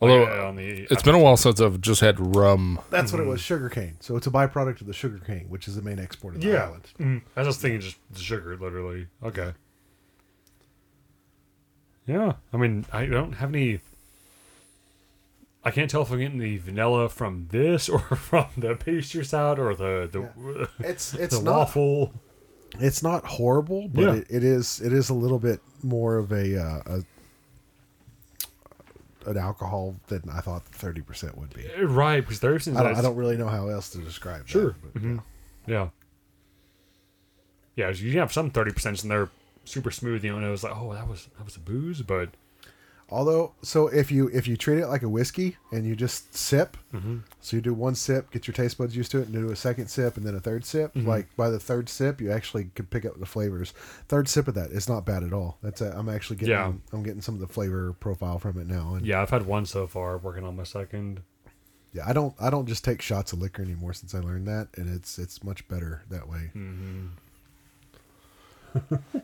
Speaker 3: Although
Speaker 5: Oh, Yeah, on the,
Speaker 3: it's been a while since I've just had rum.
Speaker 4: That's what it
Speaker 5: Mm.
Speaker 4: was. Sugar cane. So it's a byproduct of the sugar cane, which is the main export of the
Speaker 5: Yeah.
Speaker 4: island.
Speaker 5: Mm, I was just thinking just the sugar, literally. Okay. Yeah. I mean, I don't have any. I can't tell if I'm getting the vanilla from this or from the pastry side or the the,
Speaker 4: It's
Speaker 5: the
Speaker 4: it's not
Speaker 5: waffle.
Speaker 4: it's not horrible, but
Speaker 5: Yeah.
Speaker 4: it, it is it is a little bit more of a, uh, a an alcohol than I thought thirty percent would be.
Speaker 5: Right, because there is
Speaker 4: I don't, I don't really know how else to describe.
Speaker 5: Sure. Mm-hmm.
Speaker 4: That, but, yeah.
Speaker 5: Yeah. Yeah, you have some thirty percent in there, super smooth. You know, and it was like, oh, that was that was a booze, but
Speaker 4: Although, so if you if you treat it like a whiskey and you just sip,
Speaker 5: Mm-hmm.
Speaker 4: so you do one sip, get your taste buds used to it, and do a second sip, and then a third sip.
Speaker 5: Mm-hmm.
Speaker 4: Like by the third sip, you actually could pick up the flavors. Third sip of that, it's not bad at all. That's a, I'm actually getting
Speaker 5: Yeah.
Speaker 4: I'm getting some of the flavor profile from it now. And yeah.
Speaker 5: yeah, I've had one so far. Working on my second.
Speaker 4: I don't I don't just take shots of liquor anymore since I learned that, and it's it's much better that way.
Speaker 5: Hmm.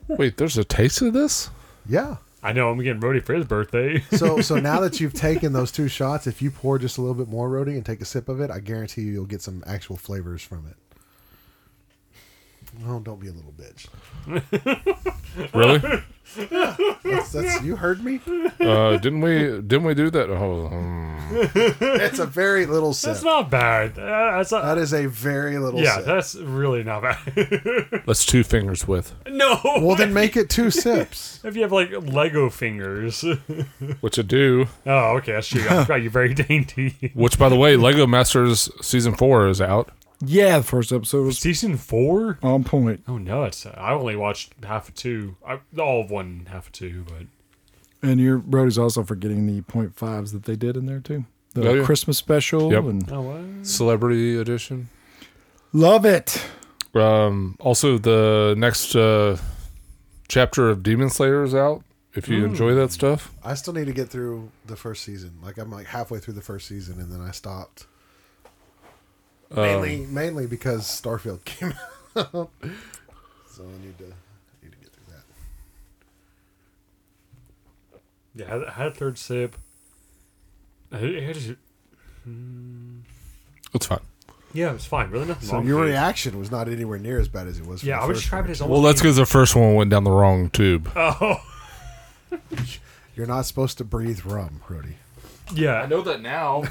Speaker 3: Wait, there's a taste of this?
Speaker 4: Yeah.
Speaker 5: I know I'm getting ready for his birthday.
Speaker 4: So so now that you've taken those two shots, if you pour just a little bit more Rody and take a sip of it, I guarantee you you'll get some actual flavors from it. Oh, don't be a little bitch.
Speaker 3: Really?
Speaker 4: That's, that's you heard me.
Speaker 3: uh, didn't we? Didn't we do that? Oh, hmm.
Speaker 4: That's a very little
Speaker 5: That's
Speaker 4: sip.
Speaker 5: not bad. Uh, that's not,
Speaker 4: That is a very little
Speaker 5: yeah,
Speaker 4: sip.
Speaker 5: that's really not bad.
Speaker 3: That's two fingers with,
Speaker 5: no.
Speaker 4: well, then make it two sips.
Speaker 5: if you have like Lego fingers. oh,
Speaker 3: which I do.
Speaker 5: okay, that's true. I forgot you're very dainty.
Speaker 3: Which, by the way, Lego Masters season four is out.
Speaker 2: Yeah, the first episode was
Speaker 5: Season four?
Speaker 2: on point.
Speaker 5: Oh nuts! I only watched half of two. I, all of one, half of two, but
Speaker 2: And your Brody's also forgetting the point fives that they did in there too. The
Speaker 3: Oh, yeah.
Speaker 2: Christmas special
Speaker 3: Yep.
Speaker 2: and
Speaker 5: oh what?
Speaker 3: Celebrity edition.
Speaker 2: love it.
Speaker 3: Um, also, the next uh, chapter of Demon Slayer is out. If you enjoy that stuff,
Speaker 4: I still need to get through the first season. Like I'm like halfway through the first season, and then I stopped. Mainly,
Speaker 5: Um,
Speaker 4: mainly because Starfield came out. so I need to, I need to get through that.
Speaker 5: Yeah, I- I had a third sip. I- I just-
Speaker 3: it's fine.
Speaker 5: yeah, it was fine. Really nothing
Speaker 4: So
Speaker 5: wrong
Speaker 4: your
Speaker 5: with it.
Speaker 4: reaction was not anywhere near as bad as it was. For
Speaker 5: Yeah,
Speaker 4: the
Speaker 5: I would
Speaker 4: first
Speaker 5: describe
Speaker 4: one.
Speaker 5: it as almost.
Speaker 3: Well, that's because the first one went down the wrong tube.
Speaker 5: Oh,
Speaker 4: You're not supposed to breathe rum, Rudy.
Speaker 5: yeah.
Speaker 3: know that now.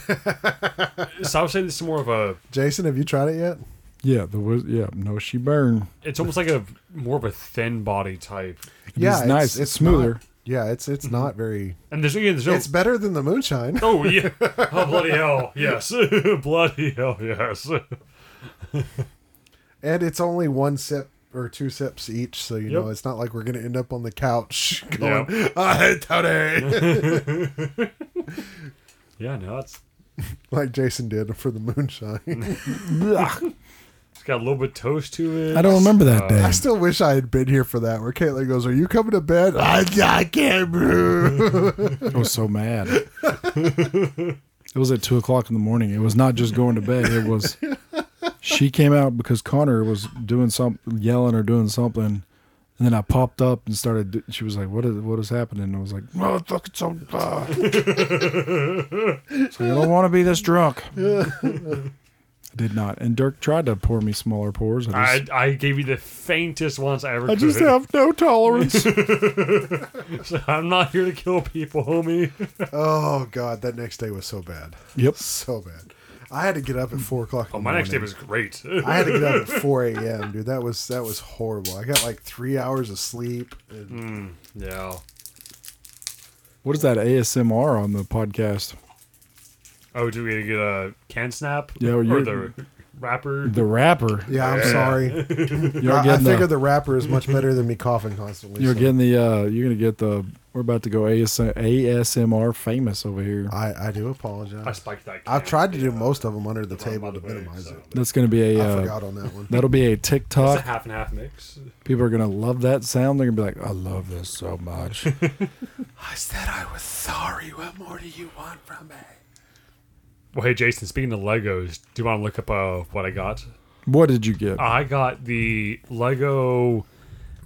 Speaker 5: So I would say this is more of a.
Speaker 4: Jason, have you tried it yet?
Speaker 2: Yeah, the was yeah, no she burned.
Speaker 5: It's almost like a more of a thin body type.
Speaker 2: it's nice, it's smoother.
Speaker 4: not- yeah, it's it's not very.
Speaker 5: And there's again, there's no.
Speaker 4: It's better than the moonshine.
Speaker 5: oh yeah. Oh bloody hell! Yes. bloody hell! Yes.
Speaker 4: And it's only one sip or two sips each, so you
Speaker 5: Yep.
Speaker 4: know it's not like we're gonna end up on the couch
Speaker 5: Yeah.
Speaker 4: going, "I hate Tony,"
Speaker 5: Yeah. No, it's
Speaker 4: like Jason did for the moonshine.
Speaker 2: Blech.
Speaker 5: it's got a little bit of toast to it.
Speaker 2: I don't remember
Speaker 3: Uh,
Speaker 2: that day.
Speaker 4: I still wish I had been here for that. Where Caitlin goes, "Are you coming to bed?" I, I can't brew.
Speaker 2: I was so mad. it was at two o'clock in the morning. It was not just going to bed. It was she came out because Connor was doing some yelling or doing something, and then I popped up and started. do- She was like, "What is what is happening?" And I was like, "Oh, it's fucking so." Uh. so you don't want to be this drunk. I did not. And Dirk tried to pour me smaller pours. I
Speaker 5: I,
Speaker 2: just,
Speaker 5: I gave you the faintest ones I ever
Speaker 2: I
Speaker 5: could.
Speaker 2: just have no tolerance.
Speaker 5: I'm not here to kill people, homie.
Speaker 4: Oh god, that next day was so bad.
Speaker 2: yep.
Speaker 4: So bad. I had to get up at four o'clock.
Speaker 5: Oh, my next day was great.
Speaker 4: I had to get up at four a.m. Dude, that was that was horrible. I got like three hours of sleep. and-
Speaker 5: Mm. yeah.
Speaker 2: What is that ASMR on the podcast?
Speaker 5: Oh, do we get a can snap?
Speaker 2: Yeah, or
Speaker 5: or,
Speaker 2: you're-
Speaker 5: the rapper.
Speaker 2: The rapper.
Speaker 4: yeah, I'm sorry.
Speaker 2: You're
Speaker 4: I, I
Speaker 2: getting
Speaker 4: figure
Speaker 2: the,
Speaker 4: the rapper is much better than me coughing constantly.
Speaker 2: you're
Speaker 4: so
Speaker 2: getting the uh you're gonna get the we're about to go AS, ASMR famous over here.
Speaker 4: I I do
Speaker 5: I
Speaker 4: apologize.
Speaker 5: spiked that. Can.
Speaker 4: I've tried to do most of them under the
Speaker 5: Run by
Speaker 4: table to
Speaker 5: way,
Speaker 4: minimize
Speaker 5: so.
Speaker 4: it.
Speaker 2: That's gonna be a
Speaker 4: I
Speaker 2: uh,
Speaker 4: forgot on that one.
Speaker 2: that'll be a
Speaker 5: It's a
Speaker 2: TikTok.
Speaker 5: half and half mix.
Speaker 2: People are gonna love that sound. They're gonna be like, I love this so much.
Speaker 4: I said I was sorry. What more do you want from me?
Speaker 5: Well, hey Jason, speaking of Legos, do you want to look up uh, what I got?
Speaker 2: what did you get?
Speaker 5: I got the Lego.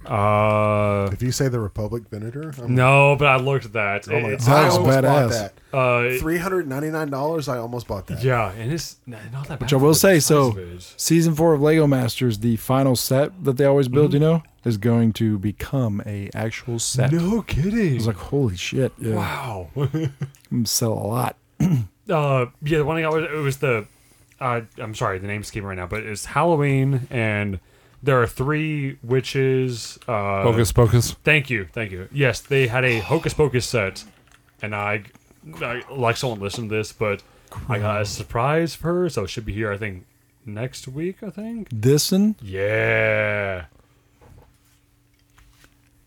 Speaker 5: Uh,
Speaker 4: If you say the Republic Venator, I'm
Speaker 5: no, but I looked at that.
Speaker 4: oh my-
Speaker 5: It's-
Speaker 4: I
Speaker 2: That was
Speaker 4: almost bought
Speaker 2: badass.
Speaker 4: that.
Speaker 5: uh,
Speaker 4: Three hundred ninety nine dollars. I almost bought that.
Speaker 5: yeah, and it's not that bad.
Speaker 2: Which I will say, so season four of Lego Masters, the final set that they always build,
Speaker 4: Mm-hmm.
Speaker 2: you know, is going to become a actual set. I
Speaker 5: No kidding.
Speaker 2: was like, holy shit! Yeah,
Speaker 5: wow.
Speaker 2: I'm gonna sell a lot.
Speaker 5: uh, yeah, the one I got was, it was the. Uh, I'm sorry, the name scheme right now, but it's Halloween, and there are three witches. Uh,
Speaker 2: Oh,
Speaker 3: Focus, focus.
Speaker 5: Thank you, thank you. Yes, they had a Hocus Pocus set, and I, I like someone listened to this, but I got a surprise for her, so it should be here. I think next week. I think.
Speaker 2: This one,
Speaker 5: Yeah.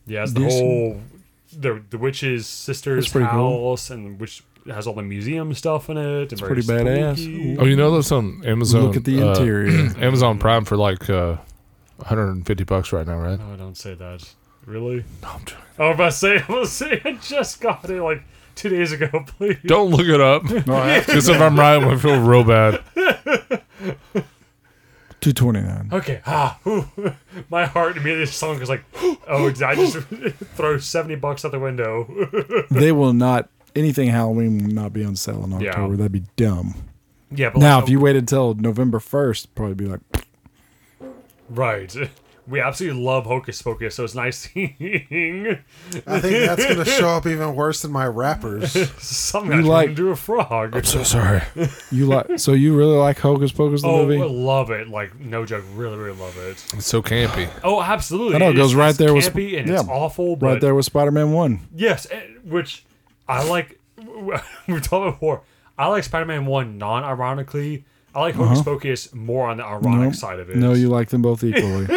Speaker 5: Yeah, it's the
Speaker 2: Do you see-
Speaker 5: whole the the witch's sister's
Speaker 2: That's pretty cool.
Speaker 5: house, and which has all the museum stuff in it. It's
Speaker 2: pretty badass.
Speaker 3: Oh, you know that's on Amazon.
Speaker 2: look at the
Speaker 3: uh,
Speaker 2: interior.
Speaker 3: Amazon Prime for like uh, 150 bucks right now, right?
Speaker 5: No, Oh, don't say that. Really?
Speaker 3: No, I'm joking.
Speaker 5: I was about to say, I was saying, I just got it like two days ago. Please.
Speaker 3: Don't look it up.
Speaker 4: Oh,
Speaker 3: Because if I'm right, I'm gonna feel real bad.
Speaker 2: two twenty nine.
Speaker 5: Okay. Ah, whew. my heart immediately sunk. It's like, oh, did I just throw seventy bucks out the window?
Speaker 2: they will not. Anything Halloween will not be on sale in
Speaker 5: Yeah.
Speaker 2: October. That'd be dumb.
Speaker 5: yeah, but
Speaker 2: Now,
Speaker 5: like,
Speaker 2: if you waited till November first, probably be like,
Speaker 5: right, we absolutely love Hocus Pocus, so it's nice seeing
Speaker 4: I think that's going to show up even worse than my rappers.
Speaker 5: something
Speaker 2: You
Speaker 5: like
Speaker 2: like-
Speaker 5: do a frog.
Speaker 3: So sorry.
Speaker 2: you like. So you really like Hocus Pocus the
Speaker 5: Oh,
Speaker 2: movie?
Speaker 5: I love it! Like no joke, really, really love it.
Speaker 3: It's so campy.
Speaker 5: Oh, absolutely!
Speaker 2: I know, it
Speaker 5: It's-
Speaker 2: goes right
Speaker 5: it's
Speaker 2: there with-
Speaker 5: campy and it's
Speaker 2: yeah,
Speaker 5: awful, but
Speaker 2: right there with Spider Man One.
Speaker 5: Yes, eh, which I like. We've talked before. I like Spider-Man One non-ironically. I like Hocus Pocus more on the ironic side of it.
Speaker 2: Uh-huh. No, you like them both equally.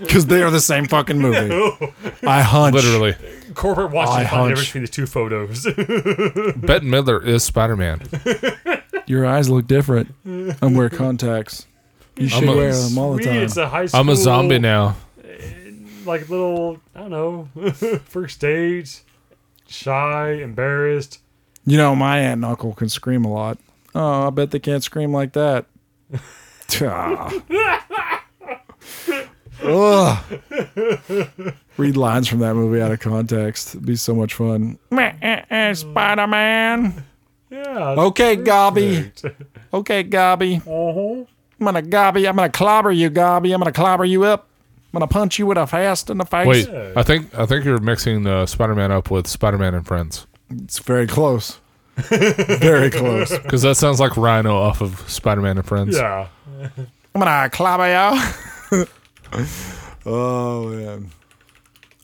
Speaker 2: Because they are the same fucking movie. I hunch.
Speaker 3: Literally.
Speaker 5: corporate wants
Speaker 2: Eye
Speaker 5: to find the
Speaker 2: hunch.
Speaker 5: difference between the two photos.
Speaker 3: Bette Midler is Spider Man.
Speaker 2: Your eyes look different. I'm wear contacts. You should
Speaker 3: a-
Speaker 2: wear them all the
Speaker 5: We,
Speaker 2: time.
Speaker 5: it's a high school.
Speaker 3: I'm a zombie now.
Speaker 5: Like little, I don't know, first date, shy, embarrassed.
Speaker 2: you know, my aunt and uncle can scream a lot. Oh, I bet they can't scream like that. Ah. Ugh. Read lines from that movie out of context. It'd be so much fun. Spider Man.
Speaker 5: Yeah.
Speaker 2: Okay, Gobby.
Speaker 5: perfect.
Speaker 2: Okay, Gobby.
Speaker 5: Uh-huh.
Speaker 2: I'm gonna gobby. I'm gonna clobber you, gobby. I'm gonna clobber you up. I'm gonna punch you with a fast in the face.
Speaker 3: Wait,
Speaker 5: Yeah.
Speaker 3: I think I think you're mixing uh, Spider Man up with Spider Man and Friends.
Speaker 2: It's very close. very close. I'm
Speaker 3: Because that sounds like Rhino off of Spider Man and Friends.
Speaker 5: Yeah.
Speaker 2: gonna clobber you. oh man,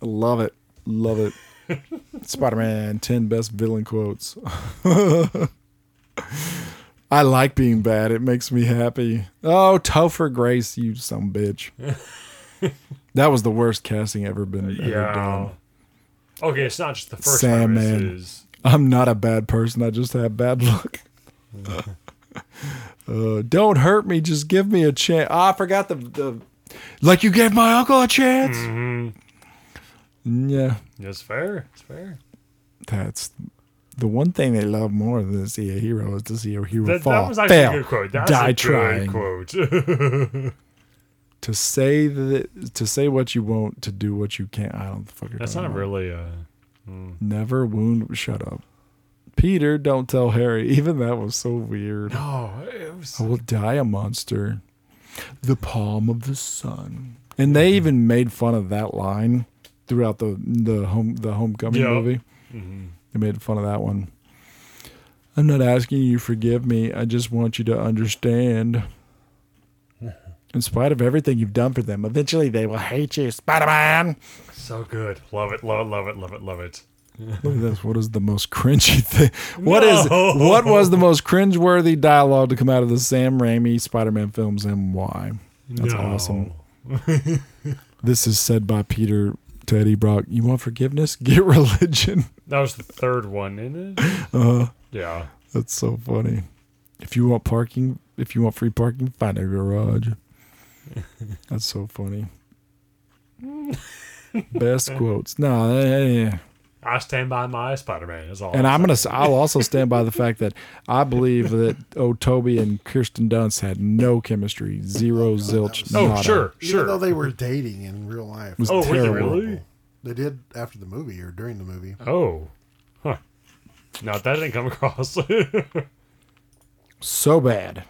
Speaker 2: I love it. Love it. Spider-Man: Ten Best Villain Quotes. I like being bad. It makes me happy. Oh, Topher Grace, you some bitch. that was the worst casting ever been ever done.
Speaker 5: Yeah. Okay, it's not just the first time.
Speaker 2: Sandman.
Speaker 5: This is
Speaker 2: I'm not a bad person. I just have bad luck. uh, don't hurt me. Just give me a chance. Ah, I forgot the, the like you gave my uncle a chance.
Speaker 5: Mm-hmm.
Speaker 2: Yeah,
Speaker 5: it's fair. It's fair.
Speaker 2: that's the one thing they love more than to see a hero is to see a hero
Speaker 5: That,
Speaker 2: fall,
Speaker 5: that was actually
Speaker 2: fail,
Speaker 5: a good quote. That's
Speaker 2: die
Speaker 5: a good
Speaker 2: trying
Speaker 5: quote.
Speaker 2: to say that to say what you won't to do what you can't. I don't fuck.
Speaker 5: That's not really. Uh,
Speaker 2: Never wound. Shut up. Peter, don't tell Harry. Even that was so weird.
Speaker 3: Oh, it was,
Speaker 2: I will die a monster. The palm of the sun. And they even made fun of that line throughout the the home the homecoming
Speaker 5: Yeah.
Speaker 2: movie. They made fun of that one. I'm not asking you to forgive me. I just want you to understand. In spite of everything you've done for them, eventually they will hate you, Spider Man.
Speaker 5: So good. Love it. Love it. Love it. Love it. Love it.
Speaker 2: Look at this. What is the most cringy thing? What is?
Speaker 5: No.
Speaker 2: What was the most cringeworthy dialogue to come out of the Sam Raimi Spider-Man films, and why? That's
Speaker 5: No.
Speaker 2: awesome. This is said by Peter to Eddie Brock. You want forgiveness? Get religion.
Speaker 5: That was the third one, isn't it?
Speaker 2: Uh,
Speaker 5: Yeah.
Speaker 2: that's so funny. If you want parking, if you want free parking, find a garage. That's so funny. Best quotes. No, eh, eh, eh.
Speaker 5: I stand by my Spider Man. Is all.
Speaker 2: And I'm
Speaker 5: saying.
Speaker 2: gonna. s- I'll also stand by the fact that I believe that oh, Toby and Kirsten Dunst had no chemistry, zero zilch.
Speaker 5: Oh
Speaker 2: nada.
Speaker 5: sure,
Speaker 4: Even though
Speaker 5: sure.
Speaker 4: they were dating in real life.
Speaker 2: was
Speaker 5: Oh were they
Speaker 2: terrible.
Speaker 5: really?
Speaker 4: They did after the movie or during the movie.
Speaker 5: Oh. Huh. No, that didn't come across.
Speaker 2: so bad.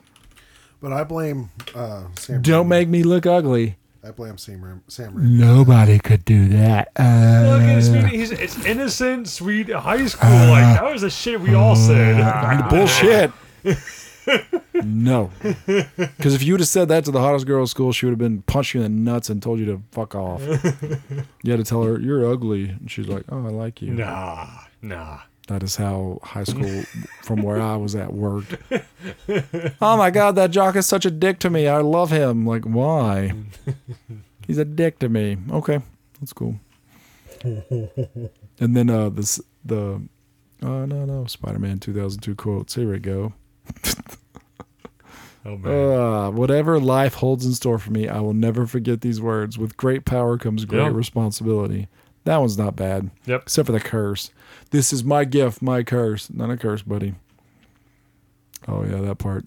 Speaker 4: But I blame uh, Sam.
Speaker 2: Don't
Speaker 4: Raimi.
Speaker 2: make me look ugly.
Speaker 4: I blame Sam. Raimi- Sam Raimi.
Speaker 2: Nobody could do that. Uh,
Speaker 5: Look at his sweet- he's, it's innocent, sweet high school.
Speaker 2: Uh,
Speaker 5: like that was the shit we all said.
Speaker 2: bullshit. no, because if you would have said that to the hottest girl at school, she would have been punched you in the nuts and told you to fuck off. you had to tell her you're ugly, and she's like, "Oh, I like you."
Speaker 5: nah, nah.
Speaker 2: That is how high school, from where I was at, worked. oh my God, that jock is such a dick to me. I love him. Like, why? He's a dick to me. Okay, that's cool. And then uh, this the oh no no Spider-Man 2002 quotes. Here we go.
Speaker 5: Oh man.
Speaker 2: Uh, whatever life holds in store for me, I will never forget these words. With great power comes great
Speaker 5: Yeah.
Speaker 2: responsibility. That one's not bad.
Speaker 5: Yep.
Speaker 2: Except for the curse. This is my gift, my curse. Not a curse, buddy. Oh yeah, that part.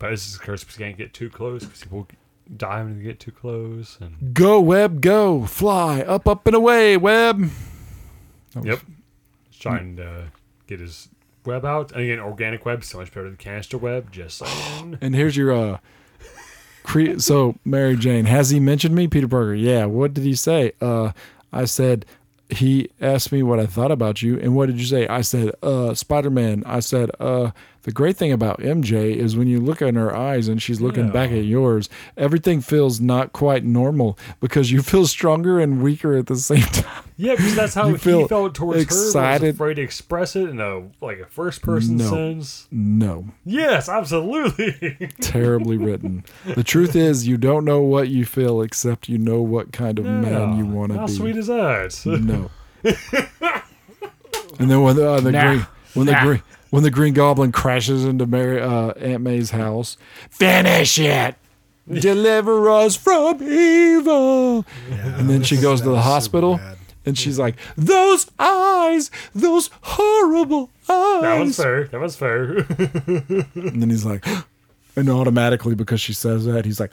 Speaker 5: but this is a curse because you can't get too close because people die when you get too close. And
Speaker 2: Go web, go, fly up, up and away, web. That was-
Speaker 5: yep, He's trying to get his web out. And again, organic web so much better than canister web. Just saying.
Speaker 2: And here's your uh cre- so Mary Jane, has he mentioned me? Peter Parker. Yeah, what did he say? Uh I said he asked me what I thought about you and what did you say? I said, uh, Spider Man. I said, uh, the great thing about MJ is when you look in her eyes and she's looking
Speaker 5: Yeah.
Speaker 2: back at yours, everything feels not quite normal because you feel stronger and weaker at the same time.
Speaker 5: yeah, because that's how
Speaker 2: You
Speaker 5: he
Speaker 2: feel
Speaker 5: felt towards her. but
Speaker 2: excited?
Speaker 5: Was afraid to express it in a like a first person
Speaker 2: No.
Speaker 5: sense.
Speaker 2: No.
Speaker 5: Yes, absolutely.
Speaker 2: terribly written. The truth is, you don't know what you feel except you know what kind of man you want to
Speaker 5: How
Speaker 2: be.
Speaker 5: sweet is that?
Speaker 2: no. and then when the, uh, the green when the green when the Green Goblin crashes into Mary uh, Aunt May's house, finish it. Deliver us from evil. and then she
Speaker 4: That
Speaker 2: goes to the
Speaker 4: was super
Speaker 2: hospital
Speaker 4: bad.
Speaker 2: and she's like, Those eyes, those horrible eyes.
Speaker 5: That was fair. That was fair.
Speaker 2: And then he's like, and automatically because she says that, he's like,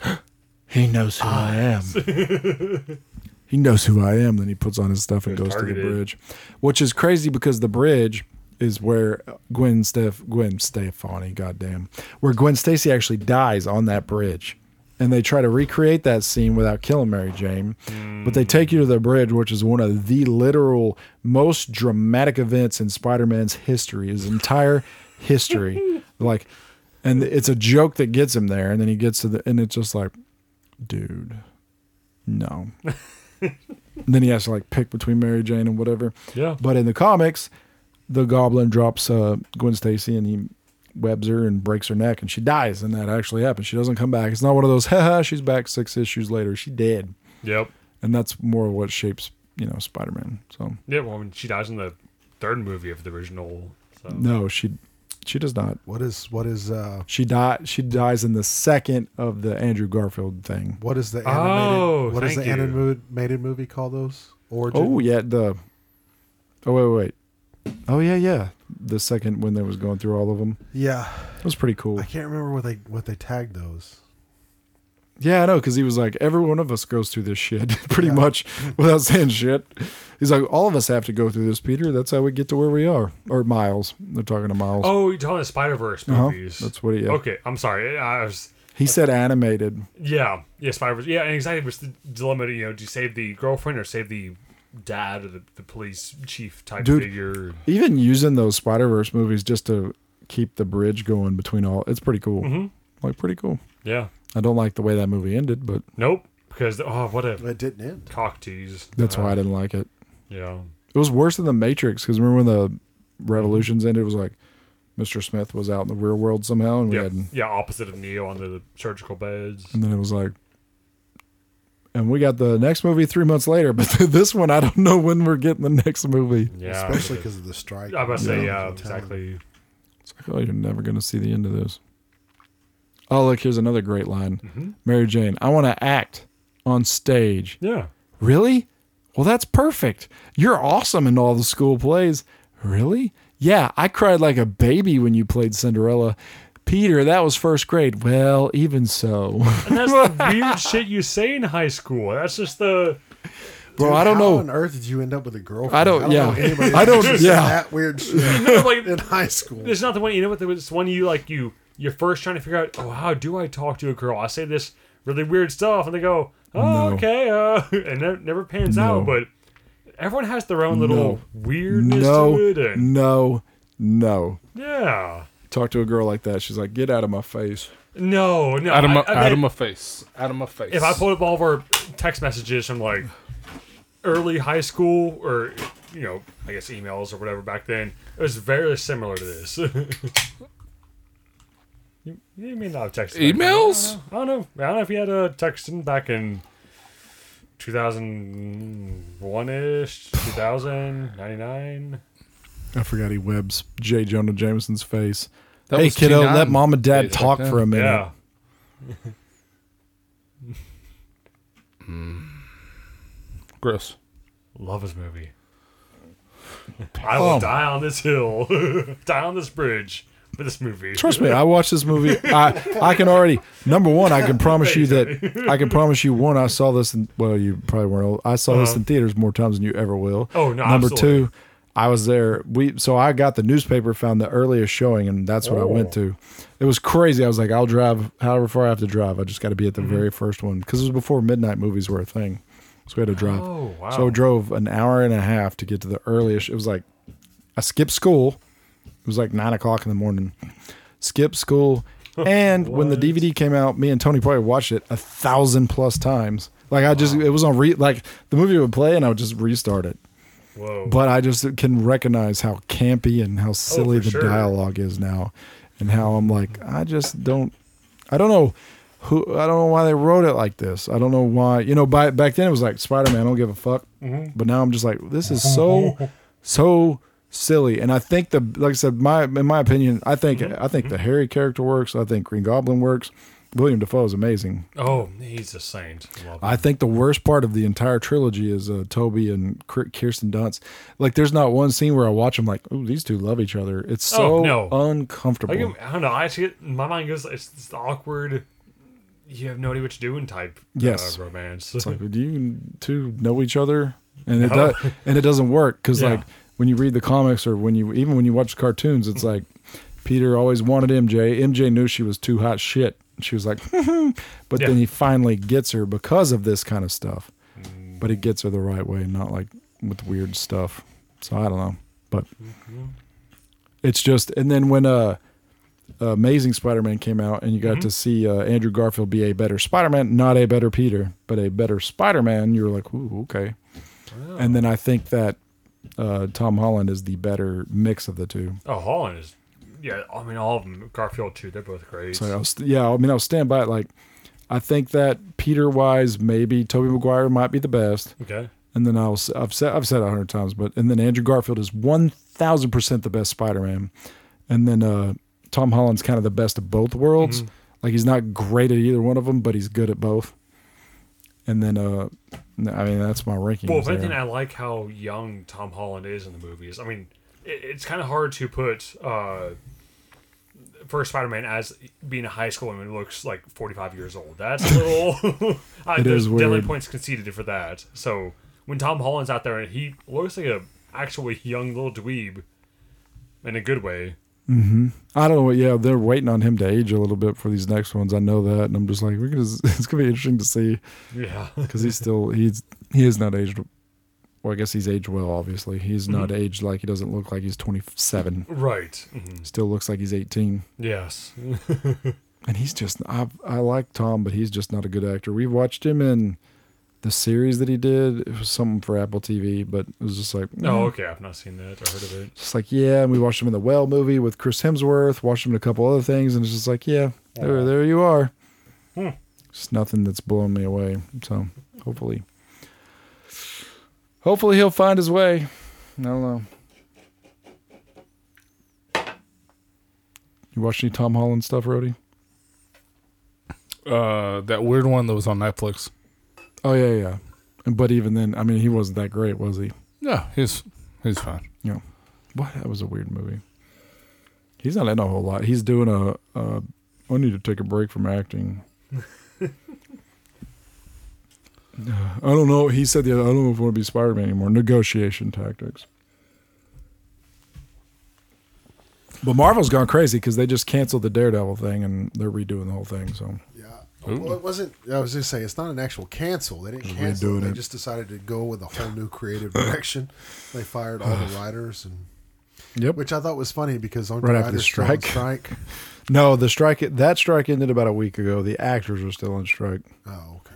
Speaker 2: he knows who I am. he knows who I am. Then he puts on his stuff and
Speaker 5: He was
Speaker 2: goes to the
Speaker 5: targeted.
Speaker 2: bridge, which is crazy because the bridge is where Gwen Steph Gwen Stefani, goddamn, where Gwen Stacy actually dies on that bridge. And they try to recreate that scene without killing Mary Jane, but they take you to the bridge, which is one of the literal most dramatic events in Spider-Man's history, his entire history. like, and it's a joke that gets him there, and then he gets to the, and it's just like, dude, no. And then he has to like pick between Mary Jane and whatever.
Speaker 5: yeah.
Speaker 2: But in the comics, the Goblin drops uh, Gwen Stacy and he webs her and breaks her neck, and she dies. And that actually happens. She doesn't come back. It's not one of those. Haha, she's back six issues later. She dead.
Speaker 5: Yep.
Speaker 2: And that's more what shapes you know Spider Man. So
Speaker 5: Yeah. Well, I mean, she dies in the third movie of the original. So.
Speaker 2: no, she she does not.
Speaker 4: What is what is uh
Speaker 2: She die she dies in the second of the Andrew Garfield thing.
Speaker 4: what is the animated
Speaker 5: Oh,
Speaker 4: what is the
Speaker 5: thank you.
Speaker 4: animated movie called those? Origin.
Speaker 2: Oh yeah, the oh wait wait, wait. oh yeah yeah the second when they was going through all of them.
Speaker 4: yeah.
Speaker 2: It was pretty cool.
Speaker 4: I can't remember what they what they tagged those.
Speaker 2: Yeah, I know, because he was like, every one of us goes through this shit pretty much without saying shit. He's like, all of us have to go through this, Peter. That's how we get to where we are. Or Miles. They're talking to Miles.
Speaker 5: Oh, you're talking Spider Verse
Speaker 2: Uh-huh.
Speaker 5: movies.
Speaker 2: That's what he. Yeah.
Speaker 5: Okay, I'm sorry. I was.
Speaker 2: He said animated.
Speaker 5: Yeah, yeah, Spider Verse. Yeah, and exactly. What's the dilemma? You know, do you save the girlfriend or save the dad or the, the police chief type
Speaker 2: Dude.
Speaker 5: figure?
Speaker 2: Even using those Spider Verse movies just to keep the bridge going between all, it's pretty cool. Like pretty cool.
Speaker 5: Yeah.
Speaker 2: I don't like the way that movie ended, but
Speaker 5: Nope. Because oh, what a
Speaker 4: It didn't end.
Speaker 5: cock tease.
Speaker 2: that's
Speaker 5: Uh,
Speaker 2: why I didn't like it.
Speaker 5: Yeah.
Speaker 2: It was worse than the Matrix because remember when the Revolutions ended, it was like Mr. Smith was out in the real world somehow, and we
Speaker 5: Yeah.
Speaker 2: had
Speaker 5: Yeah. Opposite of Neo on the surgical beds.
Speaker 2: And then it was like, and we got the next movie three months later, but this one, I don't know when we're getting the next movie.
Speaker 5: Yeah.
Speaker 4: Especially because of the strike.
Speaker 5: I must say, yeah,
Speaker 4: I'm telling you.
Speaker 5: exactly.
Speaker 2: It's like, oh, you're never going to see the end of this. Oh, look, here's another great line Mary Jane, I want to act on stage.
Speaker 5: Yeah.
Speaker 2: Really? Well, that's perfect. You're awesome in all the school plays. Really? Yeah, I cried like a baby when you played Cinderella. Peter, that was first grade. Well, even so.
Speaker 5: And that's the weird shit you say in high school. That's just the.
Speaker 2: Bro,
Speaker 4: Dude,
Speaker 2: I don't
Speaker 4: how
Speaker 2: know.
Speaker 4: on earth did you end up with a girlfriend?
Speaker 2: I don't- yeah.
Speaker 4: know anybody
Speaker 2: I don't-
Speaker 4: that's
Speaker 2: yeah.
Speaker 4: That weird shit
Speaker 5: No, like,
Speaker 4: in high school.
Speaker 5: There's not the one you know what there was one you like you you're first trying to figure out oh how do I talk to a girl I say this really weird stuff and they go oh
Speaker 2: No.
Speaker 5: okay uh, and it never pans
Speaker 2: No.
Speaker 5: out but everyone has their own little
Speaker 2: No.
Speaker 5: weirdness to
Speaker 2: No,
Speaker 5: it and
Speaker 2: no, no.
Speaker 5: yeah
Speaker 2: talk to a girl like that, she's like, "Get out of my face."
Speaker 5: no no
Speaker 3: Out of
Speaker 5: I-
Speaker 3: my,
Speaker 5: I
Speaker 3: out of
Speaker 5: bet
Speaker 3: my face. Out of my face.
Speaker 5: if I pulled up all of our text messages from like early high school or you know I guess emails or whatever back then it was very similar to this. You, you may not have texted back then.
Speaker 3: Emails?
Speaker 5: I don't know. I don't know if he had a texting back in 2001 ish, 2000, 99.
Speaker 2: I forgot he webs J. Jonah Jameson's face.
Speaker 3: That
Speaker 2: hey,
Speaker 3: was
Speaker 2: kiddo,
Speaker 3: T9
Speaker 2: let mom and dad
Speaker 3: days back
Speaker 2: talk
Speaker 3: then.
Speaker 2: for a minute.
Speaker 5: Yeah.
Speaker 3: Gross.
Speaker 5: Love his movie. I will
Speaker 2: Oh.
Speaker 5: die on this hill, die on this bridge for this movie.
Speaker 2: Trust me, I watched this movie. I I can already number one. I can promise you that I can promise you one. I saw this. In, well, you probably weren't old. I saw this in theaters more times than you ever will.
Speaker 5: Uh-huh. Oh, no,
Speaker 2: Number
Speaker 5: absolutely.
Speaker 2: two, I was there. We so I got the newspaper, found the earliest showing, and that's what I
Speaker 5: Oh.
Speaker 2: went to. It was crazy. I was like, I'll drive however far I have to drive. I just got to be at the
Speaker 5: Mm-hmm.
Speaker 2: very first one because it was before midnight movies were a thing. So we had to drive.
Speaker 5: Oh, wow.
Speaker 2: So I drove an hour and a half to get to the earliest. It was like I skipped school. It was like nine o'clock in the morning. Skipped school. And when the DVD came out, me and Tony probably watched it a thousand plus times. Like I just, it was on re like the movie would play and I would just restart it.
Speaker 5: Whoa.
Speaker 2: But I just can recognize how campy and how silly
Speaker 5: Oh, for
Speaker 2: the
Speaker 5: sure.
Speaker 2: dialogue is now, and how I'm like, I just don't, I don't know who, I don't know why they wrote it like this. I don't know why, you know. By back then it was like Spider Man, I don't give a fuck.
Speaker 5: Mm-hmm.
Speaker 2: But now I'm just like, this is so, so silly. And I think the, like I said, my in my opinion, I think
Speaker 5: Mm-hmm.
Speaker 2: I think the Harry character works. I think Green Goblin works. William Defoe is amazing.
Speaker 5: oh, he's a saint. Love him.
Speaker 2: I think the worst part of the entire trilogy is uh, Toby and Kir- Kirsten Dunst. Like, there's not one scene where I watch them like, "Ooh, these two love each other." It's so
Speaker 5: Oh, no.
Speaker 2: uncomfortable.
Speaker 5: Like, I don't know. I see it. My mind goes, it's, it's the awkward, you have no idea what you're doing type
Speaker 2: Yes.
Speaker 5: uh, romance.
Speaker 2: it's like, do you two know each other? And it
Speaker 5: No.
Speaker 2: does, and it doesn't work because
Speaker 5: Yeah.
Speaker 2: like when you read the comics or when you even when you watch cartoons,
Speaker 5: Mm.
Speaker 2: it's like Peter always wanted MJ. MJ knew she was too hot shit. She was like, but
Speaker 5: Yeah.
Speaker 2: then he finally gets her because of this kind of stuff. But he gets her the right way, not like with weird stuff. So I don't know, but it's just. And then when uh, Amazing Spider-Man came out, and you got to see uh, Andrew Garfield be a better Spider-Man, not a better Peter, but a better Spider-Man. You're like, ooh, okay. And then I think that uh, Tom Holland is the better mix of the two.
Speaker 5: oh, Holland is, yeah, I mean, all of them. Garfield, too. They're both great.
Speaker 2: So uh, I'll st- yeah, I mean, I'll stand by it. Like, I think that Peter wise, maybe Toby Maguire might be the best.
Speaker 5: okay.
Speaker 2: And then I'll s- I've said I've said it a hundred times, but and then Andrew Garfield is one thousand percent the best Spider-Man, and then uh, Tom Holland's kind of the best of both worlds.
Speaker 5: Mm-hmm.
Speaker 2: Like he's not great at either one of them, but he's good at both. And then uh, no, I mean that's my ranking.
Speaker 5: Well, if anything, I like how young Tom Holland is in the movies. I mean, it, it's kind of hard to put uh, for Spider-Man as being a high school and looks like 45 years old. That's a little. I,
Speaker 2: It
Speaker 5: there's
Speaker 2: is
Speaker 5: definitely
Speaker 2: weird.
Speaker 5: points conceded for that. So when Tom Holland's out there and he looks like a actually young little dweeb, in a good way.
Speaker 2: I don't know. what- Yeah, they're waiting on him to age a little bit for these next ones. I know that, and I'm just like, we're gonna. It's gonna be interesting to see
Speaker 5: Yeah.
Speaker 2: because he's still he's he is not aged. Well, I guess he's aged well. Obviously, he's not aged like he doesn't look like he's 27.
Speaker 5: Right. Mhm.
Speaker 2: Still looks like he's 18.
Speaker 5: Yes.
Speaker 2: and he's just I I like Tom, but he's just not a good actor. We watched him in the series that he did. It was something for Apple TV, but it was just like
Speaker 5: No.
Speaker 2: mm.
Speaker 5: Oh, okay. I've not seen that or heard of it.
Speaker 2: Just like yeah, and we watched him in the Well movie with Chris Hemsworth. Watched him in a couple other things, and it's just like yeah, there there you are.
Speaker 5: Hmm.
Speaker 2: Just nothing that's blowing me away. So hopefully, hopefully he'll find his way. I don't know. You watch any Tom Holland stuff, Rody?
Speaker 3: Uh, that weird one that was on Netflix.
Speaker 2: Oh yeah, yeah. And- But even then, I mean, he wasn't that great, was he?
Speaker 3: Yeah, he's he's fine.
Speaker 2: What? That was a weird movie. He's not in a whole lot. He's doing a. Uh, I need to take a break from acting. I don't know. He said the. I don't know if I want to be Spider Man anymore. Negotiation tactics. But Marvel's gone crazy because they just canceled the Daredevil thing and they're redoing the whole thing. So
Speaker 4: Yeah.
Speaker 3: Ooh.
Speaker 4: Well, it wasn't. I was gonna say it's not an actual cancel. They didn't cancel.
Speaker 2: redoing
Speaker 4: it. They
Speaker 2: it.
Speaker 4: just decided to go with a whole new creative direction. They fired all the writers, and
Speaker 2: yep.
Speaker 4: which I thought was funny because on
Speaker 2: Right after the
Speaker 4: strike.
Speaker 2: strike.
Speaker 4: strike.
Speaker 2: No, the strike that strike ended about a week ago. The actors are still on strike.
Speaker 4: Oh, okay.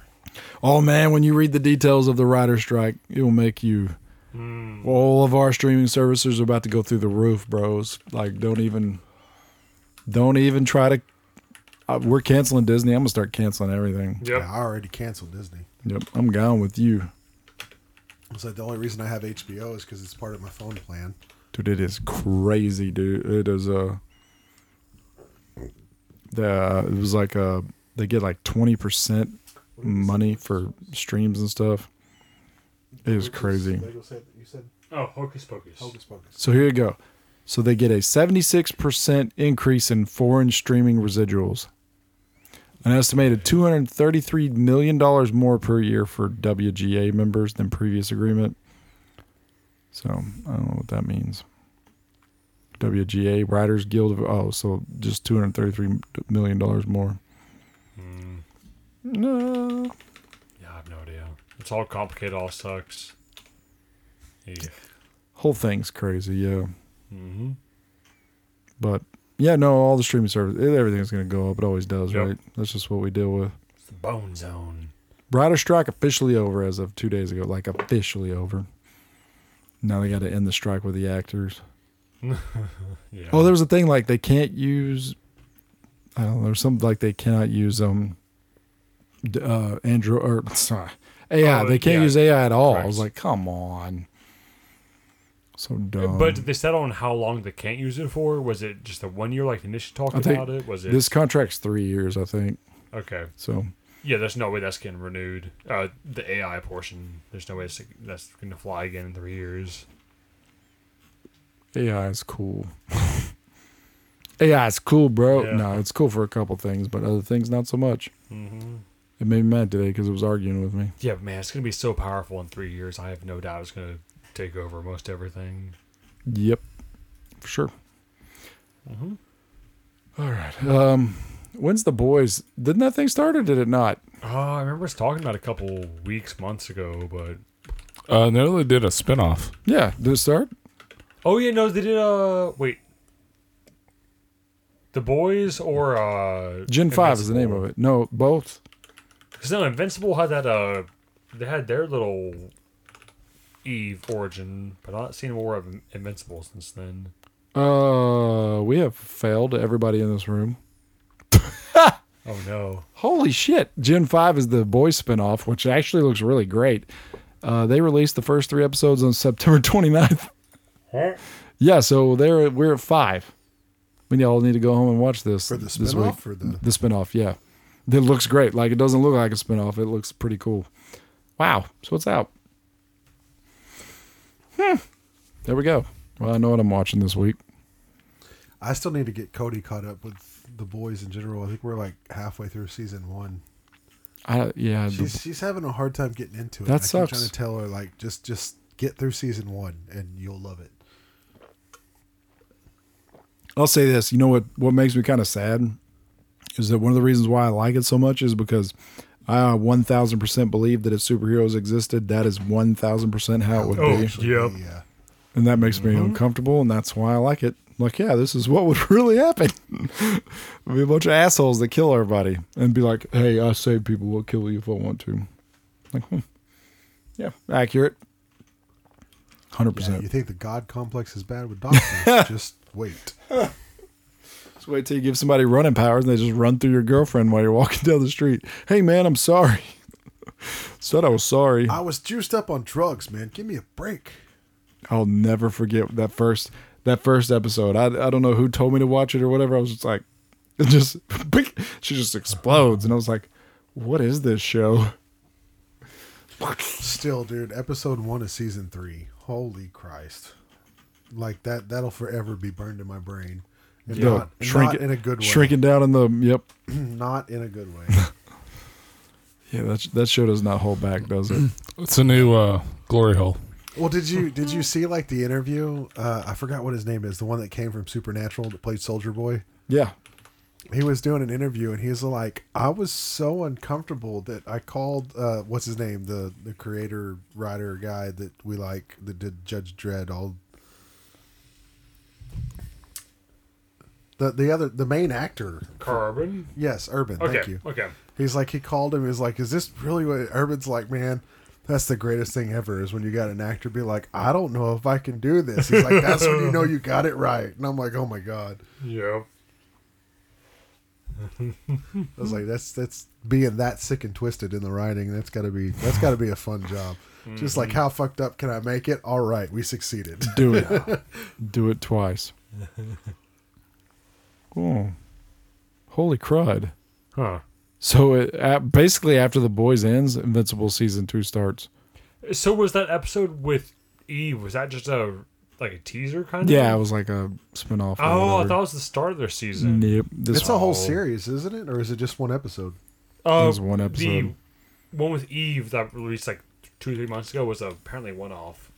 Speaker 2: Oh man, when you read the details of the writer strike, it will make you. All of our streaming services are about to go through the roof, bros. Like, don't even, don't even try to. Uh, we're canceling Disney. I'm gonna start canceling everything.
Speaker 5: Yep.
Speaker 4: Yeah, I already canceled Disney.
Speaker 2: Yep, I'm gone with you,
Speaker 4: It's like the only reason I have HBO is because it's part of my phone plan.
Speaker 2: dude. It is crazy, dude. It is uh The it was like uh they get like twenty percent money for streams and stuff. It is crazy.
Speaker 4: You said, you said
Speaker 5: Oh, Hocus Pocus.
Speaker 4: hocus pocus.
Speaker 2: So here you go. So they get a 76% increase in foreign streaming residuals. An estimated $233 million more per year for WGA members than previous agreement. So I don't know what that means. WGA, Writers Guild of, oh, so just $233 million more. No.
Speaker 5: Yeah, I have no idea. It's all complicated. All sucks. Yeah.
Speaker 2: Whole thing's crazy, yeah.
Speaker 5: Mm-hmm.
Speaker 2: But yeah, no, all the streaming services, everything's going to go up. It always does,
Speaker 5: Yep.
Speaker 2: right? That's just what we deal with.
Speaker 5: It's the bone zone.
Speaker 2: Rider strike officially over as of two days ago, like officially over. Now they got to end the strike with the actors.
Speaker 5: Yeah.
Speaker 2: Oh, there was a thing like they can't use. I don't know. There's something like they cannot use um. d- Uh, Andrew or sorry, AI.
Speaker 5: Oh,
Speaker 2: they can't
Speaker 5: yeah.
Speaker 2: use AI at all. I was like,
Speaker 5: Correct.
Speaker 2: come on. So dumb.
Speaker 5: but did they settle on how long they can't use it for? Was it just the one year like the initial talk
Speaker 2: I think
Speaker 5: about it? Was it
Speaker 2: this contract's three years, I think.
Speaker 5: okay?
Speaker 2: So
Speaker 5: Yeah, there's no way that's getting renewed. Uh, the AI portion, there's no way it's, that's going to fly again in three years.
Speaker 2: AI is cool. AI is cool, bro.
Speaker 5: Yeah.
Speaker 2: No, it's cool for a couple things, but other things not so much.
Speaker 5: Mm-hmm.
Speaker 2: It made me mad today because it was arguing with me.
Speaker 5: Yeah, but man, it's going to be so powerful in three years. I have no doubt it's going to take over most everything.
Speaker 2: Yep, for sure.
Speaker 5: Mhm.
Speaker 2: All right. Um, when's the boys? Didn't that thing start or did it not?
Speaker 5: Uh, I remember us talking about it a couple weeks, months ago, but
Speaker 3: Uh, they only did a spinoff.
Speaker 2: Yeah, did it start?
Speaker 5: oh yeah, no, they did. Uh, wait, the boys or uh,
Speaker 2: Gen Five is the name of it. No, both.
Speaker 5: Because no, Invincible had that. Uh, they had their little Eve origin, but I've not seen more of Invincible since then.
Speaker 2: Uh, we have failed everybody in this room.
Speaker 5: Oh no.
Speaker 2: Holy shit! Gen Five is the boys spinoff, which actually looks really great. Uh, they released the first three episodes on September 29th.
Speaker 5: Huh?
Speaker 2: Yeah, so there we're at five. We all need to go home and watch this
Speaker 4: For the
Speaker 2: this week.
Speaker 4: spinoff, for the
Speaker 2: The spinoff, yeah, it looks great. Like it doesn't look like a spinoff. It looks pretty cool. Wow. So it's out. Hmm. There we go. Well, I know what I'm watching this week.
Speaker 4: I still need to get Cody caught up with the boys in general. I think we're like halfway through season one.
Speaker 2: I, yeah, the-
Speaker 4: She's she's having a hard time getting into it.
Speaker 2: That
Speaker 4: I keep
Speaker 2: sucks.
Speaker 4: trying to tell her like just just get through season one and you'll love it.
Speaker 2: I'll say this. You know what? What makes me kind of sad is that one of the reasons why I like it so much is because I uh, one thousand percent believe that if superheroes existed, that is one thousand percent how it would
Speaker 5: Oh,
Speaker 2: be,
Speaker 5: yeah. Yep.
Speaker 4: Yeah.
Speaker 2: and that makes me uncomfortable, and that's why I like it. Like, yeah, this is what would really happen. It'd be a bunch of assholes that kill everybody and be like, "Hey, I save people. I'll kill you if I want to." Like, hmm. yeah, accurate, hundred
Speaker 4: Yeah,
Speaker 2: percent.
Speaker 4: you think the God complex is bad with doctors? just wait.
Speaker 2: Just wait till you give somebody running powers and they just run through your girlfriend while you're walking down the street. Hey, man, I'm sorry. Said I was sorry.
Speaker 4: I was juiced up on drugs, man. Give me a break.
Speaker 2: I'll never forget that first that first episode. I I don't know who told me to watch it or whatever. I was just like, it just she just explodes, and I was like, what is this show?
Speaker 4: Still, dude, episode one of season three. Holy Christ. Like that that'll forever be burned in my brain. And
Speaker 2: Yeah.
Speaker 4: not,
Speaker 2: Shrink
Speaker 4: not
Speaker 2: it-
Speaker 4: in a good way.
Speaker 2: Shrinking down in the yep.
Speaker 4: Not in a good way.
Speaker 2: Yeah, that that show does not hold back, does it?
Speaker 3: It's a new uh, glory hole.
Speaker 4: Well, did you did you see like the interview? Uh, I forgot what his name is. The one that came from Supernatural that played Soldier Boy.
Speaker 2: yeah.
Speaker 4: He was doing an interview and he was like, "I was so uncomfortable that I called uh, what's his name the the creator writer guy that we like that did Judge Dredd all the the other the main actor
Speaker 5: Carbon.
Speaker 4: yes Urban
Speaker 5: Okay.
Speaker 4: thank you
Speaker 5: Okay.
Speaker 4: He's like, he called him. He's like, is this really what Urban's like, man? That's the greatest thing ever is when you got an actor be like, I don't know if I can do this. He's like, that's when you know you got it right. And I'm like, oh my god.
Speaker 5: Yep.
Speaker 4: I was like, that's that's being that sick and twisted in the writing. That's gotta be that's gotta be a fun job. Just like how fucked up can I make it? All right, we succeeded.
Speaker 2: Do it. Do it twice. Oh. Holy crud.
Speaker 5: Huh.
Speaker 2: So it, uh, basically, after The Boys ends, Invincible season two starts.
Speaker 5: So was that episode with Eve? Was that just a like a teaser kind of?
Speaker 2: Yeah, it was like a spinoff. or
Speaker 5: Oh, I
Speaker 2: whatever.
Speaker 5: thought it was the start of their season.
Speaker 2: Nope. This
Speaker 4: It's a whole series, isn't it? Or is it just one episode?
Speaker 5: Uh,
Speaker 2: was one episode.
Speaker 5: The one with Eve that released like two or three months ago was apparently one off.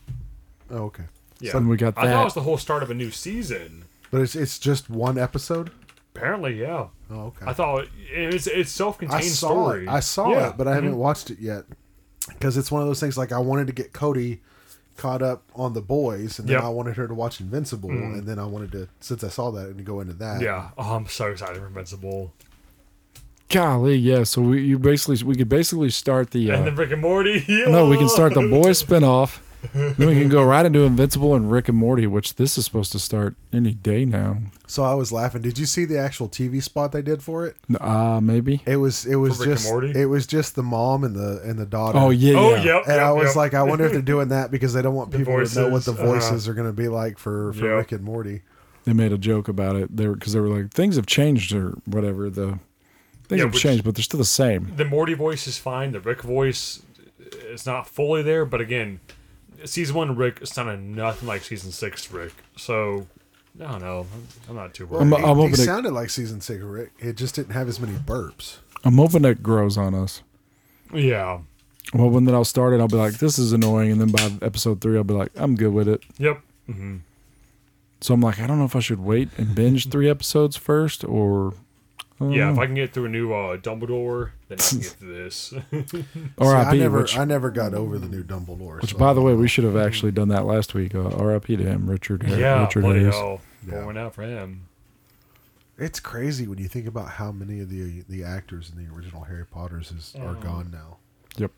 Speaker 4: Oh, okay.
Speaker 5: Yeah.
Speaker 2: And we got
Speaker 5: I thought it was
Speaker 2: that.
Speaker 5: the whole start of a new season.
Speaker 4: But it's it's just one episode?
Speaker 5: Apparently, yeah.
Speaker 4: Oh, okay.
Speaker 5: I thought it's it's self-contained
Speaker 4: I saw
Speaker 5: story.
Speaker 4: it. I saw
Speaker 5: Yeah. Mm-hmm.
Speaker 4: it, but I haven't watched it yet because it's one of those things. Like I wanted to get Cody caught up on the boys, and then
Speaker 5: Yep. Mm-hmm.
Speaker 4: I wanted her to watch Invincible, and then I wanted to since I saw that and to go into that.
Speaker 5: Yeah. Oh, I'm so excited for Invincible.
Speaker 2: Golly, yeah. So we you basically we could basically start the. Uh,
Speaker 5: And then Rick and Morty.
Speaker 2: no, we can start the Boys spinoff. then we can go right into Invincible and Rick and Morty, which this is supposed to start any day now.
Speaker 4: So I was laughing. Did you see the actual TV spot they did for it?
Speaker 2: Uh maybe.
Speaker 4: It was it was
Speaker 5: Rick and
Speaker 4: just
Speaker 5: Morty?
Speaker 4: it was just the mom and the and the daughter.
Speaker 2: Oh yeah.
Speaker 5: Oh,
Speaker 2: yeah.
Speaker 5: yep.
Speaker 4: And I
Speaker 5: yep,
Speaker 4: was
Speaker 5: yep.
Speaker 4: like, I wonder if they're doing that because they don't want
Speaker 5: The
Speaker 4: people to know what
Speaker 5: voices, uh-huh.
Speaker 4: the voices are going to be like for, for
Speaker 5: Yep.
Speaker 4: Rick and Morty.
Speaker 2: They made a joke about it. They were because they were like things have changed or whatever. The things
Speaker 5: Yeah,
Speaker 2: have
Speaker 5: which-
Speaker 2: changed, but they're still the same.
Speaker 5: the Morty voice is fine. The Rick voice is not fully there, but again, season one Rick sounded nothing like season six Rick. So I don't know. I'm- I'm not too worried.
Speaker 2: I'm-
Speaker 4: He,
Speaker 2: I'm
Speaker 4: he
Speaker 2: hoping to-
Speaker 4: sounded like season six of Rick. It just didn't have as many burps.
Speaker 2: I'm hoping it grows on us.
Speaker 5: yeah.
Speaker 2: I'm hoping that I'll start it. I'll be like, this is annoying, and then by episode three, I'll be like, I'm good with it.
Speaker 5: Yep.
Speaker 2: So I'm like, I don't know if I should wait and binge three episodes first or.
Speaker 5: Yeah. If I can get through a new uh, Dumbledore, then I can get through this.
Speaker 4: See,
Speaker 2: RIP,
Speaker 4: I never
Speaker 2: which,
Speaker 4: I never got over the new Dumbledore.
Speaker 2: which
Speaker 4: so-
Speaker 2: by the way, we should have actually done that last week. Uh, RIP to him, Richard. Har-
Speaker 5: yeah.
Speaker 2: Richard
Speaker 5: Bloody
Speaker 2: Harris.
Speaker 5: hell.
Speaker 4: Yeah.
Speaker 5: Going out for him.
Speaker 4: It's crazy when you think about how many of the the actors in the original Harry Potter's is,
Speaker 5: Mm.
Speaker 4: are gone now.
Speaker 2: Yep.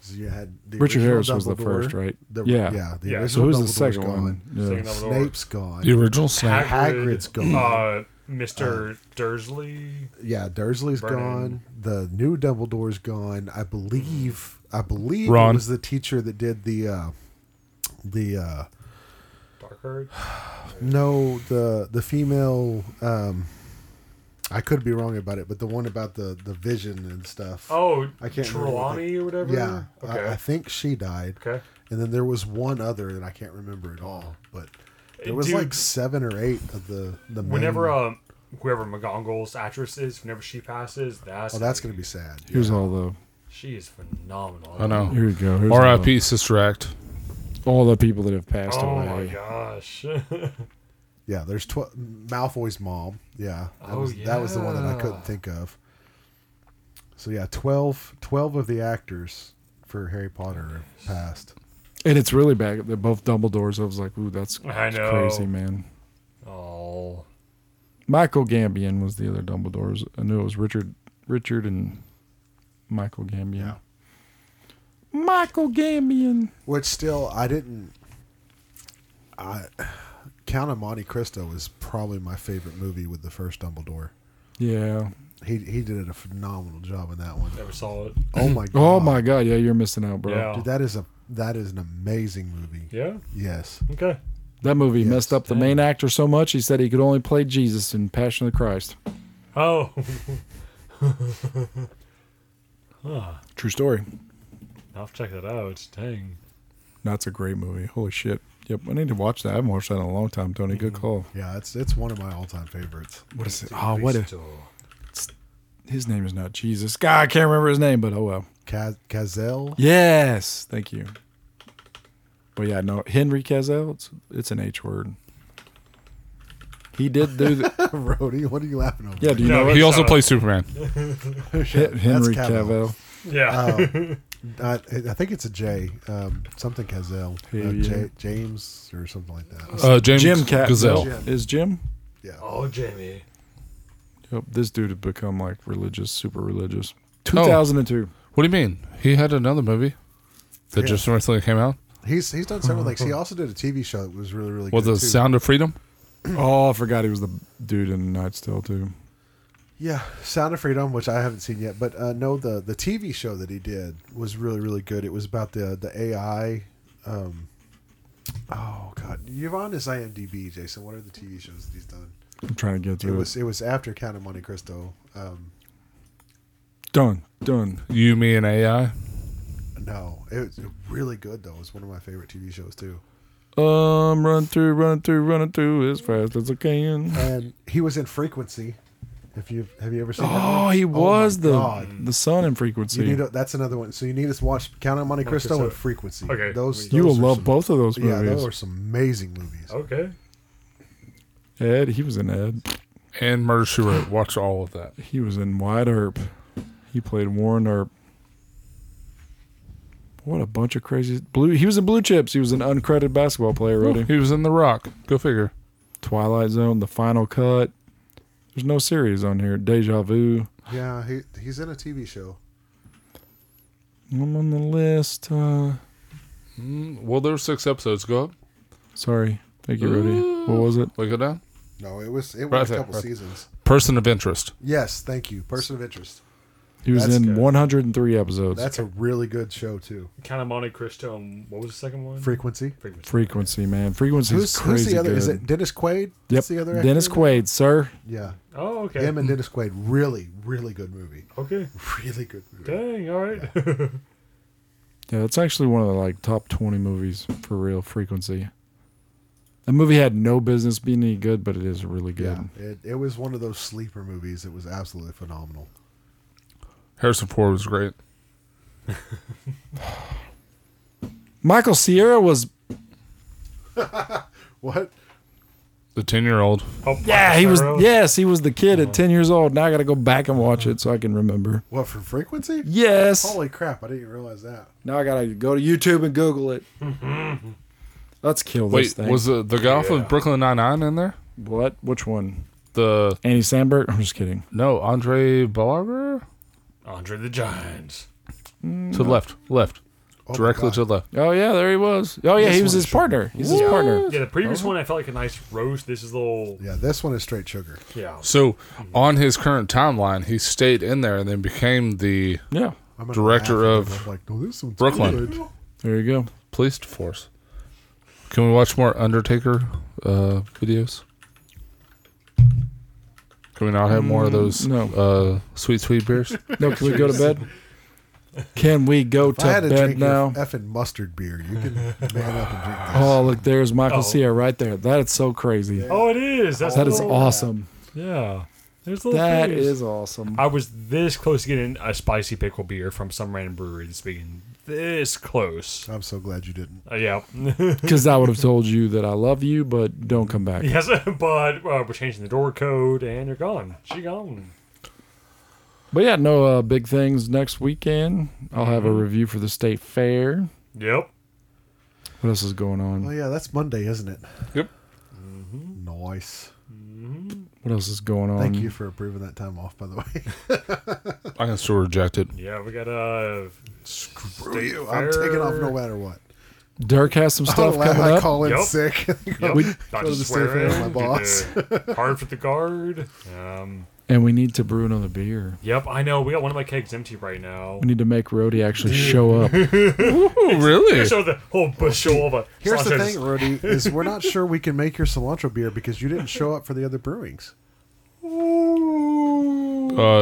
Speaker 4: 'Cause You had the
Speaker 2: Richard
Speaker 4: original
Speaker 2: Harris was the
Speaker 4: Dumbledore,
Speaker 2: first, right?
Speaker 4: The,
Speaker 2: Yeah.
Speaker 4: yeah. The
Speaker 5: Yeah.
Speaker 4: original
Speaker 2: So who's the
Speaker 4: Dumbledore's
Speaker 2: second
Speaker 4: gone.
Speaker 2: one? Yeah.
Speaker 5: Second Dumbledore.
Speaker 4: Snape's gone.
Speaker 3: The original Snap.
Speaker 4: Hagrid's gone.
Speaker 5: Uh, Mr. Dursley.
Speaker 4: yeah, Dursley's
Speaker 5: Vernon.
Speaker 4: gone. The new Dumbledore's gone. I believe. I believe
Speaker 3: Ron.
Speaker 4: it was the teacher that did the uh, the uh,
Speaker 5: Darkheart.
Speaker 4: No, the the female. Um, I could be wrong about it, but the one about the the vision and stuff.
Speaker 5: Oh,
Speaker 4: I can't remember what
Speaker 5: Trelawney or whatever.
Speaker 4: yeah,
Speaker 5: Okay.
Speaker 4: I, I think she died,
Speaker 5: okay.
Speaker 4: and then there was one other that I can't remember at all. But There was
Speaker 5: Dude.
Speaker 4: like seven or eight of the the. Main,
Speaker 5: Whenever um, whoever McGonagall's actress is, whenever she passes, that's
Speaker 4: oh, that's gonna be sad.
Speaker 2: Here's all the.
Speaker 5: she is phenomenal.
Speaker 3: I know.
Speaker 2: Here we go. Here's all the-
Speaker 3: R.I.P. Sister Act.
Speaker 2: All the people that have passed
Speaker 5: Oh
Speaker 2: away.
Speaker 5: my gosh.
Speaker 4: Yeah, there's tw- Malfoy's mom. Yeah, that
Speaker 5: Oh,
Speaker 4: was that was the one that I
Speaker 5: yeah.
Speaker 4: couldn't think of. So yeah, 12, 12 of the actors for Harry Potter have passed.
Speaker 2: And it's really bad. They're both Dumbledores. I was like, ooh, that's,
Speaker 5: I
Speaker 2: that's
Speaker 5: know.
Speaker 2: crazy, man.
Speaker 5: oh.
Speaker 2: Michael Gambian was the other Dumbledore's. I knew it was Richard, Richard and Michael Gambian. Michael Gambian.
Speaker 4: Which still, I didn't. I Count of Monte Cristo is probably my favorite movie with the first Dumbledore.
Speaker 2: Yeah.
Speaker 4: He he did a phenomenal job in that one.
Speaker 5: Never saw it.
Speaker 4: Oh my god!
Speaker 2: Oh my God. Yeah, you're missing out, bro.
Speaker 5: Yeah.
Speaker 4: Dude, that is a that is an amazing movie.
Speaker 5: Yeah.
Speaker 4: Yes.
Speaker 5: Okay.
Speaker 2: That movie
Speaker 4: Yes.
Speaker 2: messed up the main actor so much. He said he could only play Jesus in Passion of the Christ.
Speaker 5: Oh.
Speaker 2: True story.
Speaker 5: I'll have to check that out. Dang.
Speaker 2: That's a great movie. Holy shit. Yep, I need to watch that. I haven't watched that in a long time, Tony. Good call.
Speaker 4: Yeah, it's it's one of my all time favorites.
Speaker 2: What is it? Oh, what? A,
Speaker 5: Cristo.
Speaker 2: his name is not Jesus. God, I can't remember his name, but oh well.
Speaker 4: Caz- Cazell.
Speaker 2: Yes, thank you. But yeah, no, Henry Cavill. It's, it's an H word. He did do the
Speaker 4: Brody, what are you laughing over?
Speaker 2: yeah. Do you
Speaker 5: No,
Speaker 2: know
Speaker 3: He
Speaker 5: it's uh,
Speaker 2: it?
Speaker 3: also
Speaker 5: not-
Speaker 3: plays Superman.
Speaker 2: Hen- Henry
Speaker 4: That's Cavill.
Speaker 2: Cavill.
Speaker 5: Yeah.
Speaker 4: Uh, I, Uh, I think it's a J, um, something Cazell,
Speaker 2: Yeah,
Speaker 4: uh,
Speaker 2: yeah.
Speaker 4: J, James or something like that.
Speaker 3: Uh, James
Speaker 2: Jim Cavill
Speaker 3: Gazelle.
Speaker 2: is Jim.
Speaker 4: Yeah,
Speaker 5: oh, Jamie.
Speaker 2: Yep, this dude had become like religious, super religious. Two thousand and two.
Speaker 3: What do you mean? He had another movie that
Speaker 4: Yeah.
Speaker 3: just recently came out.
Speaker 4: he's he's done several things. He also did a TV show that was really really
Speaker 3: Was
Speaker 4: good
Speaker 3: the
Speaker 4: too.
Speaker 3: Sound of Freedom?
Speaker 2: Oh, I forgot he was the dude in Night's Tale too.
Speaker 4: Yeah, Sound of Freedom, which I haven't seen yet, but uh, no, the the TV show that he did was really really good. It was about the the AI. Um, oh God, you're on his IMDb, Jason. What are the TV shows that he's done?
Speaker 2: I'm trying to get
Speaker 4: It
Speaker 2: to it.
Speaker 4: was it was after Count of Monte Cristo. Um,
Speaker 2: Done, done.
Speaker 3: You, me, and AI.
Speaker 4: no, it was really good though. It was one of my favorite TV shows too.
Speaker 2: Um, run through, run through, running through as fast as I can.
Speaker 4: and he was in Frequency. If you have you ever seen? that
Speaker 2: Oh,
Speaker 4: one?
Speaker 2: he
Speaker 4: my
Speaker 2: was the
Speaker 4: God.
Speaker 2: the son in
Speaker 4: You
Speaker 2: frequency.
Speaker 4: need to, that's another one. So you need to watch Count on Monte
Speaker 5: Monte
Speaker 4: Cristo and
Speaker 5: Cristo.
Speaker 4: Frequency.
Speaker 5: Okay.
Speaker 4: those
Speaker 2: You
Speaker 4: those
Speaker 2: will
Speaker 4: are
Speaker 2: love
Speaker 4: some-
Speaker 2: both of those
Speaker 4: Yeah,
Speaker 2: movies.
Speaker 4: those are some amazing movies.
Speaker 5: Okay.
Speaker 2: Ed, he was in Ed.
Speaker 3: And Murder She Wrote. Watch all of that.
Speaker 2: He was in Wide Earp. He played Warren Earp. What a bunch of crazy blue. He was in Blue Chips. He was an uncredited basketball player,
Speaker 3: Oh,
Speaker 2: Roddy.
Speaker 3: He was in The Rock. Go figure.
Speaker 2: Twilight Zone, The Final Cut. There's no series on here. Deja Vu.
Speaker 4: Yeah, he he's in a TV show.
Speaker 2: I'm on the list. Uh,
Speaker 3: Mm, Well, there were six episodes. Go up.
Speaker 2: sorry. Thank you, Roddy. What was it?
Speaker 3: Look it down.
Speaker 4: No, it was it was
Speaker 3: Right
Speaker 4: a
Speaker 3: there,
Speaker 4: couple
Speaker 3: right there.
Speaker 4: seasons.
Speaker 3: Person of interest.
Speaker 4: Yes, thank you. Person of Interest.
Speaker 2: He was
Speaker 4: That's
Speaker 2: in
Speaker 4: good.
Speaker 2: 103 episodes.
Speaker 4: That's a really good show too.
Speaker 5: Count of Monte Cristo. And what was the second
Speaker 4: Mm-hmm.
Speaker 5: one?
Speaker 4: Frequency.
Speaker 5: Frequency.
Speaker 2: Frequency, man. Frequency's
Speaker 4: Who's,
Speaker 2: crazy
Speaker 4: who's the other?
Speaker 2: good.
Speaker 4: Is it Dennis Quaid?
Speaker 2: Yep.
Speaker 4: That's the other actor
Speaker 2: Dennis
Speaker 4: in that?
Speaker 2: Quaid, sir.
Speaker 4: Yeah,
Speaker 5: Oh, okay.
Speaker 4: him and Dennis Quaid. Really, really good movie.
Speaker 5: okay.
Speaker 4: Really good movie.
Speaker 5: Dang. All right.
Speaker 2: Yeah, it's actually one of the like top twenty movies for real frequency. That movie had no business being any good, but it is really good.
Speaker 4: Yeah, it, it was one of those sleeper movies. It was absolutely phenomenal.
Speaker 3: Harrison Ford was great.
Speaker 2: Michael Sierra was
Speaker 4: What?
Speaker 3: The 10 year old.
Speaker 5: Oh,
Speaker 2: yeah, he was
Speaker 5: Monte Cristo.
Speaker 2: yes, he was the kid at ten years old. Now I gotta go back and watch it so I can remember.
Speaker 4: What for frequency?
Speaker 2: Yes.
Speaker 4: Holy crap! I didn't even realize that.
Speaker 2: Now I gotta go to YouTube and Google it. Let's kill this
Speaker 3: Wait,
Speaker 2: thing.
Speaker 3: was the, the guy from Brooklyn Nine-Nine in there?
Speaker 2: what? Which one?
Speaker 3: The,
Speaker 2: Andy Sandberg? I'm just kidding.
Speaker 3: no, Andre Barber?
Speaker 5: Andre the Giant.
Speaker 3: To the left. Left.
Speaker 4: Oh my
Speaker 3: Directly
Speaker 4: God.
Speaker 3: to the left.
Speaker 2: Oh yeah, there he was. Oh yeah,
Speaker 4: This
Speaker 2: he was
Speaker 4: one
Speaker 2: his
Speaker 4: should be-
Speaker 2: partner. He's his partner.
Speaker 5: Yeah, the previous
Speaker 2: Oh.
Speaker 5: one I felt like a nice roast. This is a little
Speaker 4: Yeah, this one is straight sugar.
Speaker 5: yeah.
Speaker 3: So, on his current timeline, he stayed in there and then became the
Speaker 2: Yeah.
Speaker 4: I'm gonna
Speaker 3: Director
Speaker 4: laugh,
Speaker 3: of
Speaker 4: I'm like, no, this one's
Speaker 3: Brooklyn.
Speaker 4: good.
Speaker 2: There you go.
Speaker 3: police force. Can we watch more Undertaker uh, videos? Can we not have more of those
Speaker 2: Mm, no.
Speaker 4: Mm,
Speaker 3: uh, sweet, sweet beers?
Speaker 2: No, can we go to bed? Can we go
Speaker 4: If I
Speaker 2: to
Speaker 4: had to
Speaker 2: bed
Speaker 4: drink
Speaker 2: now?
Speaker 4: your effing mustard beer, you can man up and drink this.
Speaker 2: Oh, look, there's Michael
Speaker 5: Oh.
Speaker 2: Sierra right there. That's so crazy.
Speaker 5: Oh, it is. That's
Speaker 2: That is
Speaker 5: little-
Speaker 2: awesome.
Speaker 5: Yeah. There's
Speaker 4: Oh,
Speaker 5: little
Speaker 2: That
Speaker 5: fingers.
Speaker 2: is awesome.
Speaker 5: I was this close to getting a spicy pickle beer from some random brewery this weekend. This close.
Speaker 4: I'm so glad you didn't.
Speaker 5: Uh, yeah.
Speaker 2: Because I would have told you that I love you, but don't come back.
Speaker 5: yes, but uh, we're changing the door code and you're gone. She gone.
Speaker 2: But yeah, no uh, big things next weekend. I'll have
Speaker 4: Mm-hmm.
Speaker 2: a review for the state fair.
Speaker 5: Yep.
Speaker 2: What else is going
Speaker 4: Oh
Speaker 2: on?
Speaker 4: yeah, that's Monday, isn't it? Mm-hmm.
Speaker 3: Yep.
Speaker 4: Nice.
Speaker 2: What else is going on?
Speaker 4: Thank you for approving that time off, by the way.
Speaker 3: I can still reject it.
Speaker 5: Yeah, we got a. Uh,
Speaker 4: Screw you. I'm taking off no matter what.
Speaker 2: Dirk has some
Speaker 4: I'm
Speaker 2: stuff
Speaker 4: glad
Speaker 2: coming
Speaker 4: Oh, I
Speaker 2: up.
Speaker 4: call in
Speaker 5: Yep.
Speaker 4: sick.
Speaker 5: Yep.
Speaker 2: We-
Speaker 5: Not
Speaker 4: Go to the
Speaker 5: just
Speaker 4: state fair
Speaker 5: swearing.
Speaker 4: with my boss.
Speaker 5: Hard for the guard. Um,
Speaker 2: and we need to brew another beer.
Speaker 5: yep, I know. We got one of my kegs empty right now.
Speaker 2: We need to make Rhodey actually show up.
Speaker 3: Oh, really?
Speaker 5: So the whole bushel of a.
Speaker 4: Here's the
Speaker 5: sausages.
Speaker 4: thing, Rody, is we're not sure we can make your cilantro beer because you didn't show up for the other brewings.
Speaker 3: Uh,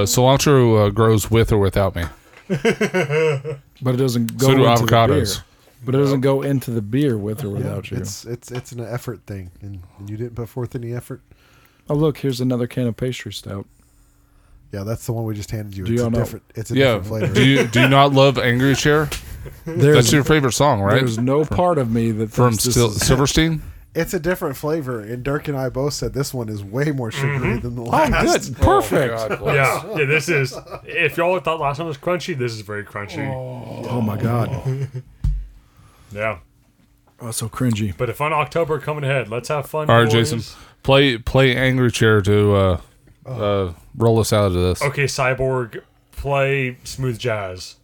Speaker 3: cilantro uh, grows with or without me.
Speaker 2: But it doesn't go
Speaker 3: So do
Speaker 2: into
Speaker 3: avocados.
Speaker 2: the beer. But it doesn't go into the beer with or without you.
Speaker 4: It's it's it's an effort thing, and, and you didn't put forth any effort.
Speaker 2: Oh look, here's another can of pastry stout.
Speaker 4: Yeah, that's the one we just handed you.
Speaker 2: Do
Speaker 4: It's
Speaker 2: y'all
Speaker 4: a
Speaker 2: know-
Speaker 4: different. It's a
Speaker 3: Yeah.
Speaker 4: different flavor.
Speaker 3: Do you do you not love Angry Chair? That's
Speaker 2: There's,
Speaker 3: your favorite song, right?
Speaker 2: there's no part of me that
Speaker 3: From
Speaker 2: thinks this
Speaker 3: Sil-
Speaker 2: is-
Speaker 3: Silverstein.
Speaker 4: it's a different flavor, and Dirk and I both said this one is way more sugary than the
Speaker 2: Oh,
Speaker 4: last.
Speaker 2: good, perfect. Oh,
Speaker 5: Yeah, yeah, this is. If y'all thought last one was crunchy, this is very crunchy.
Speaker 2: Oh, my god,
Speaker 5: Yeah.
Speaker 2: oh so cringy.
Speaker 5: But a fun October coming ahead. Let's have fun.
Speaker 3: All right,
Speaker 5: boys.
Speaker 3: Jason, play play Angry Chair to uh, uh, roll us out of this.
Speaker 5: Okay, Cyborg, play smooth jazz.